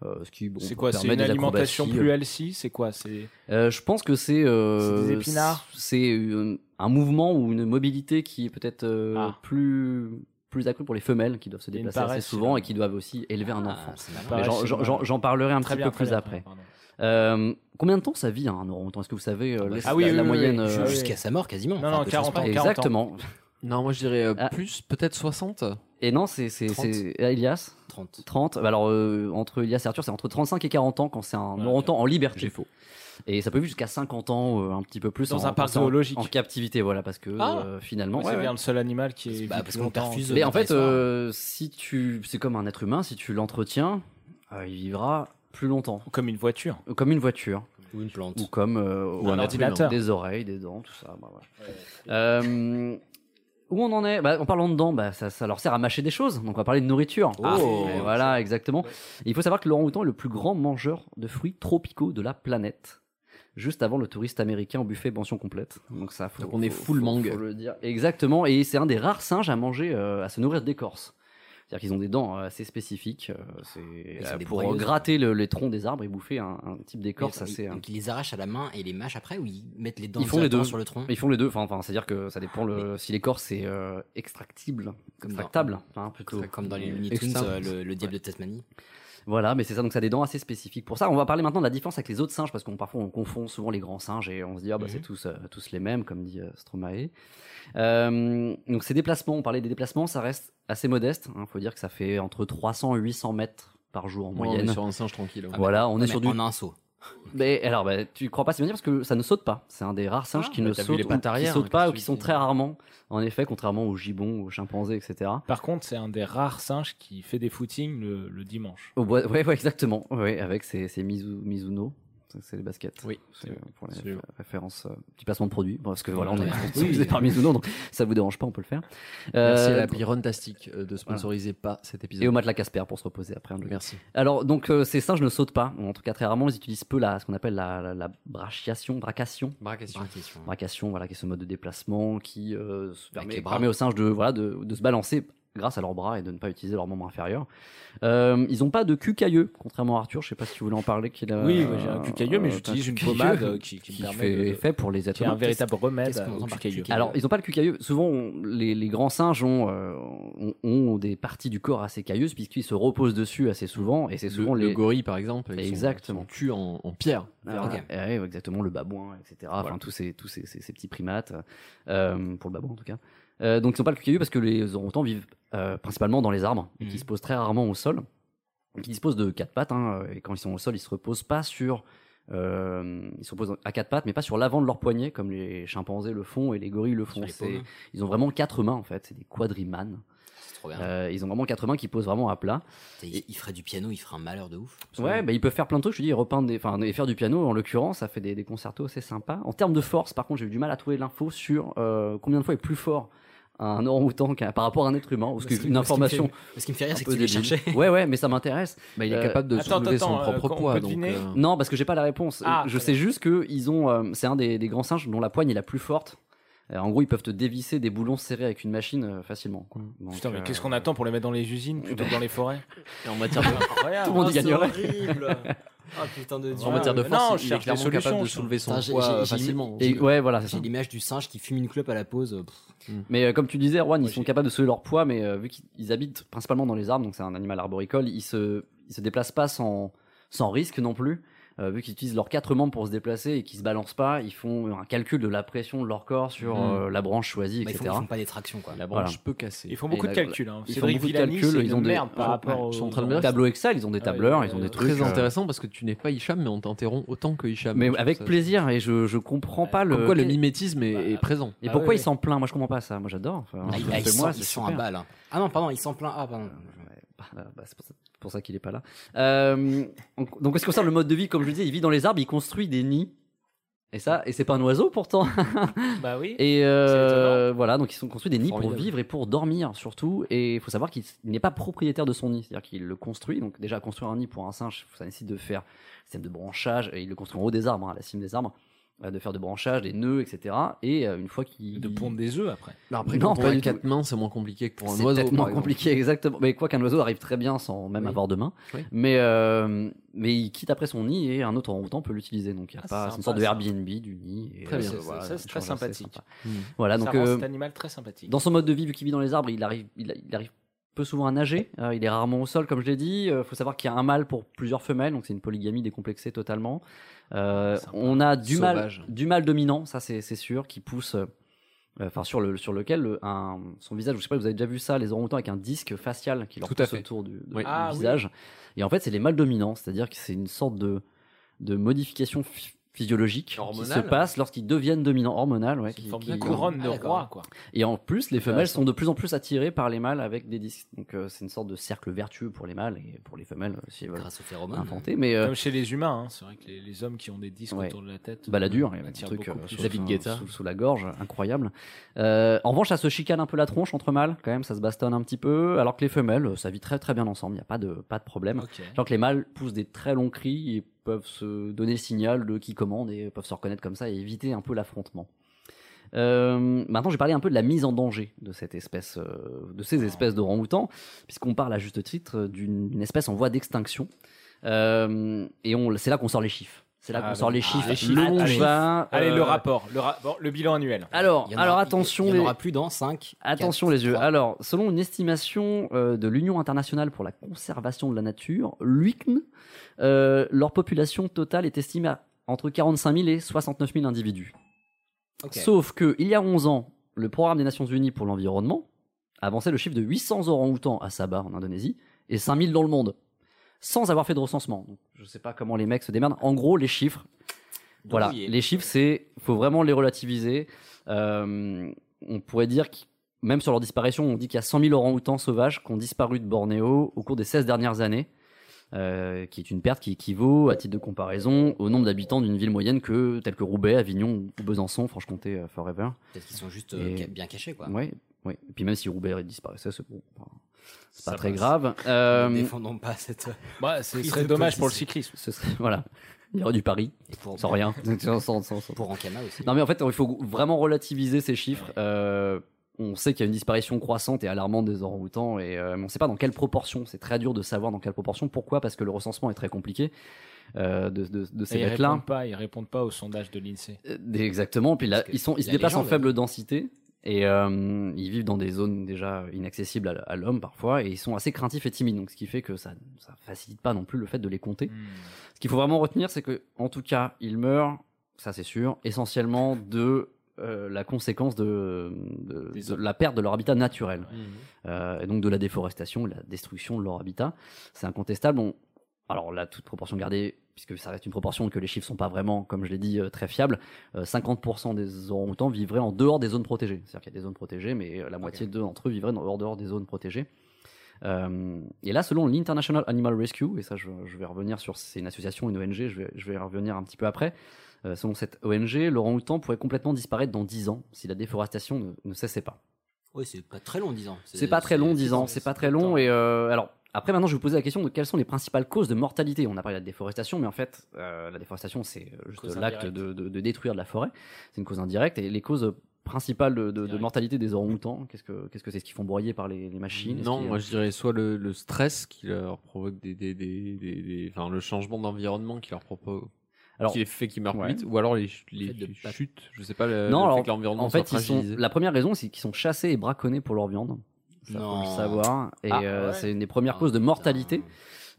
S9: Euh, ce qui, bon,
S3: hein. C'est quoi C'est
S9: permet
S3: une
S9: des
S3: alimentation
S9: acrobaties,
S3: plus
S9: euh,
S3: healthy C'est quoi C'est
S9: euh, je pense que c'est euh,
S3: C'est des épinards
S9: C'est euh, un mouvement ou une mobilité qui est peut-être euh,
S3: Ah.
S9: plus plus accrue pour les femelles qui doivent se
S3: Il y a une
S9: déplacer assez
S3: paresse, Ah,
S9: souvent et qui doivent aussi élever un enfant.
S3: c'est la
S9: Mais
S3: paresse,
S9: j'en-
S3: c'est
S9: j'en-
S3: vrai.
S9: J'en j'en parlerai un
S3: Très
S9: petit
S3: bien,
S9: peu
S3: très
S9: plus
S3: bien,
S9: après.
S3: pardon.
S9: Euh, combien de temps ça vit hein, un orang-outan Est-ce que vous savez
S3: Bah,
S9: euh, la,
S2: Ah oui,
S9: la-
S2: oui,
S9: la
S2: oui,
S9: moyenne
S2: oui.
S9: euh,
S2: Jusqu'à sa mort, quasiment.
S3: Non, Enfin, non, peu de 40 chance, ans, pas. 40 ans.
S9: Exactement.
S1: Non, moi je dirais
S9: Ah.
S1: euh, plus, peut-être 60.
S9: Et non, c'est c'est-
S1: 30.
S9: c'est- euh, Elias
S2: 30.
S9: 30. Bah Alors, euh, entre Elias et Arthur, c'est entre 35 et 40 ans quand c'est un
S1: Ouais,
S9: orang-outan en liberté. J'ai faux. Et ça peut vivre jusqu'à 50 ans, euh, un petit peu plus.
S3: Dans
S9: en-
S3: un
S9: en-
S3: parc
S9: en-
S3: zoologique.
S9: En captivité, voilà, parce que
S3: Ah.
S9: euh, finalement.
S3: Ouais, c'est
S9: ouais,
S3: bien
S9: ouais.
S3: le seul animal qui est.
S2: Bah,
S3: vit
S2: parce
S3: plus
S2: qu'on
S3: longtemps.
S2: perfuse,
S9: Mais en fait, euh, si tu, c'est comme un être humain, si tu l'entretiens, euh, il vivra plus longtemps.
S3: Comme une voiture.
S9: Comme une voiture.
S2: Ou une plante.
S9: Ou comme euh,
S3: Ah. Ou un ordinateur.
S9: Des oreilles, des dents, tout ça. bah, voilà. Euh, Où on en est bah, En parlant de dents, bah, ça, ça leur sert à mâcher des choses. Donc on va parler de nourriture.
S2: Ah,
S9: Et
S2: ouais,
S9: voilà, exactement. Et il faut savoir que Laurent Houtan est le plus grand mangeur de fruits tropicaux de la planète. Juste avant le touriste américain au buffet pension complète. Donc ça, faut,
S1: on est
S9: faut-
S1: full
S9: faut-
S1: mangue.
S9: faut le dire. Exactement. Et c'est un des rares singes à manger, euh, à se nourrir d'écorce. C'est-à-dire qu'ils ont des dents euh, assez spécifiques. euh, c'est
S2: Ils sont
S9: euh,
S2: des
S9: pour
S2: broyeuses.
S9: gratter le- les troncs des arbres et bouffer un, un type d'écorce
S2: Mais attends,
S9: assez.
S2: ils-
S9: euh,
S2: Donc ils les arrachent à la main et les mâchent après ou ils mettent les dents
S9: ils font les
S2: directement
S9: deux
S2: sur le tronc
S9: Ils font les deux. Enfin, enfin, c'est-à-dire que ça dépend le, si l'écorce est euh, extractible,
S2: Comme dans-
S9: extractable, enfin, plutôt.
S2: Comme dans les Looney Tunes,
S9: Extra-
S2: euh, le, le diable de Tasmanie.
S9: Voilà, mais c'est ça. Donc ça a des dents assez spécifiques. Pour ça, on va parler maintenant de la différence avec les autres singes parce qu'on parfois on confond souvent les grands singes et on se dit ah bah
S2: Mhm.
S9: c'est tous euh, tous les mêmes comme dit euh, Stromae. Euh, donc ces déplacements, on parlait des déplacements, ça reste assez modeste. Il faut dire que ça fait entre 300 et 800 mètres par jour en
S1: Ouais,
S9: moyenne. Ah,
S1: on
S9: bah.
S1: est sur un singe tranquille, ouais.
S9: Voilà,
S1: Ouais,
S9: on
S1: mais
S9: est sur du
S1: en
S2: un saut.
S9: Mais alors, bah, tu crois pas, c'est bien parce que ça ne saute pas. C'est un des rares singes
S1: Ah,
S9: qui
S1: bah,
S9: ne
S1: t'as vu
S9: saute,
S1: les
S9: ou-
S1: pattes
S9: qui
S1: arrière, hein,
S9: sautent pas
S1: qu'est-ce
S9: ou qui sont très rarement. En effet, contrairement aux gibbons, aux chimpanzés, etc.
S12: Par contre, c'est un des rares singes qui fait des footings le, le dimanche.
S9: Au bois- ouais, ouais, exactement. Ouais, avec ces, ces Mizu- Mizuno. Ça, C'est les baskets.
S1: Oui.
S9: C'est pour les
S1: Absolument.
S9: réf- références, euh, petit placement de produit. Bon, Parce que voilà, on
S1: Ouais.
S9: est
S1: Oui.
S9: sponsorisé par Mizuno, donc ça vous dérange pas, on peut le faire.
S1: Merci
S9: Euh,
S1: à la Piron Tastic euh, de sponsoriser pas cet épisode.
S9: Et au matelas Casper pour se reposer après.
S1: Merci.
S9: Alors, donc, euh, ces singes ne sautent pas. En tout cas, très rarement, ils utilisent peu la, ce qu'on appelle la, la, la brachiation, bracation.
S1: Bracation.
S2: Bracation.
S9: voilà, qui est ce mode de déplacement qui euh, se permet,
S2: les bras.
S9: permet aux singes de, voilà, de, de se balancer grâce à leurs bras et de ne pas utiliser leur membre inférieur. Euh, ils n'ont pas de cul cailleux, contrairement à Arthur. Je sais pas si tu voulais en parler. qu'il a-
S12: Oui, ouais, j'ai un cul cailleux, mais
S9: t'as un
S12: j'utilise
S9: cul
S12: une
S9: cailleux
S12: pommade, euh, qui- qui me permet
S9: euh, fait,
S12: de-
S9: fait pour les êtres
S12: qui est un
S9: humains.
S12: véritable
S9: Qu'est-ce-
S12: remède
S9: qu'est-ce qu'on
S12: au
S9: entend
S12: cul
S9: par
S12: cailleux.
S9: Alors, ils n'ont pas le cul cailleux. Souvent, on- les, les grands singes ont, euh, ont, ont des parties du corps assez cailleuses puisqu'ils se reposent dessus assez souvent. Et c'est souvent
S1: le
S9: les
S1: gorille, par exemple, avec son-
S9: Exactement.
S1: son cul en, en pierre.
S9: Ah, ouais, ouais, exactement, le babouin, etc. Enfin, tous ces, tous ces, ces- ces petits primates, euh, pour le babouin en tout cas. Euh, donc, ils sont pas le cul cailleux parce que les orang-outans vivent euh, principalement dans les arbres,
S2: Mmh.
S9: et qui se posent très rarement au sol, et qui disposent de quatre pattes. hein, et quand ils sont au sol, ils se reposent pas sur. euh, ils se reposent à quatre pattes, mais pas sur l'avant de leur poignet, comme les chimpanzés le font et les gorilles le font.
S2: les
S9: C'est-
S2: paumes.
S9: Ils ont vraiment quatre mains en fait, c'est des quadrimanes.
S2: Ah.
S9: Euh, ils ont vraiment quatre mains qui posent vraiment à plat.
S2: Il, il ferait du piano, il ferait un malheur de ouf.
S9: Ouais, bah, ils peuvent faire plein de trucs. Je te dis, repeindre des, enfin, et faire du piano, en l'occurrence, ça fait des, des concertos assez sympas. En termes de force, par contre, j'ai eu du mal à trouver l'info sur euh, combien de fois est plus fort un orang-outan qu'un- par rapport à un être humain. Parce
S2: Parce que-
S9: qu'une
S2: Bah, parce qu'il me fait-
S9: information.
S2: parce qu'il me fait rire,
S9: un
S2: c'est
S9: peu
S2: que tu l'as
S9: débile.
S2: cherché.
S9: Ouais, ouais, mais ça m'intéresse.
S1: Bah, il est capable de Attends, soulever son attends, propre euh, poids, on peut donc, deviner euh,
S9: Euh, Non, parce que j'ai pas la réponse.
S1: Ah,
S9: je sais juste que ils ont, euh, c'est un des, des grands singes dont la poigne est la plus forte. Euh, en gros, ils peuvent te dévisser des boulons serrés avec une machine euh, facilement. quoi. Donc,
S12: Putain, mais
S9: euh,
S12: qu'est-ce qu'on attend pour les mettre dans les usines plutôt que dans les forêts
S1: Et en matière de-
S12: Incroyable.
S9: Tout le monde y
S12: Ah, c'est
S9: gagnerait.
S12: horrible.
S2: Ah putain de dieu.
S1: En matière de
S12: mais
S1: force,
S12: non,
S1: il
S12: je
S1: est
S12: cherche des
S1: clairement capable
S12: solutions,
S1: de
S12: je
S1: soulever son
S2: Putain, j'ai-
S1: poids
S2: j'ai-
S1: euh,
S2: j'ai-
S1: facilement.
S9: Et- ouais, voilà, c'est
S2: J'ai
S9: ça.
S2: l'image du singe qui fume une clope à la pause. euh, pff.
S9: Mais euh, comme tu disais, Erwan, ils sont capables de soulever leur poids, mais euh, vu qu'ils ils habitent principalement dans les arbres, donc c'est un animal arboricole, ils se, ils se déplacent pas sans, sans risque non plus. Euh, vu qu'ils utilisent leurs quatre membres pour se déplacer et qu'ils se balancent pas, ils font un calcul de la pression de leur corps sur
S12: Hmm.
S1: Mhm.
S9: euh, la branche choisie,
S1: Bah, ils
S9: etc.
S1: font- ils font pas des tractions, quoi. La branche peut casser.
S12: Ils font beaucoup
S9: Et
S12: de
S9: la-
S12: calculs, hein.
S9: Ils font
S12: Cédric
S9: beaucoup de
S12: Villani,
S9: calculs.
S12: c'est
S9: Ils
S12: une
S9: ont des
S12: merde par rapport
S9: ouais,
S12: aux-
S9: ils sont en train de
S12: aux-
S9: tableaux Excel, ils ont des
S12: Ouais,
S9: tableurs,
S12: ouais,
S9: ils ont des
S12: ouais.
S9: trucs.
S1: Très
S9: euh,
S1: intéressant parce que tu n'es pas Hicham, mais on t'interrompt autant que Hicham.
S9: Mais
S1: Ah, Je
S9: avec
S1: trouve ça-
S9: plaisir, et je, je comprends pas le.
S1: Comme quoi, le Ah, mimétisme est, est présent.
S9: Et pourquoi il s'en plaint Moi, je comprends pas ça. Moi, j'adore. Enfin,
S2: Ah, il,
S9: fais-moi,
S2: ah, il sent,
S9: c'est
S2: il sent un
S9: super.
S2: bal. hein. Ah non, pardon, il s'en plaint. Ah pardon.
S9: Bah, bah, c'est pour ça, pour ça qu'il est pas là. Euh, en- donc, en ce qui concerne le mode de vie, comme je le disais, il vit dans les arbres, il construit des nids. Et ça, et c'est pas un oiseau pourtant.
S12: Bah oui.
S9: Et euh, voilà, donc ils sont construits des nids pour vivre et pour dormir surtout. Et il faut savoir qu'il s- il n'est pas propriétaire de son nid, c'est-à-dire qu'il le construit. Donc déjà construire un nid pour un singe, ça nécessite de faire un système de branchage. Et il le construit en haut des arbres, hein, à la cime des arbres, euh, de faire de branchage, des nœuds, etc. Et euh, une fois qu'il de
S12: pondre des œufs après.
S1: Non, après,
S9: non,
S1: quand on
S9: pas
S1: a
S9: du tout.
S1: quatre mains, c'est moins compliqué que pour un
S9: C'est
S1: oiseau.
S9: peut-être
S1: par
S9: moins
S1: exemple.
S9: compliqué, exactement. Mais quoi qu'un oiseau arrive très bien sans même
S1: Oui.
S9: avoir de main.
S1: Oui.
S9: Mais, euh, mais il quitte après son nid et un autre orang-outan peut l'utiliser. Donc il y a
S12: Ah,
S9: pas,
S12: c'est
S9: c'est
S12: sympa,
S9: une sorte de
S12: ça.
S9: Airbnb du nid. Et,
S12: Très
S9: euh,
S12: bien.
S9: c'est-
S12: Ça,
S9: voilà,
S12: ça, c'est
S9: une
S12: très
S9: chose assez
S12: sympathique.
S9: sympa.
S12: Mm.
S9: Voilà,
S12: Ça
S9: donc
S12: rend
S9: euh,
S12: cet animal très sympathique.
S9: Dans son mode de vie, vu qu'il vit dans les arbres, il arrive, il, il arrive peu souvent à nager. euh, il est rarement au sol, comme je l'ai dit. Il faut savoir qu'il y a un mâle pour plusieurs femelles, donc c'est une polygamie décomplexée totalement. Euh, on a du
S1: Sauvage.
S9: mâle, du mâle dominant, ça c'est c'est sûr, qui pousse. euh, Enfin, sur, le, sur lequel le- un, son visage, je sais pas, vous avez déjà vu ça, les orang-outans avec un disque facial qui leur
S1: Tout à
S9: pousse
S1: fait.
S9: autour du, de-
S1: Oui.
S9: du
S1: Ah, oui.
S9: visage. Et en fait, c'est les mâles dominants, c'est-à-dire que c'est une sorte de, de modification phy- physiologiques
S1: Hormonal.
S9: qui se passent lorsqu'ils deviennent dominants hormonal ouais, qui,
S3: forme
S9: qui-
S3: de couronne de
S9: Ah, d'accord.
S3: roi, quoi.
S9: et en plus les femelles
S3: Intéressant.
S9: sont de plus en plus attirées par les mâles avec des disques donc euh, c'est une sorte de cercle vertueux pour les mâles et pour les femelles euh, si elles veulent
S2: Grâce aux phéromones.
S9: inventer mais euh,
S3: Comme chez les humains, hein, c'est vrai que les, les hommes qui ont des disques
S9: Ouais.
S3: autour de la tête.
S9: Balladur,
S3: euh,
S9: il y avait un
S3: attirent
S9: truc
S3: beaucoup
S9: euh,
S3: plus. hein.
S9: sous, sous- sous la gorge, incroyable. Euh, en revanche, ça se chicane un peu la tronche entre mâles, quand même, ça se bastonne un petit peu, alors que les femelles, euh, ça vit très très bien ensemble, il n'y a pas de, pas de problème.
S3: Ok.
S9: Alors que les mâles poussent des très longs cris et peuvent se donner le signal de qui commande et peuvent se reconnaître comme ça et éviter un peu l'affrontement. Euh, maintenant, je vais parler un peu de la mise en danger de cette espèce, euh, de
S3: Ah.
S9: ces espèces d'orang-outans, puisqu'on parle à juste titre euh, d'une d'une espèce en voie d'extinction. Euh, et on- c'est là qu'on sort les chiffres. C'est là qu'on
S3: Ah,
S9: sort
S3: vas-y.
S9: les
S3: Ah,
S9: chiffres.
S3: les chiffres.
S9: Le
S3: Allez.
S9: va,
S3: Allez, le
S9: euh,
S3: rapport, le, rapport, le bilan annuel.
S9: Alors,
S2: Il y en aura-
S9: alors attention,
S2: Il y en
S9: les-
S2: aura plus dans 5.
S9: attention les yeux. Ah, Alors, selon une estimation euh, de l'Union internationale pour la conservation de la nature, l'UICN, euh, leur population totale est estimée à entre 45 000 et 69 000 individus. Sauf que il y a 11 ans, le programme des Nations Unies pour l'environnement avançait le chiffre de 800 orang-outans à Sabah en Indonésie et 5000 dans le monde, sans avoir fait de recensement. Donc, je sais pas comment les mecs se démerdent. En gros, les chiffres, voilà,
S2: Douillé.
S9: les chiffres, c'est faut vraiment les relativiser. Euh, on pourrait dire que même sur leur disparition, on dit qu'il y a 100 000 orang-outans sauvages qui ont disparu de Bornéo au cours des 16 dernières années. euh, qui est une perte qui équivaut, à titre de comparaison, au nombre d'habitants d'une ville moyenne que, telle que Roubaix, Avignon ou Besançon, Franche-Comté, euh, Forever.
S2: Peut-être qu'ils sont juste euh,
S9: Et-
S2: ca- bien cachés, quoi.
S9: Ouais, ouais. Et puis même si Roubaix disparaissait, c'est bon, enfin, c'est pas
S2: Ça
S9: très
S2: passe.
S9: grave.
S2: Ne
S9: Euh,
S2: défendons pas cette.
S3: Bah, ce
S2: Prise
S3: serait
S2: de
S3: dommage
S2: position.
S3: pour le cyclisme.
S9: ce serait- voilà, il y aurait du Paris
S2: Et pour,
S9: sans rien, sans, sans- sans- sans-
S2: Pour Ankama aussi.
S9: Non mais en fait, il faut vraiment relativiser ces chiffres. Euh, on sait qu'il y a une disparition croissante et alarmante des orang-outans, et euh, mais on ne sait pas dans quelle proportion. C'est très dur de savoir dans quelle proportion. Pourquoi Parce que le recensement est très compliqué euh, de, de- de
S3: Et
S9: ces
S3: ils
S9: mecs-là.
S3: répondent pas, ils répondent pas au sondage de l'INSEE.
S9: Euh, Exactement. Puis là,
S2: Parce que
S9: ils, sont, ils se
S2: la
S9: déplacent en
S2: légende,
S9: faible densité et euh, ils vivent dans des zones déjà inaccessibles à, à l'homme parfois et ils sont assez craintifs et timides. Donc, ce qui fait que ça, ça facilite pas non plus le fait de les compter. Ce qu'il faut vraiment retenir, c'est que, en tout cas, ils meurent, ça c'est sûr, essentiellement de euh, la conséquence de, de-
S3: Des
S9: de
S3: hommes.
S9: la perte de leur habitat naturel. Euh, et donc de la déforestation, de la destruction de leur habitat. C'est incontestable. On- Alors là, toute proportion gardée, puisque ça reste une proportion et que les chiffres sont pas vraiment, comme je l'ai dit, euh, très fiables, euh, 50% des orang-outans vivraient en dehors des zones protégées. C'est-à-dire qu'il y a des zones protégées, mais euh, la moitié d'eux- d'entre eux vivraient en dehors, dehors des zones protégées. Euh, et là, selon l'International Animal Rescue, et ça je, je vais revenir sur, c'est une association, une ONG, je vais, je vais y revenir un petit peu après, euh, selon cette ONG, l'orang-outan pourrait complètement disparaître dans 10 ans si la déforestation ne- ne cessait pas.
S2: Oui, c'est pas très long, 10 ans.
S9: C'est pas très long, 10 ans. C'est pas très long. Et euh, alors, après, maintenant, je vais vous poser la question de quelles sont les principales causes de mortalité. On a parlé de la déforestation, mais en fait, euh, la déforestation, c'est euh, juste
S3: Cause
S9: l'acte
S3: indirecte.
S9: de, de- de détruire de la forêt. C'est une cause indirecte. Et les causes principales de, de- de
S3: Direct.
S9: mortalité des orang-outans, qu'est-ce que qu'est-ce que c'est ce qu'ils font broyer par les, les machines Est-ce
S1: Non,
S9: qu'ils-
S1: moi je dirais soit le, le stress qui leur provoque des, des, des, des- des- enfin le changement d'environnement qui leur propose,
S9: Alors,
S1: qui les fait qu'ils meurent plus
S9: ouais.
S1: vite, ou alors les, ch- les
S2: fait de
S1: ch-
S2: pas-
S1: chutes, je sais pas, le,
S9: Non,
S1: le
S9: alors,
S1: fait que l'environnement
S9: en
S1: soit
S9: fait, ils sont,
S1: fragilisé.
S9: la première raison, c'est qu'ils sont chassés et braconnés pour leur viande. Ça, faut le
S2: Non. Ah,
S9: savoir. Et
S3: Ah,
S9: euh,
S3: ouais.
S9: c'est une des premières causes de mortalité.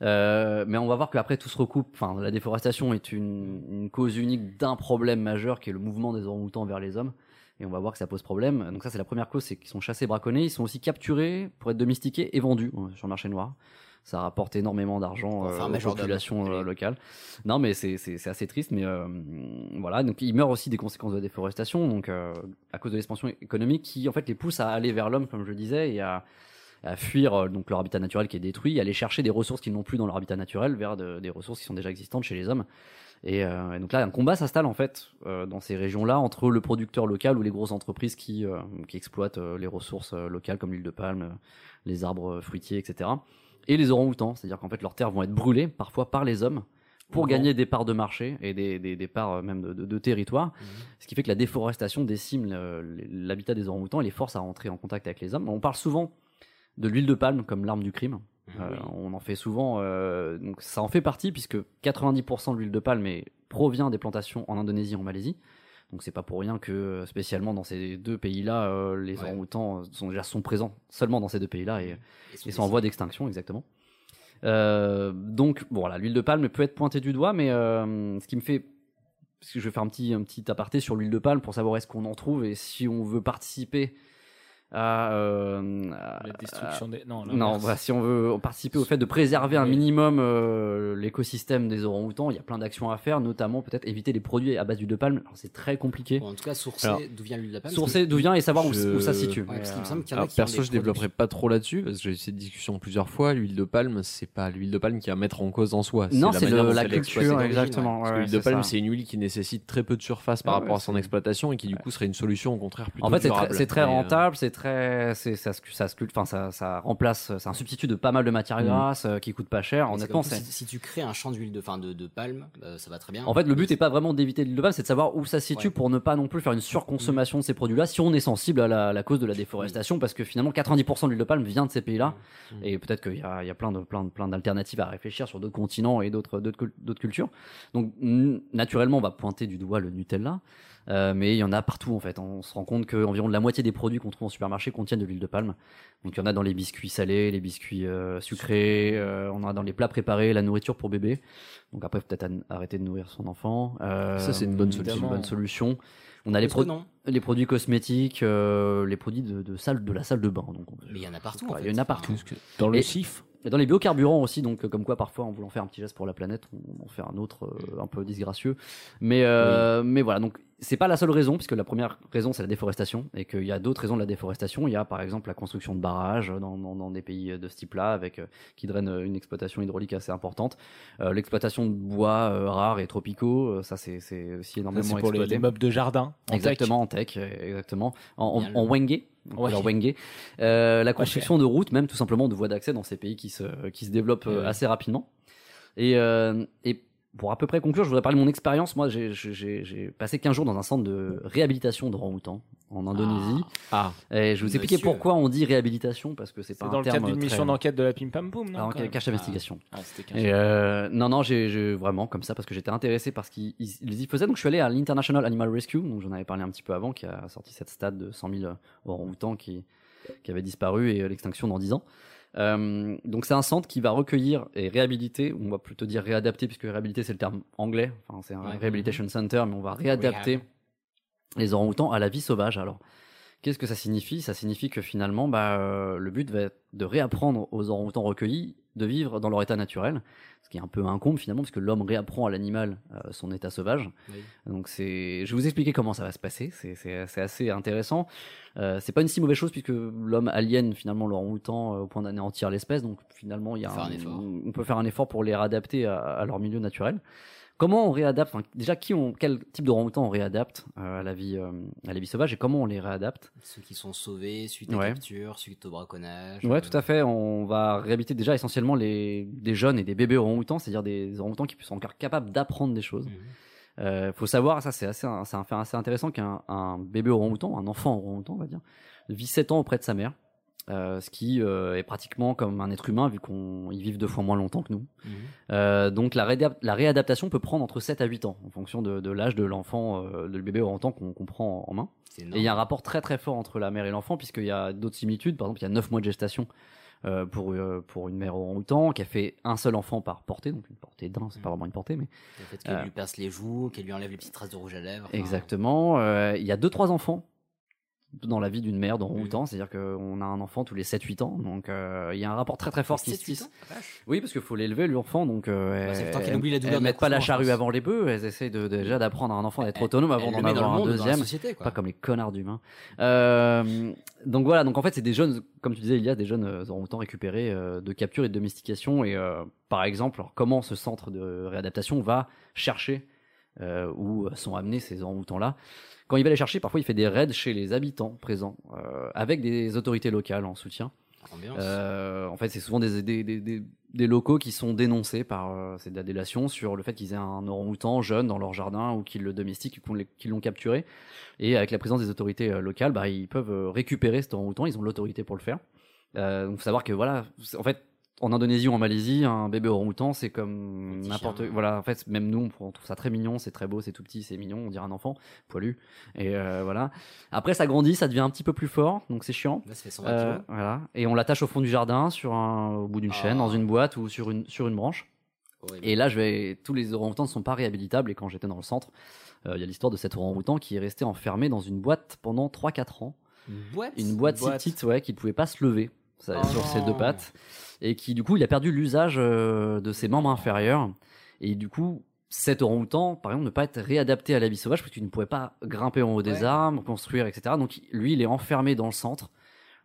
S9: Euh, mais on va voir qu'après tout se recoupe. Enfin, la déforestation est une, une cause unique d'un problème majeur qui est le mouvement des orang-outans vers les hommes. Et on va voir que ça pose problème. Donc ça, c'est la première cause, c'est qu'ils sont chassés, braconnés. Ils sont aussi capturés pour être domestiqués et vendus euh, sur le marché noir. Ça rapporte énormément d'argent
S2: Pour
S9: euh,
S2: faire un
S9: aux
S2: majordome.
S9: populations euh,
S2: Allez.
S9: locales. Non, mais c'est- c'est c'est assez triste. Mais euh, voilà, donc ils meurent aussi des conséquences de la déforestation, donc euh, à cause de l'expansion économique qui en fait les pousse à aller vers l'homme, comme je le disais, et à à fuir euh, donc leur habitat naturel qui est détruit, à aller chercher des ressources qu'ils n'ont plus dans leur habitat naturel vers de- des ressources qui sont déjà existantes chez les hommes. Et, euh, et donc là, un combat s'installe en fait euh, dans ces régions-là entre le producteur local ou les grosses entreprises qui, euh, qui exploitent euh, les ressources euh, locales comme l'huile de palme, euh, les arbres euh, fruitiers, etc. Et les orang-outans, c'est-à-dire qu'en fait leurs terres vont être brûlées parfois par les hommes pour
S2: Bon.
S9: gagner des parts de marché et des, des, des parts euh, même de, de, de territoire. Ce qui fait que la déforestation décime le- le- l'habitat des orang-outans et les force à rentrer en contact avec les hommes. On parle souvent de l'huile de palme comme l'arme du crime. Euh, On en fait souvent, euh, donc ça en fait partie puisque 90% de l'huile de palme est- provient des plantations en Indonésie et en Malaisie. Donc c'est pas pour rien que euh, spécialement dans ces deux pays-là, euh, les
S2: Ouais.
S9: orang-outans euh, sont déjà sont présents seulement dans ces deux pays-là et,
S2: Ils
S9: ils sont en voie d'extinction, exactement. Euh, donc, bon, voilà, l'huile de palme peut être pointée du doigt, mais euh, ce qui me fait. Parce que je vais faire un petit, un petit aparté sur l'huile de palme pour savoir est-ce qu'on en trouve et si on veut participer à, euh, à-
S3: La destruction des. Non,
S9: Non, bah, si on veut participer au fait de préserver un minimum euh, l'écosystème des orang-outans, il y a plein d'actions à faire, notamment peut-être éviter les produits à base d'huile de palme. Alors, c'est très compliqué.
S2: en tout cas, sourcer
S1: Alors,
S2: d'où vient l'huile de la palme.
S9: sourcer d'où vient et savoir où,
S1: Je-
S9: où ça se situe.
S2: Ouais, parce qu'il me semble qu'il y en a
S1: Alors,
S2: qui ont
S1: perso,
S2: des
S1: je développerai pas trop là-dessus parce que j'ai eu cette discussion plusieurs fois. L'huile de palme, c'est pas l'huile de palme qui va mettre en cause en soi.
S9: Non, c'est
S1: manière
S9: le-
S1: dont
S9: la
S1: elle est exploitée
S9: culture,
S1: d'origine,
S9: exactement,
S1: Parce que
S9: ouais,
S1: l'huile de
S9: c'est
S1: palme,
S9: ça.
S1: c'est une huile qui nécessite très peu de surface par
S9: Ouais,
S1: rapport à
S9: ouais,
S1: son exploitation et qui du coup serait une solution au contraire plutôt
S9: En fait, c'est très,
S1: durable.
S9: c'est très
S1: Mais, euh,
S9: rentable, c'est très, c'est ça, scu- ça sculpte, enfin ça, ça remplace, c'est un substitut de pas mal de matières
S1: Mm.
S2: Mhm.
S9: grasses euh, qui coûtent pas cher.
S2: Parce que,
S9: Honnêtement,
S2: en plus,
S9: c'est
S2: si, si tu crées un champ d'huile de, enfin, de, de palme, euh, ça va très bien.
S9: en fait, le but n'est pas vraiment d'éviter l'huile de palme, c'est de savoir où ça se situe
S2: Ouais.
S9: pour ne pas non plus faire une surconsommation de ces produits-là si on est sensible à la, la cause de la déforestation, parce que finalement 90% de l'huile de palme vient de ces pays-là, et peut-être qu'il y a, il y a plein, de, plein, de- plein d'alternatives à réfléchir sur d'autres continents et d'autres, d'autres, cul- d'autres cultures. Donc n- naturellement, on va pointer du doigt le Nutella, euh, mais il y en a partout en fait. On se rend compte qu'environ de la moitié des produits qu'on trouve en supermarché contiennent de l'huile de palme. Donc il y en a dans les biscuits salés, les biscuits euh, sucrés, euh, on en a dans les plats préparés, la nourriture pour bébé. Donc après, faut peut-être an- arrêter de nourrir son enfant. Euh,
S1: Ça, c'est une bonne solution.
S9: c'est une bonne solution. On a les,
S2: Parce que
S9: pro-
S2: non.
S9: les produits cosmétiques, euh, les produits de, de salle, de la salle de bain. Donc, on-
S2: Mais il y en a partout.
S9: il y en a partout.
S3: Dans le
S9: Et-
S3: CIF
S9: et dans les biocarburants aussi, donc euh, comme quoi parfois en voulant faire un petit geste pour la planète, on en fait un autre euh, un peu disgracieux. Mais, euh, mais voilà, donc c'est pas la seule raison, puisque la première raison c'est la déforestation, et qu'il y a d'autres raisons de la déforestation. Il y a par exemple la construction de barrages dans, dans- dans des pays de ce type-là, avec, euh, qui drainent euh, une exploitation hydraulique assez importante. Euh, L'exploitation de bois euh, rares et tropicaux, euh, ça c'est c'est aussi
S3: Ça,
S9: énormément
S3: C'est pour les,
S9: exploité.
S3: les meubles de jardin. en
S9: Exactement, en tech, euh, exactement. En,
S2: Bien
S9: en, en
S2: le-
S9: Wenge, donc
S3: Ouais.
S9: leur Wenge. Euh, la
S3: Pas
S9: construction de routes, même tout simplement de voies d'accès dans ces pays qui se, qui se développent euh,
S3: Ouais.
S9: assez rapidement. Et, euh, et pour à peu près conclure, je voudrais parler de mon expérience. Moi, j'ai- j'ai- j'ai j'ai passé 15 jours dans un centre de réhabilitation de orang-outans en Indonésie.
S1: Ah,
S9: et je vais vous expliquer
S2: monsieur.
S9: pourquoi on dit réhabilitation, parce que c'est pas
S3: C'est
S9: un
S3: dans le
S9: terme
S3: cadre d'une
S9: très-
S3: mission d'enquête de la Pim Pam Poum, non
S9: Alors,
S3: quand même
S9: cache investigation.
S3: Ah, c'était qu'un
S9: Et euh, non, non, j'ai j'ai vraiment comme ça parce que j'étais intéressé par ce qu'ils ils- ils y faisaient. Donc je suis allé à l'International Animal Rescue, donc j'en avais parlé un petit peu avant, qui a sorti cette stade de 100 000 orang-outans qui, qui avait disparu et euh, l'extinction dans 10 ans. Euh, donc c'est un centre qui va recueillir et réhabiliter, on va plutôt dire réadapter puisque réhabiliter c'est le terme anglais, enfin c'est un
S2: Ouais.
S9: rehabilitation center, mais on va réadapter les orang-outans à la vie sauvage. Alors qu'est-ce que ça signifie Ça signifie que finalement bah, euh, le but va être de réapprendre aux orang-outans recueillis de vivre dans leur état naturel, ce qui est un peu un comble finalement puisque l'homme réapprend à l'animal euh, son état sauvage. Donc c'est, je vais vous expliquer comment ça va se passer. C'est, c'est- c'est assez intéressant. Euh, c'est pas une si mauvaise chose puisque l'homme alien finalement leur outant au point d'anéantir l'espèce. Donc finalement, il y a
S2: Faire un effort.
S9: on peut faire un effort pour les réadapter à, à leur milieu naturel. Comment on réadapte enfin, Déjà, qui on, quel type de orang-outan on réadapte euh, à la vie, euh, à la vie sauvage et comment on les réadapte
S2: Ceux qui sont sauvés suite à
S9: Ouais.
S2: capture, suite au braconnage. euh,
S9: Ouais, tout à fait. On va réhabiliter déjà essentiellement les, des jeunes et des bébés orang-outans, c'est-à-dire des orang-outans qui sont encore capables d'apprendre des choses. Euh, faut savoir, ça c'est assez, c'est un fait assez intéressant qu'un un bébé orang-outan, un enfant orang-outan, on va dire, vit 7 ans auprès de sa mère. euh, ce qui euh, est pratiquement comme un être humain vu qu'on ils vivent deux fois moins longtemps que nous.
S2: mhm.
S9: Euh, donc la, réadap- la réadaptation peut prendre entre 7 à 8 ans en fonction de, de l'âge de l'enfant, euh, de le bébé orang-outan qu'on qu'on prend en- en main. Et il y a un rapport très très fort entre la mère et l'enfant, puisqu'il y a d'autres similitudes. Par exemple, il y a 9 mois de gestation euh, pour, euh, pour une mère orang-outan qui a fait un seul enfant par portée, donc une portée d'un,
S2: Mm.
S9: c'est pas vraiment une portée, mais
S2: Le fait
S1: Euh.
S2: qu'elle lui perce les joues, qu'elle lui enlève les petites traces de rouge à lèvres. enfin,
S9: exactement. Euh, il y a 2-3 enfants dans la vie d'une mère
S2: Mm.
S9: d'orang-outan, c'est-à-dire qu'on a un enfant tous les 7-8 ans, donc euh, il y a un rapport très très fort
S2: à
S9: qui se
S2: 7-8
S9: tisse.
S2: ans, la vache.
S9: Oui, parce qu'il faut l'élever, l'enfant, donc euh,
S2: Bah, c'est le temps
S9: elles-
S2: qu'elle oublie la douleur
S9: elles
S2: de
S9: mettent pas la
S2: l'accouchement, je
S9: charrue
S2: pense.
S9: avant les bœufs, elles essayent de, déjà d'apprendre à un enfant à être autonome
S2: Mm.
S9: avant
S2: Elle
S9: d'en
S2: le met dans le
S9: avoir un
S2: monde, dans la
S9: deuxième.
S2: société, quoi.
S9: Pas comme les connards d'humains. Euh, donc voilà, donc en fait, c'est des jeunes, comme tu disais, il y a des jeunes euh, orang-outans récupérés euh, de capture et de domestication. Et euh, par exemple, alors, comment ce centre de euh, réadaptation va chercher euh, où sont amenés ces orang-outans-là Quand il va les chercher, parfois, il fait des raids chez les habitants présents, euh, avec des autorités locales en soutien.
S2: Ambiance.
S9: Euh, en fait, c'est souvent des, des, des, des- des locaux qui sont dénoncés par euh, cette délation sur le fait qu'ils aient un orang-outan jeune dans leur jardin ou qu'ils le domestiquent, qu'on les- qu'ils l'ont capturé. Et avec la présence des autorités euh, locales, bah, ils peuvent euh, récupérer cet orang-outan, ils ont l'autorité pour le faire. Euh, donc, faut savoir que voilà, c'est- en fait, en Indonésie ou en Malaisie, un bébé orang-outan, c'est comme
S2: petit
S9: n'importe.
S2: chien.
S9: Voilà, en fait, même nous, on trouve ça très mignon, c'est très beau, c'est tout petit, c'est mignon, on dirait un enfant poilu. Et euh, voilà. Après, ça grandit, ça devient un petit peu plus fort, donc c'est chiant.
S2: Là, ça fait 120
S9: Euh,
S2: kilos.
S9: voilà. Et on l'attache au fond du jardin, sur un, au bout d'une
S2: Ah.
S9: chaîne, dans une boîte ou sur une, sur une branche.
S2: Horrible.
S9: Et là, je vais... tous les orang-outans ne sont pas réhabilitables. Et quand j'étais dans le centre, euh, il y a l'histoire de cet orang-outan qui est resté enfermé dans une boîte pendant 3-4 ans.
S2: Une boîte
S9: Une boîte si petite ouais, qu'il ne pouvait pas se lever. ça-
S2: Oh
S9: sur ses
S2: non.
S9: deux pattes, et qui du coup il a perdu l'usage euh, de ses membres inférieurs, et du coup cet orang-outan, par exemple, ne pas être réadapté à la vie sauvage parce qu'il ne pouvait pas grimper en haut des
S2: Ouais.
S9: arbres, construire, etc. Donc il- lui, il est enfermé dans le centre,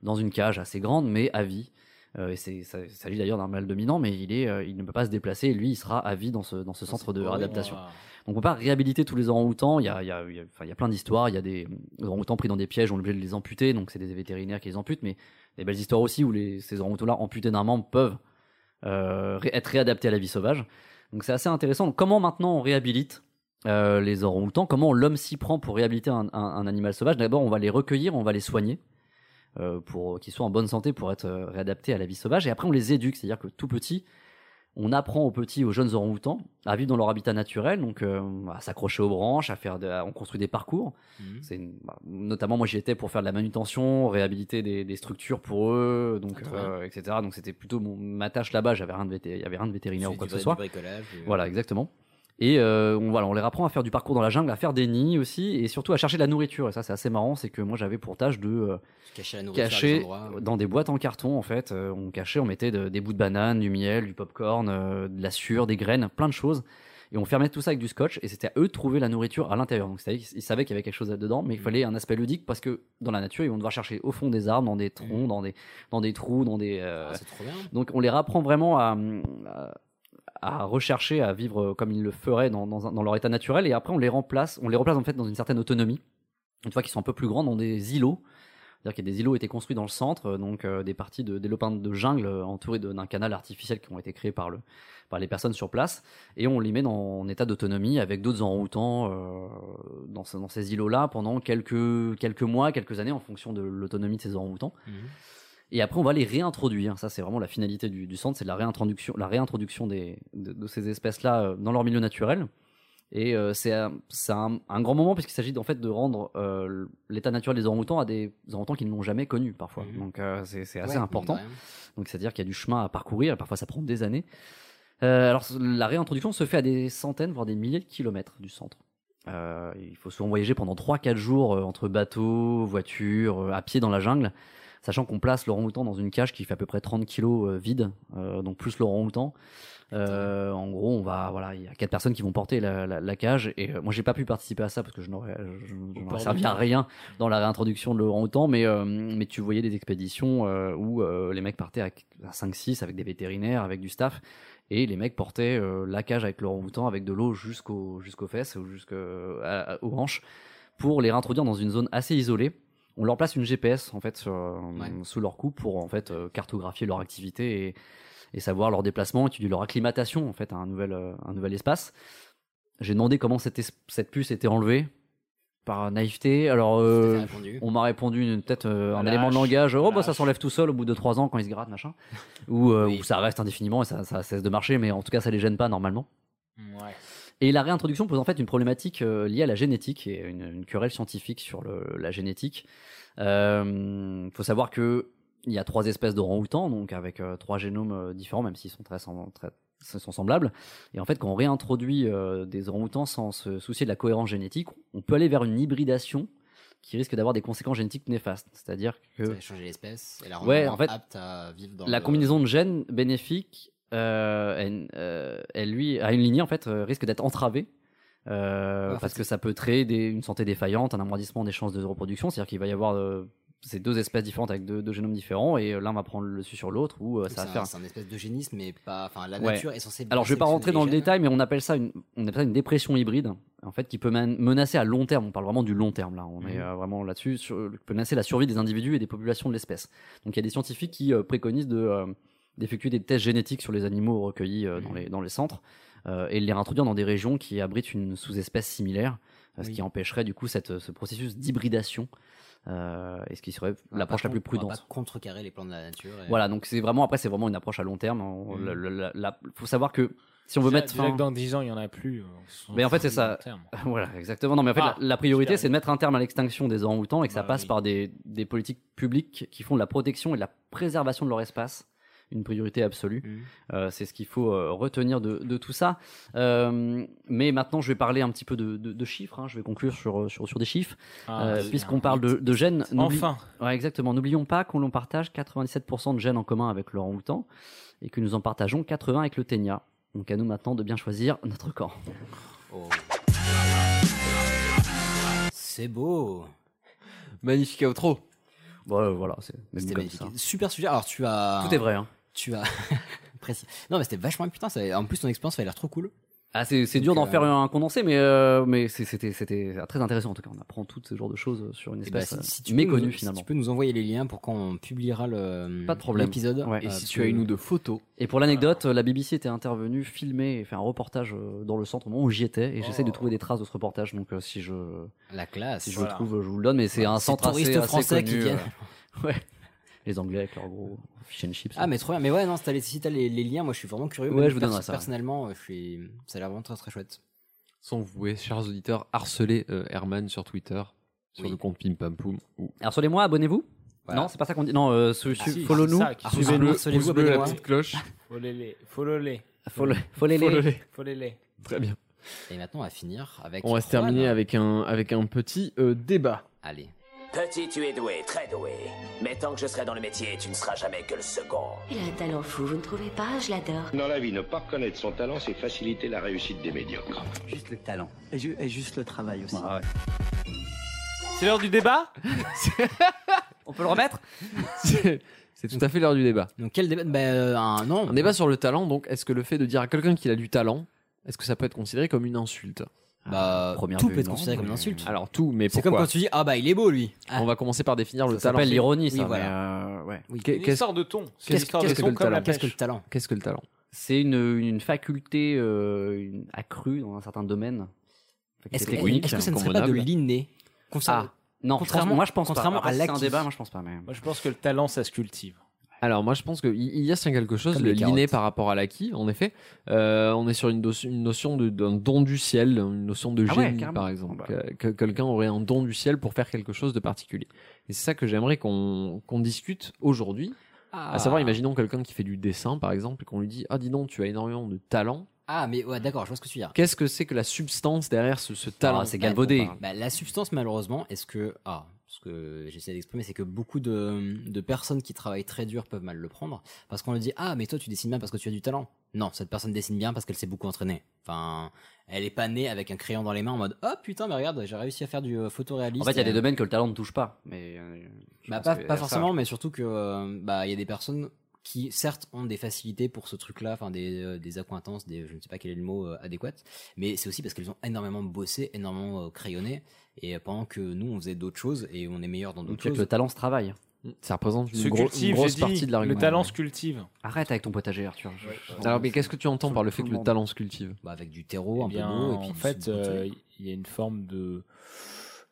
S9: dans une cage assez grande, mais à vie. Euh, et c'est, ça, il s'agit d'ailleurs d'un mâle dominant, mais il, est, euh, il ne peut pas se déplacer. Et lui, il sera à vie dans ce, dans ce centre de réadaptation. Donc on peut pas réhabiliter tous les orang-outans. Il y a, il y a- il y a- enfin, il y a plein d'histoires. Il y a des euh, orang-outans pris dans des pièges, on est obligé de les amputer. Donc c'est des vétérinaires qui les amputent. Mais des belles histoires aussi où les, ces orang-outans-là amputés d'un membre peuvent euh, ré- être réadaptés à la vie sauvage. Donc c'est assez intéressant. Donc, comment maintenant on réhabilite euh, les orang-outans Comment l'homme s'y prend pour réhabiliter un, un- un animal sauvage D'abord, on va les recueillir, on va les soigner euh, pour qu'ils soient en bonne santé pour être euh, réadaptés à la vie sauvage. Et après, on les éduque, c'est-à-dire que tout petit, on apprend aux petits, aux jeunes orang-outans à vivre dans leur habitat naturel, donc euh, à s'accrocher aux branches, à faire, de- à- on construit des parcours.
S2: Hmm.
S9: C'est une- bah, notamment moi j'y étais pour faire de la manutention, réhabiliter des, des structures pour eux, donc euh, etc. Donc c'était plutôt mon- ma tâche là-bas. J'avais rien de vété- il y avait rien de vétérinaire
S2: Tu
S9: ou quoi
S2: fais
S9: que ce
S2: du
S9: soit.
S2: bricolage, euh, du-
S9: Voilà, exactement. Et euh, on, voilà, on les apprend à faire du parcours dans la jungle, à faire des nids aussi, et surtout à chercher de la nourriture. Et ça, c'est assez marrant, c'est que moi j'avais pour tâche de euh,
S2: Cacher la nourriture à des
S9: cacher
S2: endroits.
S9: dans des boîtes en carton en fait. Euh, on cachait, on mettait de- des bouts de banane, du miel, du popcorn, euh, de la sueur, des graines, plein de choses. Et on fermait tout ça avec du scotch, et c'était à eux de trouver la nourriture à l'intérieur. Donc c'est-à-dire qu'ils savaient qu'il y avait quelque chose là-dedans, mais il fallait un aspect ludique parce que dans la nature, ils vont devoir chercher au fond des arbres, dans des troncs, dans, des, dans des trous, dans des.
S2: Ah,
S9: euh, Donc on les apprend vraiment à, à- à rechercher, à vivre euh, comme ils le feraient dans, dans un- dans leur état naturel, et après on les remplace, on les remplace en fait dans une certaine autonomie. Une fois qu'ils sont un peu plus grands, dans des îlots. C'est-à-dire qu'il y a des îlots étaient construits dans le centre, euh, donc euh, des parties de, des lopins de jungle euh, entourés de- d'un canal artificiel qui ont été créés par, le, par les personnes sur place, et on les met dans, en état d'autonomie avec d'autres orang-outans euh, dans, ce- dans ces îlots-là pendant quelques, quelques mois, quelques années en fonction de l'autonomie de ces orang-outans.
S2: Mhm.
S9: Et après, on va les réintroduire. Ça, c'est vraiment la finalité du, du centre, c'est la réintroduction, la réintroduction des, de, de ces espèces-là euh, dans leur milieu naturel. Et euh, c'est un, c'est un- un grand moment puisqu'il s'agit en fait de rendre euh, l'état naturel des orang-outans à des orang-outans qui ne l'ont jamais connu parfois. Donc euh, c'est c'est assez
S2: Mhm. Ouais,
S9: important.
S2: mine de rien.
S9: Donc c'est-à-dire qu'il y a du chemin à parcourir. et Parfois, ça prend des années. Euh, alors la réintroduction se fait à des centaines voire des milliers de kilomètres du centre. Euh, il faut souvent voyager pendant 3-4 jours euh, entre bateau, voiture, euh, à pied dans la jungle, sachant qu'on place l'orang-outan dans une cage qui fait à peu près 30 kilos euh, vide, euh, donc plus l'orang-outan. Euh, en gros, on va, voilà, il y a quatre personnes qui vont porter la, la- la cage. Et euh, moi, j'ai pas pu participer à ça parce que je n'aurais, je- je n'aurais
S2: port
S9: servi
S2: du
S9: à
S2: Nord.
S9: rien dans la réintroduction de l'orang-outan. Mais, euh, mais tu voyais des expéditions euh, où euh, les mecs partaient à, à 5-6 avec des vétérinaires, avec du staff. Et les mecs portaient euh, la cage avec l'orang-outan, avec de l'eau jusqu'aux jusqu'aux fesses ou jusqu'aux hanches pour les réintroduire dans une zone assez isolée. On leur place une GPS en fait sur- euh, sous leur cou pour en fait euh, cartographier leur activité et, et savoir leur déplacement, étudier leur acclimatation en fait à un nouvel, euh, un nouvel espace. J'ai demandé comment cette, es- cette puce était enlevée par naïveté. Alors euh, on m'a répondu une- peut-être euh, un
S2: Lâche,
S9: élément de langage. Oh bah ça s'enlève tout seul au bout de trois ans quand ils se grattent machin. Ou euh, ou ça reste indéfiniment et ça, ça cesse de marcher, mais en tout cas ça les gêne pas normalement. Et la réintroduction pose en fait une problématique euh, liée à la génétique et une, une querelle scientifique sur le- la génétique. Il faut savoir que il y a trois espèces d'orang-outans, donc avec euh, trois génomes euh, différents, même s'ils sont très, sem- très- se- sont semblables. Et en fait, quand on réintroduit euh, des orang-outans sans se soucier de la cohérence génétique, on peut aller vers une hybridation qui risque d'avoir des conséquences génétiques néfastes. C'est-à-dire que
S2: Ça va changer l'espèce et la rendre
S9: euh, Ouais,
S2: moins
S9: en fait,
S2: apte à vivre dans
S9: la
S2: le-
S9: combinaison de gènes bénéfiques, euh, elle, euh, elle, lui, à une lignée, en fait, euh, risque d'être entravée. euh,
S2: Ouais, en
S9: parce
S2: fait,
S9: que ça peut créer des- une santé défaillante, un amortissement des chances de reproduction, c'est-à-dire qu'il va y avoir euh, ces deux espèces différentes avec deux, deux génomes différents et euh, l'un va prendre le dessus sur l'autre ou euh,
S2: Donc
S9: ça va
S2: c'est un-
S9: faire
S2: C'est un espèce d'eugénisme, mais pas. Enfin, la
S9: Ouais.
S2: nature est censée. bien
S9: Alors, je vais pas
S2: sélectionner
S9: rentrer
S2: les
S9: dans le
S2: gènes.
S9: détail, mais on appelle ça une, on appelle ça une dépression hybride, en fait, qui peut men- menacer à long terme. On parle vraiment du long terme là. On est
S2: Mhm.
S9: euh, vraiment là-dessus. sur- Peut menacer la survie des individus et des populations de l'espèce. Donc, il y a des scientifiques qui euh, préconisent de euh, d'effectuer des tests génétiques sur les animaux recueillis euh,
S2: Mmh.
S9: dans les dans les centres euh, et de les réintroduire dans des régions qui abritent une sous-espèce similaire, euh, ce
S2: Oui.
S9: qui empêcherait du coup cette, ce processus d'hybridation. euh, et ce qui serait
S2: On va
S9: l'approche
S2: pas
S9: la plus
S2: Ah, contre- on va
S9: prudente.
S2: pas contrecarrer les plans de la nature. et-
S9: Voilà, donc c'est vraiment après, c'est vraiment une approche à long terme. On-
S2: Mhm.
S9: le- le- la- la- faut savoir que si on veut
S3: Mmh. Déjà-
S9: mettre
S3: déjà
S9: fin-
S3: que dans 10 ans, il n'y en a plus. euh, on s'en
S9: Mais en fait,
S3: fout
S9: c'est
S3: long
S9: ça.
S3: terme.
S9: Voilà, exactement. Non, mais en fait,
S3: Ah,
S9: la, la priorité,
S3: super. Bah
S9: c'est de mettre un terme à l'extinction des orang-outans et que ça passe par des, des politiques publiques qui font de la protection et de la préservation de leur espace une priorité absolue.
S3: Mmh.
S9: Euh, c'est ce qu'il faut euh, retenir de, de tout ça. Euh, mais maintenant, je vais parler un petit peu de, de- de chiffres. hein. Je vais conclure sur, sur, sur des chiffres.
S3: Ah,
S9: Euh,
S3: c'est
S9: Puisqu'on
S3: un
S9: parle de, de gènes. n'oublie-
S3: Enfin.
S9: Ouais, exactement. N'oublions pas qu'on l'on partage 97% de gènes en commun avec le orang-outan et que nous en partageons 80 avec le ténia. Donc à nous maintenant de bien choisir notre camp.
S2: C'est beau.
S1: Magnifique outro.
S9: voilà, c'est même
S2: C'était
S9: comme
S2: magnifique.
S9: ça.
S2: Super sujet. Alors, tu as.
S9: Tout est vrai, hein.
S2: Tu as. Précis. Non, mais c'était vachement bien, putain. ça- En plus, ton expérience, ça a l'air trop cool.
S9: Ah, c'est c'est dur
S2: Donc,
S9: d'en
S2: euh,
S9: faire un condensé, mais, euh, mais c'est- c'était c'était très intéressant en tout cas. On apprend tout ce genre de choses sur une
S2: Eh ben,
S9: espèce
S2: si- si tu
S9: euh,
S2: peux
S9: méconnue
S2: nous- si
S9: finalement.
S2: tu peux nous envoyer les liens pour qu'on publiera le
S9: Pas de problème.
S2: l'épisode. euh,
S9: Ouais.
S2: parce que-
S1: photos.
S9: Et pour l'anecdote, euh, la BBC était intervenue, filmée et fait un reportage euh, dans le centre au moment où j'y étais. Et
S2: Oh.
S9: j'essaie de trouver des traces de ce reportage. Donc euh, si je
S2: la classe,
S9: si je
S2: voilà.
S9: le trouve, je vous le donne. Mais c'est
S2: Ouais,
S9: un
S2: ces
S9: centre assez,
S2: touristes
S9: assez
S2: français qui
S9: connu,
S2: viennent.
S9: euh, ouais. Les Anglais avec leur gros fish and chips.
S2: Ah mais trop bien, mais ouais non, si t'as les, si t'as les- les liens, moi je suis vraiment curieux.
S9: Ouais,
S2: Même
S9: je vous donnerai ça.
S2: Personnellement, euh, je suis, ça a l'air vraiment très très chouette.
S1: Sans vous pouvez, chers auditeurs, harceler euh, Herman sur Twitter, sur le compte Pim Pam Poum. Ou...
S9: Harcelez-moi, abonnez-vous.
S1: Voilà.
S9: Non, c'est pas ça qu'on dit. Non, euh, su- su- follow-nous,
S3: suivez
S9: suivez-nous, pouce bleu,
S3: la
S9: petite cloche.
S3: Follow-les. Follow-les.
S9: Follow- follow-les.
S3: Follow-les. Follow-les.
S1: Très bien.
S2: Et maintenant on va finir avec.
S1: On va se
S2: Juan.
S1: terminer avec un, avec un petit euh, débat.
S2: Allez.
S13: Petit, tu es doué, très doué. Mais tant que je serai dans le métier, tu ne seras jamais que le second.
S10: Il a un talent fou, vous ne trouvez pas Je l'adore.
S14: Dans la vie, ne pas reconnaître son talent, c'est faciliter la réussite des médiocres.
S15: Juste le talent. Et, ju- et juste le travail aussi.
S3: C'est l'heure du débat
S9: On peut le remettre
S1: C'est c'est tout à fait l'heure du débat.
S2: Donc quel débat bah, euh, un, non.
S1: Un débat sur le talent, donc est-ce que le fait de dire à quelqu'un qu'il a du talent, est-ce que ça peut être considéré comme une insulte
S9: Ah,
S2: Bah,
S1: première
S2: tout
S1: vue,
S2: peut être
S1: non,
S2: considéré comme une
S1: mais-
S2: insulte.
S1: Alors tout, mais
S2: C'est
S1: pourquoi
S2: comme quand tu dis ah bah il est beau lui.
S1: On va commencer par définir le
S2: Ça
S1: talent.
S2: s'appelle l'ironie, ça,
S1: Oui,
S2: mais,
S9: euh,
S1: voilà.
S2: Oui.
S1: Qu'est-
S2: Une
S1: qu'est-ce-
S2: histoire de ton. C'est une
S1: Qu'est-ce
S2: histoire
S1: qu'est-ce
S2: de
S1: que
S2: ton
S1: le
S2: comme la
S1: talent
S2: pêche. Qu'est-ce que le talent
S1: Qu'est-ce que le talent
S9: C'est une, une faculté euh, une- accrue dans un certain domaine. Faculté
S2: Est-ce que,
S9: technique,
S2: est-ce que ça ne serait pas de
S9: incommodable.
S2: l'inné
S9: Ah, non, je pense- moi je pense
S1: contrairement
S9: pas. Après,
S1: à
S9: c'est un
S1: l'acquis.
S9: débat, moi je pense pas. Mais...
S3: Moi, je pense que le talent, ça se cultive.
S1: Alors moi je pense qu'il y a c'est quelque chose,
S3: Comme
S1: le
S3: les carottes.
S1: l'inné par rapport à l'acquis, en effet. Euh, on est sur une, dos- une notion de- d'un don du ciel, une notion de
S9: Ah ouais,
S1: génie
S9: carrément.
S1: par exemple. Que- Que, quelqu'un aurait un don du ciel pour faire quelque chose de particulier. Et c'est ça que j'aimerais qu'on qu'on discute aujourd'hui.
S2: Ah.
S1: À savoir, imaginons quelqu'un qui fait du dessin par exemple et qu'on lui dit Ah dis donc, tu as énormément de talent.
S2: Ah mais ouais d'accord, je vois ce que tu veux dire.
S1: Qu'est-ce que c'est que la substance derrière ce, ce talent
S2: Bah, bah, bah, la substance, malheureusement, est-ce que. Ah, ce que j'essaie d'exprimer, c'est que beaucoup de, de personnes qui travaillent très dur peuvent mal le prendre. Parce qu'on leur dit Ah, mais toi, tu dessines bien parce que tu as du talent. Non, cette personne dessine bien parce qu'elle s'est beaucoup entraînée. Enfin, elle est pas née avec un crayon dans les mains en mode Oh putain, mais regarde, j'ai réussi à faire du euh, photoréaliste.
S9: En fait, il y a des
S2: Et-
S9: domaines que le talent ne touche pas. Mais, euh, je
S2: bah,
S9: pense
S2: pas,
S9: que-
S2: pas
S9: ça,
S2: forcément, mais surtout que euh, bah il y a des personnes qui certes ont des facilités pour ce truc-là, enfin des, euh, des accointances, des je ne sais pas quel est le mot euh, adéquat, mais c'est aussi parce qu'elles ont énormément bossé, énormément euh, crayonné, et pendant que nous on faisait d'autres choses et on est meilleur dans
S9: Donc,
S2: d'autres
S9: peut-être
S2: choses.
S9: le talent se travaille.
S1: Ça représente
S3: Se cultive, j'ai dit, Le talent se cultive.
S9: Arrête avec ton potager, Arthur. Je- je-
S1: Alors, mais qu'est-ce que tu entends par le fait que le
S3: monde.
S1: talent se cultive
S2: Bah, avec du terreau,
S3: Eh
S2: un peu
S3: bien,
S2: d'eau, et puis
S3: en
S2: du
S3: fait,
S2: sel
S3: euh,
S2: potelé.
S3: il y a une forme de,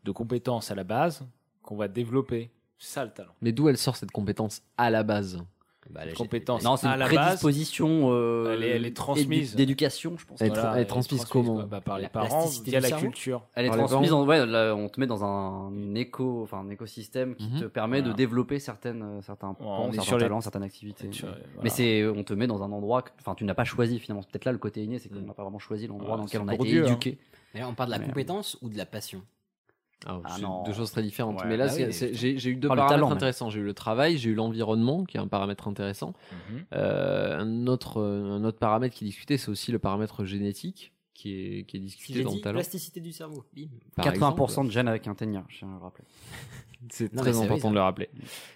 S3: de compétence à la base qu'on va développer. C'est ça le talent.
S1: Mais d'où elle sort cette compétence à la base
S2: Bah,
S3: Cette compétence
S9: Non, c'est
S3: à
S9: une
S3: la base,
S9: prédisposition, euh,
S3: elle, est, elle est
S9: édu-
S3: transmise.
S9: d'éducation, je pense.
S1: Elle,
S9: Voilà,
S1: tra- elle
S9: elle
S1: est transmise
S9: transmise,
S1: comment
S3: bah, par les La parents, plasticité via du la cerveau culture.
S9: Elle est
S1: Par les
S9: transmise
S1: parents.
S9: en, ouais, là, on te met dans un, une éco, enfin, un écosystème qui
S1: Mhm.
S9: te permet
S1: Voilà.
S9: de développer certaines, euh, certains pans,
S3: est
S9: certains
S3: sur les-
S9: talents, certaines activités.
S3: sur- voilà.
S9: Mais c'est, euh, on te met dans un endroit, que- enfin, tu n'as pas choisi finalement. C'est Peut-être là le côté inné, c'est qu'on
S3: Mm.
S9: n'a pas vraiment choisi l'endroit
S2: Voilà,
S9: dans
S2: c'est
S9: lequel on a
S2: pour
S9: été
S2: Dieu, hein.
S9: éduqué.
S2: Mais là, on parle de la
S9: Mais-
S2: compétence ou de la passion
S1: Ah,
S9: Ah
S1: c'est
S9: non.
S1: deux choses très différentes.
S9: Ouais,
S1: mais là,
S9: bah oui,
S1: c'est-
S9: mais-
S1: c'est- j'ai j'ai eu deux
S9: Par le
S1: paramètres
S9: talent, même.
S1: intéressants. J'ai eu le travail, j'ai eu l'environnement, qui est un paramètre intéressant.
S3: Mhm.
S1: Euh, un, autre, euh, un autre paramètre qui est discuté, c'est aussi le paramètre génétique, qui est, qui est
S2: Si
S1: discuté
S2: j'ai
S1: dans
S2: dit
S1: le talent.
S2: plasticité du cerveau. bim.
S1: Par
S9: 80% de jeunes avec un ténia, je tiens à le rappeler.
S1: C'est
S9: Non, mais
S1: très
S9: c'est vrai,
S1: important
S9: ça.
S1: de le rappeler.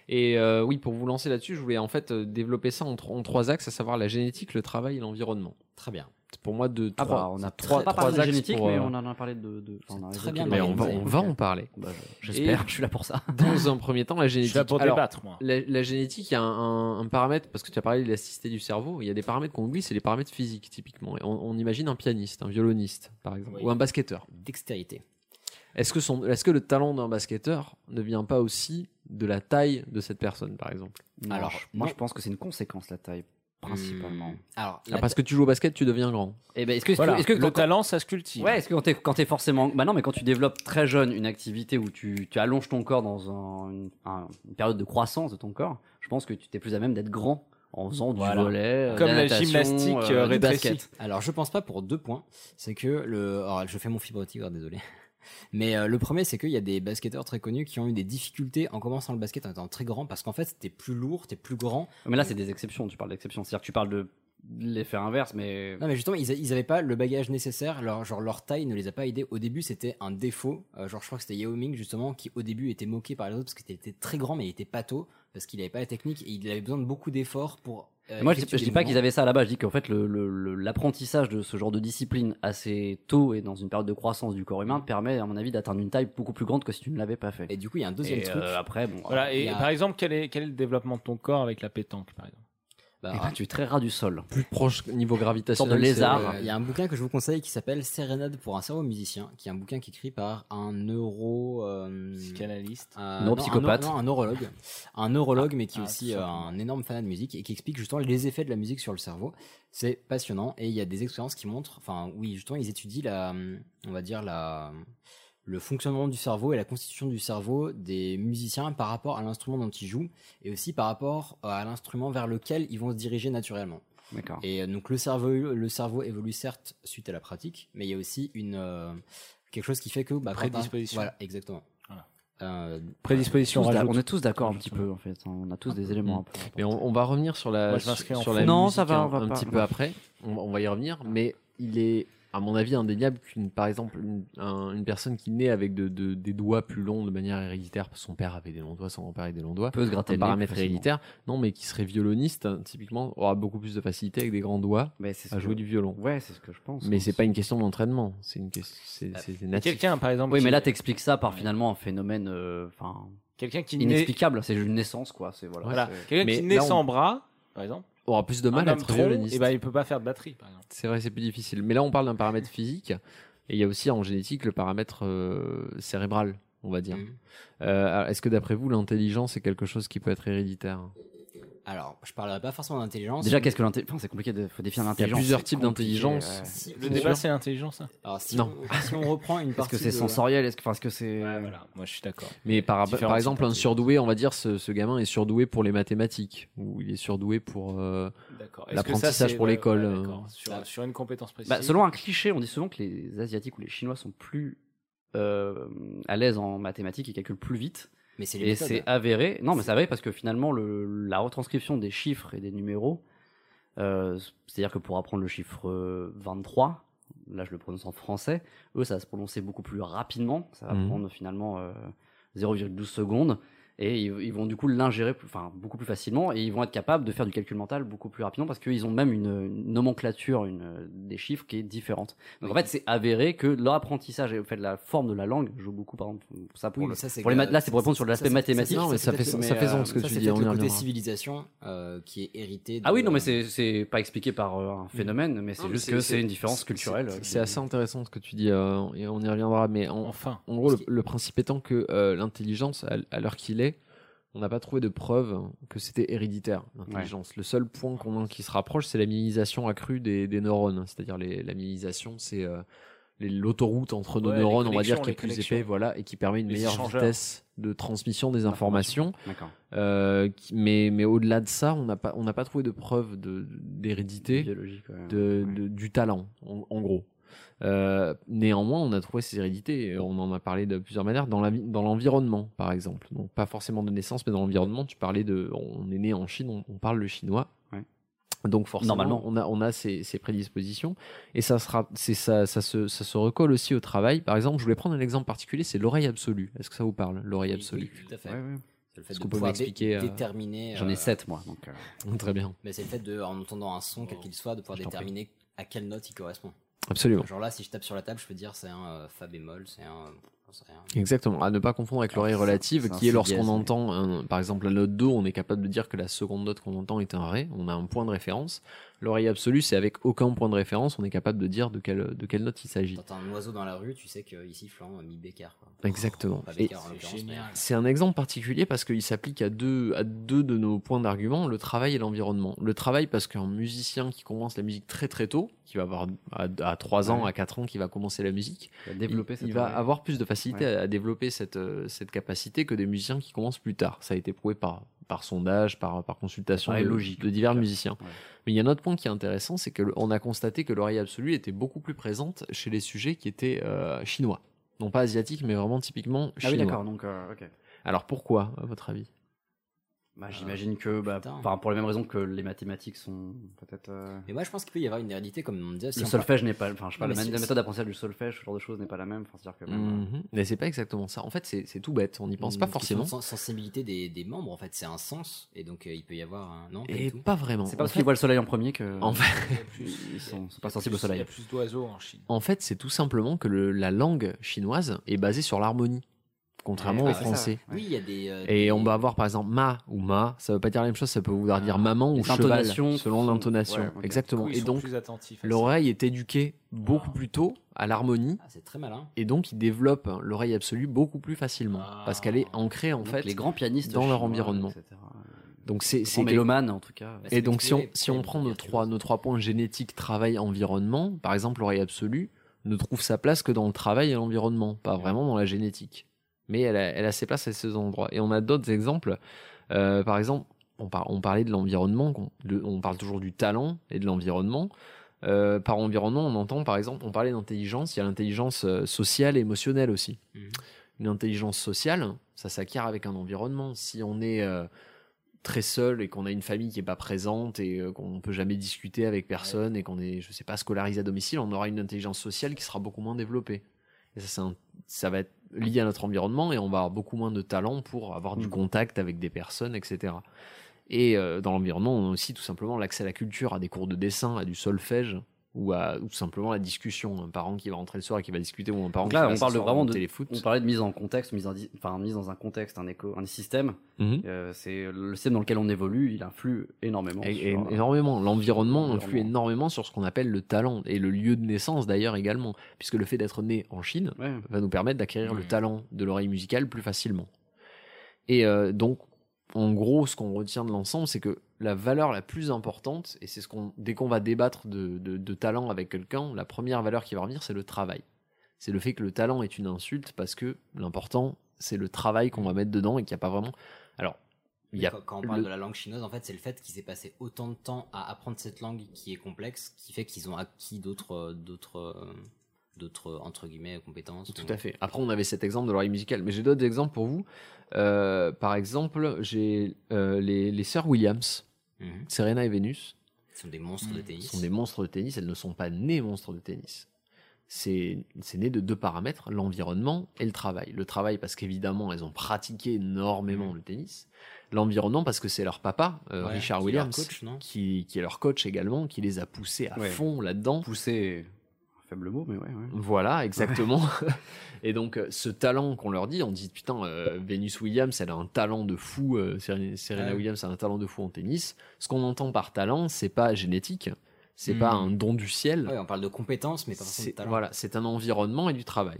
S1: Et euh, oui, pour vous lancer là-dessus, je voulais en fait euh, développer ça en, tro- en trois axes, à savoir la génétique, le travail et l'environnement.
S2: Très bien.
S1: C'est Pour moi, de
S9: Ah
S1: trois,
S9: bah, on a
S1: c'est trois,
S9: pas
S1: trois
S9: parlé de
S1: axes
S9: génétique,
S1: pour,
S9: mais
S1: euh,
S9: on en a parlé de. de enfin, on a
S1: Très
S9: évoqué
S1: bien
S9: le- bah,
S1: Mais on va, on va en parler.
S9: j'espère,
S1: Et
S9: je suis là pour ça.
S1: Dans un premier temps, la génétique.
S9: suis là pour
S1: Alors,
S9: débattre, moi.
S1: La, la génétique, il y a un, un- un paramètre, parce que tu as parlé de l'élasticité du cerveau, il y a des paramètres qu'on oublie, c'est les paramètres physiques, typiquement. Et on, on imagine un pianiste, un violoniste, par exemple,
S2: Oui.
S1: ou un basketteur.
S2: Dextérité.
S1: Est-ce que, son- est-ce que le talent d'un basketteur ne vient pas aussi de la taille de cette personne, par exemple
S9: Non, Alors, je- moi, non. Hmm. je
S1: pense que c'est une conséquence, la taille,
S9: principalement.
S2: Alors,
S9: la
S1: Ah, parce que tu joues au basket, tu deviens grand.
S9: Eh ben, est-ce que, est-ce
S1: Voilà.
S9: que- est-ce que
S1: Le
S9: quand-
S3: talent, ça se cultive.
S9: Ouais, est-ce que quand t'es, quand t'es forcément. Bah non, mais quand tu développes très jeune une activité où tu, tu allonges ton corps dans un- une, un- une période de croissance de ton corps, je pense que tu t'es plus à même d'être grand en faisant du volet, euh,
S2: Comme
S9: de
S2: la
S9: natation,
S2: gymnastique,
S9: euh,
S2: euh,
S9: du
S2: rétrécie.
S9: basket.
S2: Alors, je pense pas pour deux points. C'est que le. alors, je fais mon fibre tigre, désolé. Mais euh, le premier, c'est qu'il y a des basketteurs très connus qui ont eu des difficultés en commençant le basket en étant très grand parce qu'en fait, t'es plus lourd, t'es plus grand.
S9: Mais là, c'est des exceptions, tu parles d'exceptions. C'est-à-dire que tu parles de l'effet inverse, mais.
S2: Non, mais justement, ils, a- ils avaient pas le bagage nécessaire, leur, genre leur taille ne les a pas aidés. Au début, c'était un défaut. Euh, genre, je crois que c'était Yao Ming, justement, qui au début était moqué par les autres parce qu'il était très grand, mais il était pâteau parce qu'il avait pas la technique et il avait besoin de beaucoup d'efforts pour. euh,
S9: Et moi, je,
S2: effectuer
S9: je
S2: des
S9: dis pas qu'ils
S2: mouvements.
S9: avaient ça là-bas. Je dis qu'en fait, le- le- le- l'apprentissage de ce genre de discipline assez tôt et dans une période de croissance du corps humain permet, à mon avis, d'atteindre une taille beaucoup plus grande que si tu ne l'avais pas fait. Et euh,
S2: du coup, il y a un
S3: deuxième truc.
S9: après, bon.
S3: Voilà, et
S9: il y a-
S3: par exemple, quel est, quel est le développement de ton corps avec la pétanque, par exemple
S2: Bah,
S9: Eh ben, tu es très ras du sol.
S1: Plus proche niveau gravitationnel.
S9: Sorte de lézard.
S2: Il y a un bouquin que je vous conseille qui s'appelle Sérénade pour un cerveau musicien, qui est un bouquin qui est écrit par un neuro. euh,
S3: Psychanalyste.
S2: euh, non,
S9: Neuropsychopathe.
S2: un neuro- non, un neurologue. Un neurologue, mais qui est
S9: Ah,
S2: aussi
S9: tout
S2: euh, un énorme fanat de musique et qui explique justement les effets de la musique sur le cerveau. C'est passionnant et il y a des expériences qui montrent. Enfin, oui, justement, ils étudient la. euh, On va dire la. Le fonctionnement du cerveau et la constitution du cerveau des musiciens par rapport à l'instrument dont ils jouent et aussi par rapport euh, à l'instrument vers lequel ils vont se diriger naturellement.
S9: D'accord.
S2: Et euh, donc le cerveau, le cerveau évolue certes suite à la pratique, mais il y a aussi une euh, quelque chose qui fait que bah, quand t'as-
S3: Prédisposition.
S2: Voilà, exactement. Euh,
S3: Prédisposition,
S9: Tous d'a-
S3: rajoute.
S9: on est tous d'accord un petit peu, en fait. hein. On a tous des éléments. à-
S1: Mais on, on va revenir sur la,
S9: Moi, je
S1: sur,
S9: m'inscris en
S1: sur
S9: fond.
S1: la
S9: Non,
S1: musique
S9: ça va,
S1: un,
S9: on va
S1: un
S9: pas.
S1: petit peu après. On, on va y revenir, mais il est à mon avis indéniable qu'une par exemple une, un- une personne qui naît avec de- de- des doigts plus longs de manière héréditaire parce que son père avait des longs doigts, son grand-père avait des longs doigts,
S9: Peut se gratter
S1: un
S9: le nez
S1: paramètre
S9: plus facilement.
S1: héréditaire, non mais qui serait violoniste hein, typiquement aura beaucoup plus de facilité avec des grands doigts
S9: Mais c'est ce
S1: à
S9: que-
S1: jouer du violon.
S9: Ouais, c'est ce que je pense. hein.
S1: Mais c'est pas une question d'entraînement, c'est une question
S9: Bah,
S1: c'est c'est natif.
S3: Quelqu'un, par exemple.
S9: Oui,
S3: qui-
S9: mais là, t'expliques ça par finalement un phénomène, euh, enfin,
S3: Quelqu'un qui naît-
S9: inexplicable. C'est une naissance, quoi. C'est voilà.
S3: Voilà.
S9: c'est-
S3: Quelqu'un qui naît sans bras, par exemple.
S1: aura plus de mal
S3: un
S1: à
S3: homme
S1: être
S3: tronc,
S1: violoniste.
S9: eh
S3: Et ben, il peut pas faire de batterie, par exemple.
S1: C'est vrai, c'est plus difficile. Mais là, on parle d'un paramètre physique. Et il y a aussi en génétique le paramètre euh, cérébral, on va dire.
S9: Mmh.
S1: Euh, alors, Est-ce que d'après vous, l'intelligence est quelque chose qui peut être héréditaire
S2: Alors, je parlerai pas forcément d'intelligence.
S9: Déjà, qu'est-ce que l'intelligence C'est compliqué de faut définir
S1: Il y a
S9: l'intelligence.
S1: plusieurs
S9: C'est
S1: types
S9: compliqué,
S1: d'intelligence.
S9: ouais.
S2: Si-
S3: Le débat, c'est l'intelligence. hein.
S2: Alors, si,
S1: Non.
S2: On, si on reprend une
S9: Est-ce
S2: partie.
S9: que c'est
S2: de-
S9: sensoriel Est-ce que, enfin, est-ce que c'est Bah,
S3: Moi, je suis d'accord.
S1: Mais par,
S3: Différentes
S1: par exemple, un surdoué, on va dire, ce, ce gamin est surdoué pour les mathématiques, ou il est surdoué pour euh,
S3: D'accord. Est-ce que ça,
S1: l'apprentissage
S3: c'est-
S1: pour
S3: ouais,
S1: l'école.
S3: ouais,
S1: euh.
S3: d'accord. Sur, sur une compétence précise.
S9: Bah, selon un cliché, on dit souvent que les Asiatiques ou les Chinois sont plus euh, à l'aise en mathématiques et calculent plus vite.
S2: Mais c'est les
S9: et
S2: méthodes.
S9: c'est avéré. Non, mais c'est avéré parce que finalement, le, la retranscription des chiffres et des numéros, euh, c'est-à-dire que pour apprendre le chiffre euh, 23, là je le prononce en français, eux ça va se prononcer beaucoup plus rapidement, ça va
S1: Mhm.
S9: prendre finalement euh, 0,12 secondes, et ils, ils vont du coup l'ingérer plus- enfin, beaucoup plus facilement, et ils vont être capables de faire du calcul mental beaucoup plus rapidement parce qu'ils ont même une, une nomenclature une, euh, des chiffres qui est différente. Donc en fait c'est avéré que leur apprentissage et en fait, la forme de la langue joue beaucoup, par exemple, ça pour,
S2: Oui,
S9: le-
S2: mais ça, c'est
S9: pour les
S2: que-
S9: maths- là c'est pour répondre
S2: ça,
S9: sur
S2: ça,
S9: l'aspect
S2: c'est-
S9: mathématique.
S1: Non, mais ça fait- ça fait sens ce que tu dis,
S2: euh, C'est
S1: on y
S2: peut-être le côté
S1: reviendra.
S2: civilisation euh, qui est hérité. de-
S9: Ah oui, non, mais c'est- c'est pas expliqué par euh, un phénomène, mais c'est
S1: Mm. Non, mais
S9: juste
S1: c'est-
S9: que
S1: c'est-
S9: c'est une différence culturelle. euh,
S1: C'est assez intéressant ce que tu dis, euh, et on y reviendra. Mais en,
S3: Enfin.
S1: en gros, le, le principe étant que euh, l'intelligence, à, l- à l'heure qu'il est, on n'a pas trouvé de preuve que c'était héréditaire, l'intelligence. Le seul point qu'on qui se rapproche, c'est la myélisation accrue des, des neurones. C'est-à-dire les- la myélisation, c'est euh, les- l'autoroute entre nos
S3: Ouais, les
S1: neurones, on va dire,
S3: connexions,
S1: qui est
S3: les
S1: plus
S3: connexions.
S1: épais, voilà, et qui permet une
S3: Les
S1: meilleure
S3: échangeurs.
S1: vitesse de transmission des informations.
S9: D'accord.
S1: Euh, qui- mais mais au-delà de ça, on n'a pas, on n'a pas trouvé de preuve de- d'hérédité
S9: Biologique, ouais.
S1: de- de- du talent, en, en gros. Euh, néanmoins, on a trouvé ces hérédités. et On en a parlé de plusieurs manières dans la vie- dans l'environnement, par exemple. Donc pas forcément de naissance, mais dans l'environnement. Tu parlais de, on est né en Chine, on, on parle le chinois.
S9: Ouais.
S1: Donc forcément,
S9: Normalement.
S1: on a on a ces, ces prédispositions et ça sera c'est ça ça se ça se recolle aussi au travail. Par exemple, je voulais prendre un exemple particulier, c'est l'oreille absolue. Est-ce que ça vous parle, l'oreille absolue
S2: Oui, tout à fait.
S9: Ouais, ouais.
S2: C'est le fait
S1: Est-ce
S2: de
S1: qu'on peut
S2: pouvoir
S1: m'expliquer,
S2: dé-
S1: euh,
S2: déterminer.
S9: J'en ai
S2: euh,
S9: sept, moi. Donc, euh,
S1: Très bien.
S2: Mais c'est le fait de, en entendant un son, quel qu'il soit, de pouvoir déterminer à quelle note il correspond.
S1: Absolument.
S2: Genre là, si je tape sur la table, je peux dire c'est un euh, fa bémol, c'est un. euh, j'en sais rien.
S1: Exactement, à ne pas confondre avec l'oreille relative,
S9: Ah, c'est un
S1: qui est lorsqu'on
S9: fugace, mais-
S1: entend, un- par exemple, la note Do, on est capable de dire que la seconde note qu'on entend est un Ré, on a un point de référence. L'oreille absolue, c'est avec aucun point de référence, on est capable de dire de quelle, de quelle note il s'agit.
S2: T'entends un oiseau dans la rue, tu sais qu'il siffle en euh, mi bécard.
S1: Exactement.
S2: Pas
S1: Et
S2: Becker, en l'occurrence, mais- euh,
S1: c'est un exemple particulier parce qu'il s'applique à deux, à deux de nos points d'argument, le travail et l'environnement. Le travail parce qu'un musicien qui commence la musique très très tôt, qui va avoir à, à 3 ans,
S9: Ouais.
S1: à 4 ans, qui va commencer la musique,
S9: Il va développer
S1: il,
S9: cet
S1: il va
S9: oreille.
S1: avoir plus de facilité à, à développer cette, euh, cette capacité que des musiciens qui commencent plus tard. Ça a été prouvé par, par sondage, par, par consultation
S9: paraît
S1: de,
S9: logique,
S1: de divers musiciens. Mais il y a un autre point qui est intéressant, c'est qu'on a constaté que l'oreille absolue était beaucoup plus présente chez les sujets qui étaient euh, chinois. Non pas asiatiques, mais vraiment typiquement
S9: Ah oui,
S1: chinois.
S9: d'accord, donc, euh, ok.
S1: Alors pourquoi, à votre avis
S9: Bah, J'imagine que, bah, enfin, pour les mêmes raisons que les mathématiques sont peut-être. euh,
S2: Mais moi, je pense qu'il peut y avoir une hérédité, comme on disait. si
S9: le
S2: on
S9: solfège
S2: parle-
S9: n'est pas. Enfin, je sais pas,
S2: Non,
S9: la,
S2: mais
S9: ma-
S2: si-
S9: la méthode d'apprentissage du solfège, ce genre de choses n'est pas la même. Enfin, c'est-à-dire que même, euh,
S1: Mhm. Mais c'est pas exactement ça. En fait, c'est c'est tout bête. On n'y pense pas
S2: une question
S1: forcément.
S2: de sens- sensibilité des, des membres, en fait, c'est un sens. Et donc, euh, il peut y avoir un. Non, pas
S1: Et
S2: du tout.
S1: pas vraiment.
S9: C'est pas
S1: En
S9: parce
S1: fait-
S9: qu'ils voient le soleil en premier que.
S1: En fait-
S9: ils sont, sont pas sensibles au
S3: Il y
S9: soleil.
S3: a plus d'oiseaux en Chine.
S1: En fait, c'est tout simplement que le- la langue chinoise est basée sur l'harmonie, contrairement
S2: Ah,
S1: au
S2: c'est ça.
S1: français.
S2: Oui, il y a des. euh,
S1: Et on va avoir par exemple ma ou ma, ça veut pas dire la même chose, ça peut vouloir
S9: Ah,
S1: dire maman ou
S9: les
S1: cheval
S9: intonations
S1: selon
S9: sont-
S1: l'intonation.
S9: ouais, ok.
S1: Exactement.
S3: Du coup, ils
S1: Et
S3: sont
S1: donc
S3: plus attentifs à ça.
S1: l'oreille est éduquée beaucoup plus tôt à l'harmonie.
S2: Ah, c'est très malin.
S1: Et donc ils développent l'oreille absolue beaucoup plus facilement
S3: Ah.
S1: parce qu'elle est ancrée en
S9: Donc,
S1: fait
S9: les grands pianistes
S1: dans leur
S9: chinois,
S1: environnement.
S9: etc.
S1: Donc c'est
S9: Les
S1: c'est
S9: grands
S1: que-
S9: mélomanes, en tout cas. Bah,
S1: Et
S9: c'est
S1: donc si on,
S9: expliqué,
S1: si on prend nos trois, nos trois points génétique, travail, environnement, par exemple l'oreille absolue ne trouve sa place que dans le travail et l'environnement, pas vraiment dans la génétique. Mais elle a, elle a ses places à ces endroits. Et on a d'autres exemples. Euh, par exemple, on, par- on parlait de l'environnement, qu'on- de- on parle toujours du talent et de l'environnement. Euh, par environnement, on entend par exemple, on parlait d'intelligence, il y a l'intelligence euh, sociale et émotionnelle aussi. Une intelligence sociale, ça s'acquiert avec un environnement. Si on est euh, très seul et qu'on a une famille qui n'est pas présente et euh, qu'on peut jamais discuter avec personne et qu'on est, je sais pas, scolarisé à domicile, on aura une intelligence sociale qui sera beaucoup moins développée. Et ça, c'est un- ça va être lié à notre environnement et on va avoir beaucoup moins de talent pour avoir
S9: Mm.
S1: du contact avec des personnes, etc. Et euh, dans l'environnement, on a aussi tout simplement l'accès à la culture, à des cours de dessin, à du solfège ou, à, ou tout simplement la discussion. Un parent qui va rentrer le soir et qui va discuter ou un parent
S9: Donc
S1: qui
S9: là,
S1: va
S9: on parle de
S1: s'asseoir devant
S9: vraiment de.
S1: le téléfoot.
S9: On parlait de mise en contexte, mise, en di- enfin, mise dans un contexte, un éco, un système.
S1: Mhm.
S9: Euh, c'est le système dans lequel on évolue, il influe énormément.
S1: Et- et-
S9: sur, euh,
S1: énormément. L'environnement influe
S9: L'environnement.
S1: énormément sur ce qu'on appelle le talent et le lieu de naissance d'ailleurs également, puisque le fait d'être né en Chine
S9: Ouais.
S1: va nous permettre d'acquérir le
S9: Mhm.
S1: talent de l'oreille musicale plus facilement. Et euh, donc, en gros, ce qu'on retient de l'ensemble, c'est que la valeur la plus importante, et c'est ce qu'on, dès qu'on va débattre de, de- de talent avec quelqu'un, la première valeur qui va revenir, c'est le travail. C'est le fait que le talent est une insulte parce que l'important, c'est le travail
S9: Mm.
S1: qu'on va mettre dedans et qu'il n'y a pas vraiment. Alors, il y a
S2: Quand, quand on parle
S1: le-
S2: de la langue chinoise, en fait, c'est le fait qu'ils aient passé autant de temps à apprendre cette langue qui est complexe, qui fait qu'ils ont acquis d'autres, euh, d'autres, euh, d'autres entre guillemets compétences.
S1: Tout à fait. Après, on avait cet exemple de l'oreille musicale, mais j'ai d'autres exemples pour vous. Euh, par exemple, j'ai euh, les, les sœurs Williams,
S2: Mhm.
S1: Serena et Vénus,
S2: Ce sont des monstres de tennis.
S1: Mmh. sont des monstres de tennis. Elles ne sont pas nées monstres de tennis. C'est c'est né de deux paramètres, l'environnement et le travail. Le travail parce qu'évidemment, elles ont pratiqué énormément le tennis. L'environnement parce que c'est leur papa, euh,
S2: Mhm. Ouais,
S1: Richard
S2: qui est
S1: Williams,
S2: leur coach, non
S1: qui, qui est leur coach également, qui les a poussés à
S9: Ouais.
S1: fond là-dedans.
S9: Poussés, faible mot, mais ouais. ouais.
S1: Voilà, exactement. Et donc, euh, ce talent qu'on leur dit, on dit putain, euh, Venus Williams, elle a un talent de fou, euh, Serena Serena
S9: Ouais.
S1: Williams a un talent de fou en tennis. Ce qu'on entend par talent, c'est pas génétique, c'est
S2: Hmm.
S1: pas un don du ciel.
S2: Ouais, on parle de compétences, mais pas
S1: Mmh.
S2: forcément de
S1: C'est-
S2: talent.
S1: Voilà, c'est un environnement et du travail.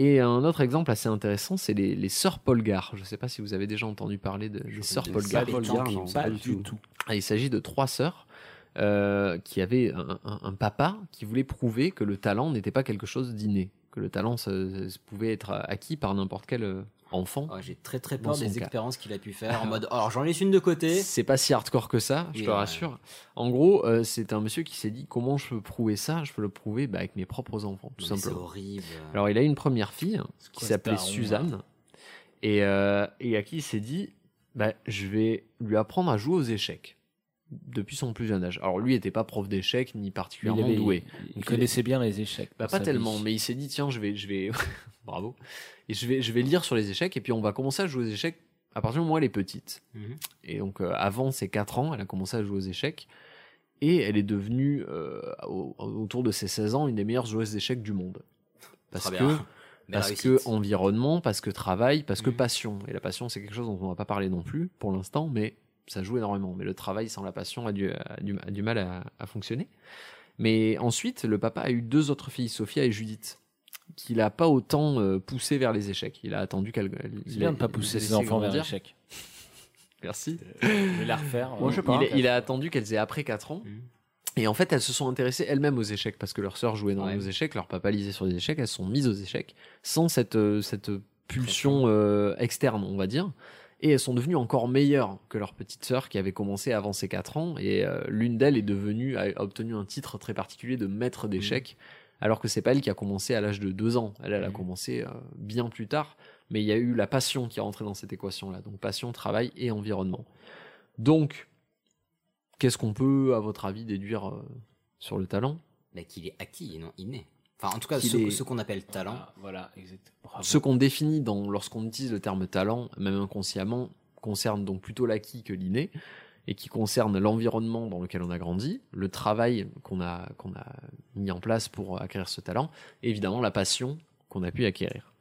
S1: Et un autre exemple assez intéressant, c'est les, les sœurs Polgar. Je ne sais pas si vous avez déjà entendu parler de, des sœurs
S9: pas
S1: Polgar.
S9: du tout. Polgar, non, Pas pas du du tout. tout.
S1: Ah, Il s'agit de trois sœurs euh, qui avaient un, un- un papa qui voulait prouver que le talent n'était pas quelque chose d'inné, que le talent se- se pouvait être acquis par n'importe quel euh, enfant.
S2: J'ai très très
S1: Dans
S2: peur
S1: son
S2: des
S1: cas.
S2: expériences qu'il a pu faire en mode. Alors j'en laisse une de côté.
S1: C'est pas si hardcore que ça, je
S2: Oui,
S1: te
S2: ouais.
S1: rassure. En gros, euh, c'est un monsieur qui s'est dit comment je peux prouver ça Je peux le prouver bah, avec mes propres enfants, tout
S2: Non, mais
S1: simplement.
S2: C'est horrible.
S1: Alors, il a une première fille qui
S2: quoi ce
S1: s'appelait
S2: daron, là
S1: Suzanne et, euh, et à qui il s'est dit bah, je vais lui apprendre à jouer aux échecs depuis son plus jeune âge. Alors, lui n'était pas prof d'échecs ni particulièrement
S3: avait-
S1: doué.
S3: il
S1: Donc,
S3: connaissait bien les échecs
S1: Bah,
S3: dans
S1: pas
S3: sa
S1: tellement,
S3: vie.
S1: mais il s'est dit tiens, je vais, je vais, bravo, et je vais, je vais lire sur les échecs et puis on va commencer à jouer aux échecs à partir du moment où elle est petite.
S2: Mhm.
S1: Et donc, euh, avant ses 4 ans, elle a commencé à jouer aux échecs. Et elle est devenue, euh, au- autour de ses 16 ans, une des meilleures joueuses d'échecs du monde. Parce
S2: Très
S1: que,
S2: bien. Belle
S1: parce que
S2: réussite.
S1: environnement, parce que travail, parce que passion. Et la passion, c'est quelque chose dont on va pas parler non plus pour l'instant, mais ça joue énormément. Mais le travail sans la passion a du, a du, a du mal à, à fonctionner. Mais ensuite, le papa a eu deux autres filles, Sophia et Judith, qu'il a pas autant euh, poussé vers les échecs. Il a attendu qu'elle.
S3: C'est bien de pas pousser ses enfants vers l'échec.
S1: Merci.
S3: Je vais la refaire. euh,
S1: Il, il a attendu qu'elles aient après 4 ans.
S3: Mm.
S1: Et en fait, elles se sont intéressées elles-mêmes aux échecs parce que leur sœur jouait énormément aux échecs, leur papa lisait sur les échecs, elles se sont mises aux échecs sans cette, euh, cette pulsion euh, externe, on va dire. Et elles sont devenues encore meilleures que leur petite sœur qui avait commencé avant ses 4 ans. Et euh, l'une d'elles est devenue, a a obtenu un titre très particulier de
S3: Mm.
S1: maître d'échecs, alors que c'est pas elle qui a commencé à l'âge de 2 ans. Elle, elle a commencé euh, bien plus tard. Mais il y a eu la passion qui est rentrée dans cette équation-là. Donc passion, travail et environnement. Donc, qu'est-ce qu'on peut, à votre avis, déduire euh, sur le talent
S2: Bah, qu'il est acquis et non inné. Enfin, en tout cas,
S1: Qu'il
S2: ce,
S1: est-
S2: ce qu'on appelle
S1: Ah,
S2: talent.
S3: voilà, exact.
S1: Ce qu'on définit dans, lorsqu'on utilise le terme talent, même inconsciemment, concerne donc plutôt l'acquis que l'inné, et qui concerne l'environnement dans lequel on a grandi, le travail qu'on a, qu'on a mis en place pour acquérir ce talent, et évidemment la passion qu'on a pu acquérir.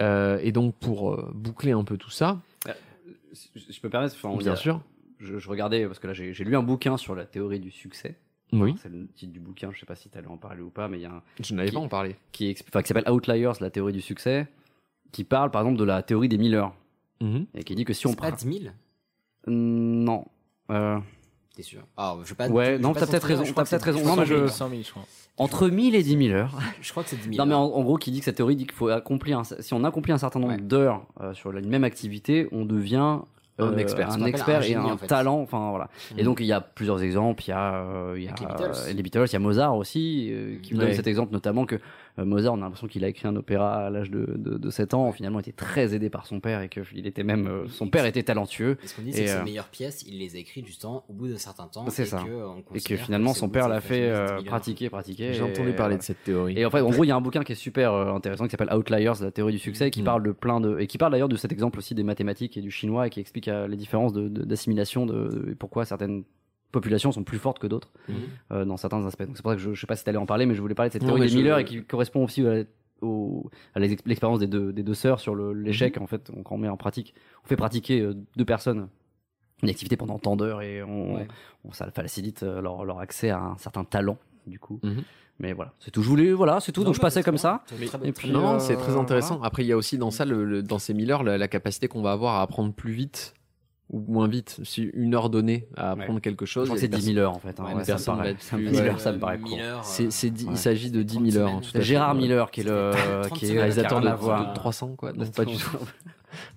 S1: Euh, et donc pour euh, boucler un peu tout ça,
S9: Je peux me permettre, enfin,
S1: Bien
S9: il y a-
S1: sûr.
S9: Je, je regardais, parce que là j'ai j'ai lu un bouquin sur la théorie du succès.
S1: Oui.
S9: C'est le titre du bouquin, je sais pas si tu allais en parler ou pas, mais il y a un.
S1: Je n'avais
S9: qui-
S1: pas en parlé.
S9: Qui, exp- enfin, qui s'appelle Outliers, la théorie du succès, qui parle par exemple de la théorie des 1000 heures.
S1: Mhm.
S9: Et qui dit que si on
S2: C'est pas
S9: prend-
S2: 10 000
S9: Mm, Non. Euh,
S2: T'es sûr Ah, je vais pas.
S9: ouais,
S2: je vais
S9: non,
S2: pas
S9: t'as peut-être
S2: censurer,
S9: raison.
S2: je crois
S9: T'as
S2: que c'est
S9: peut-être raison.
S2: 100
S9: Non, mais
S2: 000,
S9: je.
S2: je crois.
S9: Entre 1000 et 10 000 heures.
S2: Je crois que c'est 10 000.
S9: Non, mais en, en gros, qui dit que cette théorie dit qu'il faut accomplir. un- si on accomplit un certain nombre d'heures euh, sur la- une même activité, on devient. euh,
S1: Un expert. Ce
S9: un
S1: qu'on appelle
S9: expert
S1: un
S9: et
S1: génie,
S9: un
S1: en fait.
S9: talent. Enfin voilà. Et
S2: Mm.
S1: Mhm.
S9: donc il y a plusieurs exemples. Il y a, euh, il y a
S1: les Beatles.
S9: euh, les Beatles, il y a Mozart aussi euh, qui donne
S1: Ouais.
S9: cet exemple notamment que euh, Mozart, on a l'impression qu'il a écrit un opéra à l'âge de, de, de 7 ans. Finalement, il était très aidé par son père et que il était même euh, son père était talentueux.
S2: Ce qu'on dit, c'est
S9: Et,
S2: que ses
S9: euh,
S2: meilleures pièces, il les a écrites justement au bout d'un certain temps.
S9: c'est
S2: et
S9: ça.
S2: Que, euh, on
S9: et que
S2: considère
S9: finalement,
S2: c'est
S9: son
S2: au bout
S9: père
S2: de
S9: l'a
S2: sa
S9: fait
S2: jeunesse,
S9: euh,
S2: 10 000 heures.
S9: pratiquer, pratiquer.
S1: J'ai entendu
S9: et,
S1: parler
S9: euh,
S1: de cette théorie.
S9: Et en fait, en gros, il y a un bouquin qui est super euh, intéressant qui s'appelle Outliers, la théorie du succès,
S1: Mm.
S9: qui parle de plein de. et qui parle d'ailleurs de cet exemple aussi des mathématiques et du chinois et qui explique euh, les différences de- de- d'assimilation de, et pourquoi certaines populations sont plus fortes que d'autres
S1: Mhm.
S9: euh, dans certains aspects. Donc c'est pour ça que je, je sais pas si t'allais en parler, mais je voulais parler de cette
S1: Non,
S9: théorie
S1: mais
S9: des
S1: je-
S9: Miller et qui correspond aussi à, la- au- à l'ex- l'expérience des deux, des deux sœurs sur le- l'échec.
S1: Mm.
S9: En fait, on, quand on met en pratique, on fait pratiquer euh, deux personnes une activité pendant tant d'heures et on,
S1: Ouais.
S9: on- ça facilite euh, leur, leur accès à un certain talent du coup. Mais voilà, c'est tout. Je voulais, voilà, c'est tout.
S1: Mhm. Non,
S9: donc je
S1: bah,
S9: passais comme ça.
S1: Mais-
S9: Et puis,
S1: non, non, c'est
S9: euh,
S1: très intéressant. Après, il y a aussi dans ça, le- le- dans ces 1000 heures, la, la capacité qu'on va avoir à apprendre plus vite ou moins vite. Si une heure donnée à apprendre
S9: Ouais.
S1: quelque chose.
S9: Je crois que
S1: il y a des
S9: c'est 10 000
S1: personnes-
S9: heures, en fait,
S1: une
S9: hein. Ouais, ça me
S1: personne euh,
S9: paraît-
S1: va être
S9: ça me-
S1: plus-
S9: 10 000 heures, ça me paraît court.
S1: C'est- c'est dix- Il
S9: Ouais.
S1: s'agit de 10 000 heures. tout à fait.
S9: Gérard Miller qui est le qui est
S1: réalisateur de,
S9: la voix.
S1: de 300 quoi non
S9: Non,
S1: pas du tout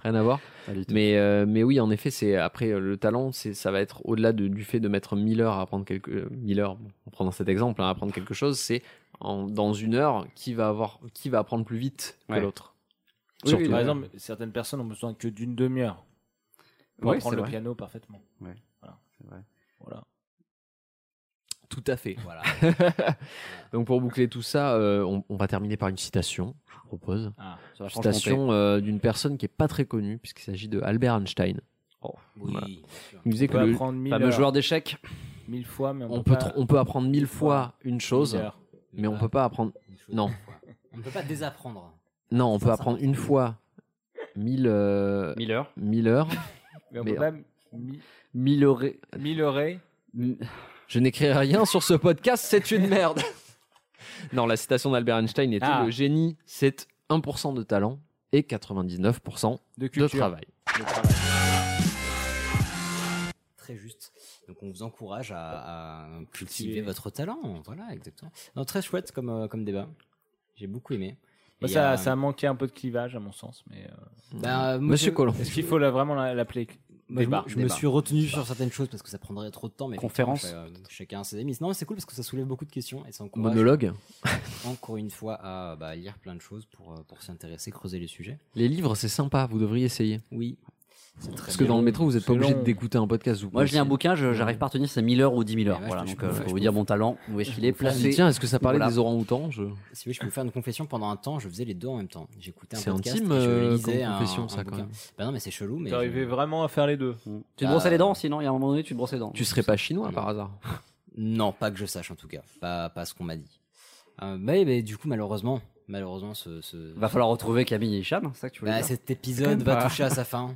S1: rien à voir
S9: du
S1: mais euh, mais oui en effet c'est après euh, le talent c'est ça va être au-delà de- du fait de mettre 1000 heures à apprendre quelque euh, 1000 heures bon, en prenant cet exemple hein, à apprendre quelque chose c'est en- dans une heure qui va avoir qui va apprendre plus vite que
S3: Ouais.
S1: l'autre
S3: Oui,
S1: Surtout. euh,
S3: par exemple, certaines personnes ont besoin que d'une demi-heure pour
S1: Ouais,
S3: apprendre
S1: c'est
S3: le
S1: vrai.
S3: piano parfaitement.
S9: Ouais.
S3: Voilà.
S9: C'est vrai.
S3: Voilà.
S1: Tout à fait. Donc pour boucler tout ça, euh, on, on va terminer par une citation, je vous propose.
S3: Ah,
S2: sur la
S1: citation euh, d'une personne qui est pas très connue, puisqu'il s'agit de Albert Einstein.
S2: Oui,
S1: Voilà.
S2: bien sûr.
S1: Il disait
S3: On
S1: que
S3: peut
S1: le
S3: apprendre mille
S1: fameux
S3: heures.
S1: joueur d'échecs,
S3: Mille fois, mais on,
S1: on, peut
S3: pas-
S1: tr- on peut apprendre mille fois une chose,
S3: Mille heures.
S1: mais on peut pas apprendre... Non.
S2: On ne peut pas désapprendre.
S1: Non, on peut
S2: Ça,
S1: apprendre une fois mille... euh,
S9: mille heures.
S1: Mille heures.
S3: Mais on
S1: mais-
S3: peut pas mi-
S9: Mille heures.
S3: millerer.
S1: Je n'écrirai rien sur ce podcast, c'est une merde. non, la citation d'Albert Einstein était
S3: Ah.
S1: Le génie, c'est 1% de talent et 99%
S3: de,
S2: culture.
S1: travail.
S2: Très juste. Donc on vous encourage à, à cultiver votre talent. Voilà, exactement. Non, très chouette comme, euh, comme débat. J'ai beaucoup aimé.
S3: Bah,
S2: Et,
S3: ça,
S2: euh,
S3: ça a manqué un peu de clivage à mon sens, mais. euh,
S2: Bah, moi, Monsieur je- Colomb.
S3: Est-ce qu'il faut la- vraiment la- l'appeler
S2: moi, je, me-
S3: débat
S2: je me suis retenu sur certaines choses parce que ça prendrait trop de temps. Mais
S3: Conférence.
S2: effectivement, je- euh, Chacun ses amis. Non, mais c'est cool parce que ça soulève beaucoup de questions et ça encourage.
S1: Monologue.
S2: Encore une fois, à euh, bah, lire plein de choses pour, euh, pour s'intéresser, creuser les sujets.
S1: Les livres, c'est sympa, vous devriez essayer.
S2: Oui.
S1: Parce que dans le métro, vous n'êtes pas obligé d'écouter un podcast. vous
S9: Moi,
S1: pouvez
S9: je lis un
S1: essayer.
S9: bouquin, je- j'arrive pas à retenir c'est 1000 heures ou 10 000 heures. Voilà, donc euh, pour vous dire mon talent, où est-ce qu'il est
S1: Je me suis
S9: placé.
S1: dit, Ah, Tiens, est-ce que ça parlait
S9: Voilà.
S1: des orangs-outans je...
S2: Si oui, je peux vous faire une confession. Pendant un temps, je faisais les deux en même temps. J'écoutais un
S1: C'est
S2: podcast
S1: intime,
S2: et
S1: euh,
S2: je
S1: comme
S2: lisais un-
S1: confession,
S2: un
S1: ça, quand
S2: bouquin.
S1: même.
S2: Bah non, mais c'est chelou. Mais
S3: T'es arrivé vraiment à faire les deux.
S9: Tu te brossais les dents, sinon, il y a un moment donné, tu te brossais les dents.
S1: Ah. Tu serais pas chinois par hasard
S2: Non, pas que je sache en tout cas. Pas, pas ce qu'on m'a dit. Euh, mais, mais bah du coup, malheureusement, malheureusement, ce. ce-
S9: Va falloir retrouver Camille et Hicham, c'est ça que tu voulais
S2: Bah,
S9: dire
S2: cet épisode va toucher à sa fin.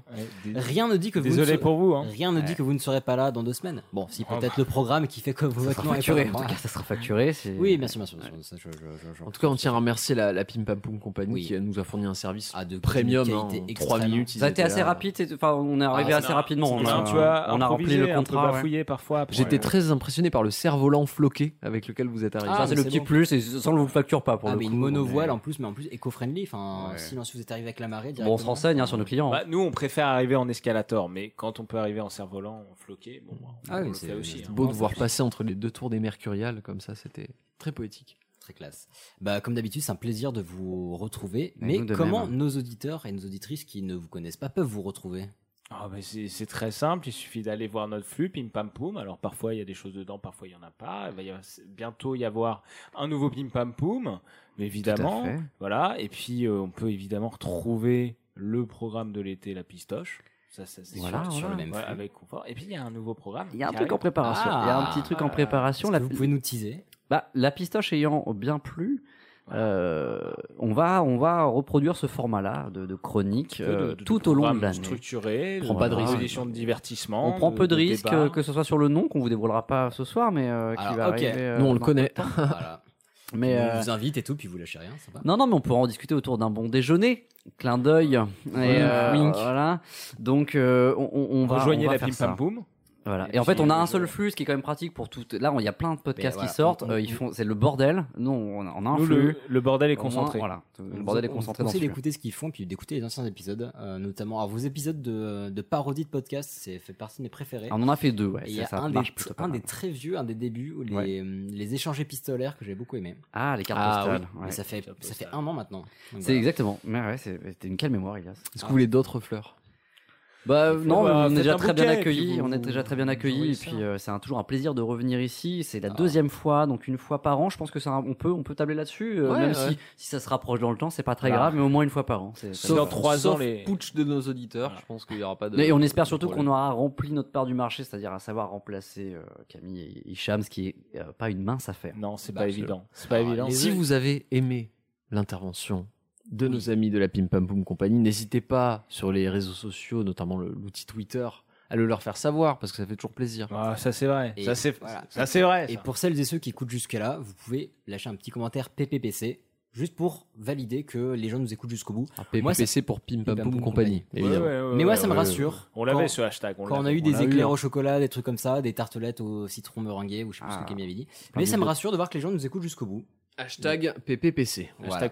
S2: Rien ne dit que vous ne
S9: Désolé
S2: serez-
S9: pour vous, hein.
S2: Rien ne dit
S9: Ouais.
S2: que vous ne serez pas là dans deux semaines. Bon, si
S9: Oh,
S2: peut-être
S9: bah.
S2: le programme qui fait que vous
S9: Ça
S2: votre
S9: sera
S2: nom est
S9: facturé,
S2: pas-
S9: en tout cas, ça sera facturé. c'est-
S2: Oui, bien sûr, bien sûr. bien sûr, ça, je- je- je-
S1: En tout cas, on tient à remercier la, la Pim Pam Poum Compagnie
S2: Oui.
S1: qui nous a fourni un service
S2: de
S1: premium
S9: qualité
S1: hein, en
S9: extrême.
S1: 3 minutes. ils
S9: Ça a été
S1: étaient
S9: assez
S1: là.
S9: rapide, c'est- enfin, on est arrivé
S1: Ah,
S9: assez
S1: c'est-
S9: rapidement.
S1: c'est
S9: On
S1: bien,
S9: a,
S1: tu as
S9: on a rempli
S1: improvisé,
S9: le
S1: un peu
S9: contrat. ouais.
S1: bafouillé
S3: parfois. euh,
S1: J'étais très impressionné par le cerf-volant floqué avec lequel vous êtes arrivé.
S2: Ah,
S9: Ça, c'est
S2: mais
S9: le
S2: c'est
S9: petit
S2: bon.
S9: plus, et ça, on ne vous facture pas pour
S2: Ah,
S9: le
S2: mais
S9: coup.
S2: une monovoile
S9: mais-
S2: en plus, mais en plus éco-friendly. Enfin, si l'on- si vous êtes arrivé avec la marée, euh,
S9: Bon, on se renseigne hein, sur nos clients.
S3: Bah, nous, on préfère arriver en escalator, mais quand on peut arriver en cerf-volant, en floqué, bon, bah, on
S2: Ah oui,
S3: le
S2: c'est-
S3: fait aussi. hein.
S1: Beau de voir passer entre les deux tours des Mercuriales comme ça, c'était très poétique.
S2: Très classe. Bah, comme d'habitude, c'est un plaisir de vous retrouver.
S1: Et
S2: Mais
S1: nous de
S2: comment
S1: même.
S2: nos auditeurs et nos auditrices qui ne vous connaissent pas peuvent vous retrouver
S3: Ah, bah, c'est c'est très simple, il suffit d'aller voir notre flux, pim pam poum. Alors parfois il y a des choses dedans, parfois il n'y en a pas. Il va y avoir- bientôt y avoir un nouveau pim pam poum, mais évidemment.
S1: fait.
S3: Voilà, et puis euh, on peut évidemment retrouver le programme de l'été, la pistoche. Ça, ça c'est
S9: Voilà,
S3: sur, sur
S4: Ah,
S9: voilà.
S3: le même
S9: Ouais.
S3: flux. avec confort. Et puis il y a un nouveau programme.
S9: Il y a un
S3: qui
S9: truc en
S3: arrive.
S9: préparation. Il y a un
S3: Ah,
S9: petit truc en
S3: voilà.
S9: préparation.
S2: Vous pouvez nous teaser
S9: Bah, la pistoche ayant bien plu, euh, on, va, on va reproduire ce format-là de, de chronique
S3: peu de-
S9: euh,
S3: de- de
S9: tout au long de
S3: programme
S9: l'année.
S3: structuré, de-
S9: Prends pas de
S3: de
S9: risque.
S3: éditions de divertissement.
S9: On prend peu de risques,
S3: débats.
S9: euh, que ce soit sur le nom qu'on vous dévoilera pas ce soir, mais euh, qui
S2: Alors,
S9: va
S2: ok.
S9: arriver. euh,
S1: Nous, on le
S9: dans
S1: connaît.
S9: peu de temps.
S2: Voilà.
S9: Mais,
S2: on
S9: euh,
S2: vous invite et tout, puis vous lâchez rien, c'est pas
S9: Non, non, mais on pourra en discuter autour d'un bon déjeuner. Clin d'œil. Et, euh,
S2: Wink.
S9: Voilà. Donc, euh, on, on- on va.
S3: Rejoignez
S9: on va
S3: la
S9: faire
S3: Pim
S9: ça.
S3: Pam Poum.
S9: Voilà. Et,
S3: Et
S9: en fait,
S3: puis,
S9: on a
S3: euh,
S9: un
S3: je-
S9: seul flux, ce qui est quand même pratique pour tout. Là, on- il y a plein de podcasts
S2: Mais voilà,
S9: qui sortent.
S2: on-
S9: euh, ils font, c'est le bordel. Nous, on a, on a un
S3: Nous,
S9: flux.
S3: le- le bordel est
S9: Au moins,
S3: concentré.
S9: voilà. Le
S2: On
S9: bordel
S2: vous-
S9: est concentré
S2: on
S9: dans
S2: vous
S9: ce
S2: conseille
S9: flux.
S2: d'écouter ce qu'ils font, puis d'écouter les anciens épisodes, euh, notamment. Alors, vos épisodes de, de parodies de podcasts, c'est fait partie de mes préférés.
S9: On en a fait deux, ouais,
S2: Et
S9: ça-
S2: Il y a
S9: ça
S2: un, des,
S9: marche plutôt pas
S2: un
S9: mal.
S2: des très vieux, un des débuts, où les,
S9: Ouais.
S2: hum, les échanges épistolaires que j'ai beaucoup aimé.
S9: Ah, les cartes
S2: Ah
S9: postales,
S2: oui,
S9: ouais.
S2: mais ça fait, ça fait un an maintenant. Donc,
S9: C'est
S2: voilà.
S9: exactement. Mais ouais, c'est- c'était une quelle mémoire, Elias.
S1: Est-ce que vous voulez d'autres fleurs
S9: Bah
S1: Il faut-
S9: Euh, non,
S1: bah,
S9: on est
S1: faites
S9: déjà
S1: un
S9: très bien
S1: bouquet,
S9: accueillis,
S1: puis vous-
S9: on est déjà très bien
S1: vous
S9: accueillis,
S1: envoyez
S9: et
S1: ça.
S9: puis euh, c'est un, toujours un plaisir de revenir ici. C'est la deuxième fois, donc une fois par an, je pense que ça, on peut, on peut tabler là-dessus, euh,
S1: Ouais,
S9: même
S1: ouais.
S9: Si, si ça se rapproche dans le temps, c'est pas très
S1: Voilà.
S9: grave, mais au moins une fois par an. c'est- ça
S1: Sauf,
S9: nous va.
S1: sauf putsch de nos auditeurs, je pense qu'il n'y aura pas de.
S2: Euh,
S9: Mais on espère surtout
S1: de
S9: qu'on
S1: problème.
S9: aura rempli notre part du marché, c'est-à-dire à savoir remplacer euh, Camille et Hicham, ce qui est euh, pas une mince affaire.
S3: Non, c'est
S1: Bah,
S3: pas évident.
S1: absolument.
S3: C'est pas
S1: Alors,
S3: évident.
S1: Si vous avez aimé l'intervention de nos amis de la Pim Pam Poum Compagnie, n'hésitez pas sur les réseaux sociaux, notamment le- l'outil Twitter, à le leur faire savoir parce que ça fait toujours plaisir.
S3: Ah, ça c'est vrai.
S2: Et
S3: ça c'est
S2: voilà.
S3: ça, c'est vrai.
S2: Et
S3: ça.
S2: pour celles et ceux qui écoutent jusque-là, vous pouvez lâcher un petit commentaire PPPC, juste pour valider que les gens nous écoutent jusqu'au bout. Moi, ça-
S1: PPPC pour Pim Pam
S2: Pim Pam
S1: Poum
S2: Poum
S1: Compagnie,
S2: Compagnie.
S1: évidemment.
S3: Ouais, ouais, ouais,
S2: Mais moi,
S3: ouais,
S2: ça me
S3: ouais,
S2: rassure.
S3: ouais. On l'avait,
S2: Quand-
S3: ce hashtag, on
S2: quand on a
S3: l'avait.
S2: eu
S3: On
S2: des
S3: l'a eu,
S2: éclairs
S3: hein.
S2: au chocolat, des trucs comme ça, des tartelettes au citron meringué, ou je sais
S9: Ah.
S2: plus ce que Camille avait dit.
S1: plein
S2: Mais
S1: de
S2: ça me
S1: bons-
S2: rassure de voir que les gens nous écoutent jusqu'au bout.
S1: Hashtag PPPC.
S3: Hashtag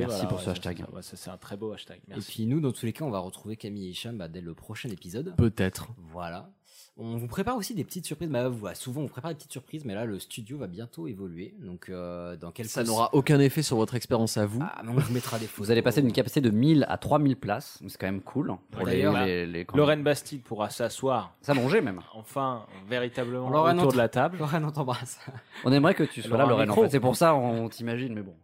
S1: Merci
S3: voilà,
S1: pour
S3: ouais,
S1: ce
S3: ça,
S1: hashtag.
S3: ça, ouais, ça, c'est un très beau hashtag. Merci.
S2: Et puis nous, dans tous les cas, on va retrouver Camille et Hicham bah, dès le prochain épisode.
S1: Peut-être.
S2: Voilà. On vous prépare aussi des petites surprises. Bah, vous- souvent, on vous prépare des petites surprises, mais là, le studio va bientôt évoluer. Donc, euh, dans quelques
S1: Ça n'aura aucun effet sur votre expérience à vous.
S2: Ah, mais on vous mettra des photos.
S9: Vous allez passer d'une capacité de 1000 à 3000 places, c'est quand même cool. hein, Pour les,
S3: D'ailleurs,
S9: les- les- quand-
S3: Lorraine Bastide pourra s'asseoir.
S9: S'allonger même.
S3: Enfin, véritablement
S2: Lorraine, on
S3: autour
S2: t-
S3: de la table.
S2: Lorraine, on t'embrasse.
S9: On aimerait que tu sois
S2: Alors,
S9: là,
S2: un
S9: Lorraine. en
S2: micro.
S9: fait. C'est pour ça on t'imagine, mais bon.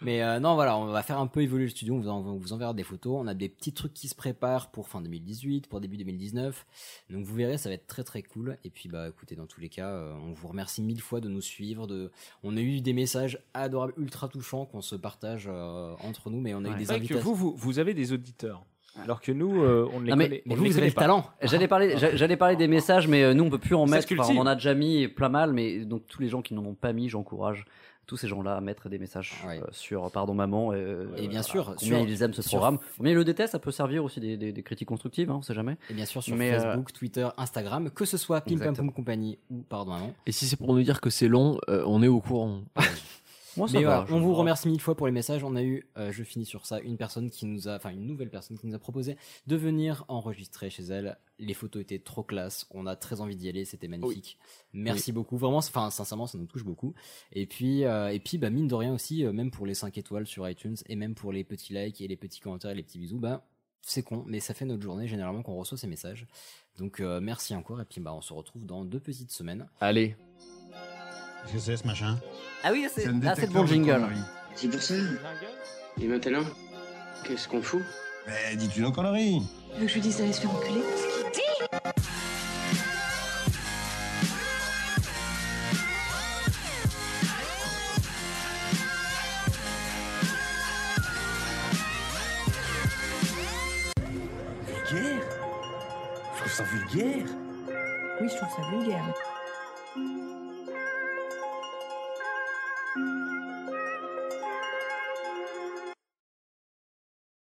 S2: Mais euh, non, voilà, on va faire un peu évoluer le studio. On vous, en- on vous enverra des photos. On a des petits trucs qui se préparent pour fin 2018, pour début 2019. Donc vous verrez, ça va être très très cool. Et puis bah écoutez, dans tous les cas, euh, on vous remercie mille fois de nous suivre. De, on a eu des messages adorables, ultra touchants qu'on se partage euh, entre nous, mais on a eu
S3: C'est
S2: des
S3: vrai que
S2: invitations.
S3: vous, vous, vous avez des auditeurs. Alors que nous, euh, on ne les
S9: Non,
S3: connaît
S9: mais-
S3: on ne
S9: mais
S3: les connaît pas.
S9: J'allais parler, j'a- j'allais parler des messages, mais euh, nous on peut plus en
S3: Ça
S9: mettre.
S3: se
S9: Enfin,
S3: cultive.
S9: on en a déjà mis plein mal, mais donc tous les gens qui n'en ont pas mis, j'encourage tous ces gens-là à mettre des messages euh, sur euh, Pardon Maman. euh,
S2: Ah Et bien sûr,
S9: combien
S2: sur-
S9: ils aiment ce
S2: sur-
S9: programme. Mais le détestent, ça peut servir aussi des, des- des critiques constructives, hein, on sait jamais.
S2: Et eh bien sûr sur
S9: Mais, euh,
S2: Facebook, Twitter, Instagram, que ce soit Pim Pam Poum Compagnie ou pardon non.
S1: Et si c'est pour nous dire que c'est long, euh, on est au courant.
S9: Moi,
S2: Mais voilà, on vous remercie mille fois pour les messages. On a eu, euh, je finis sur ça, une personne qui nous a, enfin une nouvelle personne qui nous a proposé de venir enregistrer chez elle. Les photos étaient trop classe. On a très envie d'y aller. C'était magnifique. Merci beaucoup. Vraiment, c'est- enfin sincèrement, ça nous touche beaucoup. Et puis, euh, et puis, bah mine de rien aussi, euh, même pour les 5 étoiles sur iTunes et même pour les petits likes et les petits commentaires et les petits bisous, bah c'est con, mais ça fait notre journée généralement qu'on reçoit ces messages. Donc euh, merci encore. Et puis bah on se retrouve dans deux petites semaines.
S1: Allez.
S5: Qu'est-ce que c'est ce machin
S9: Ah oui,
S5: C'est un là, c'est le détecteur bon de jingle. conneries.
S6: C'est pour ça. Et maintenant, qu'est-ce qu'on fout
S5: Mais dis-tu nos conneries
S7: Tu veux que je lui dise d'aller se faire enculer
S10: Bye.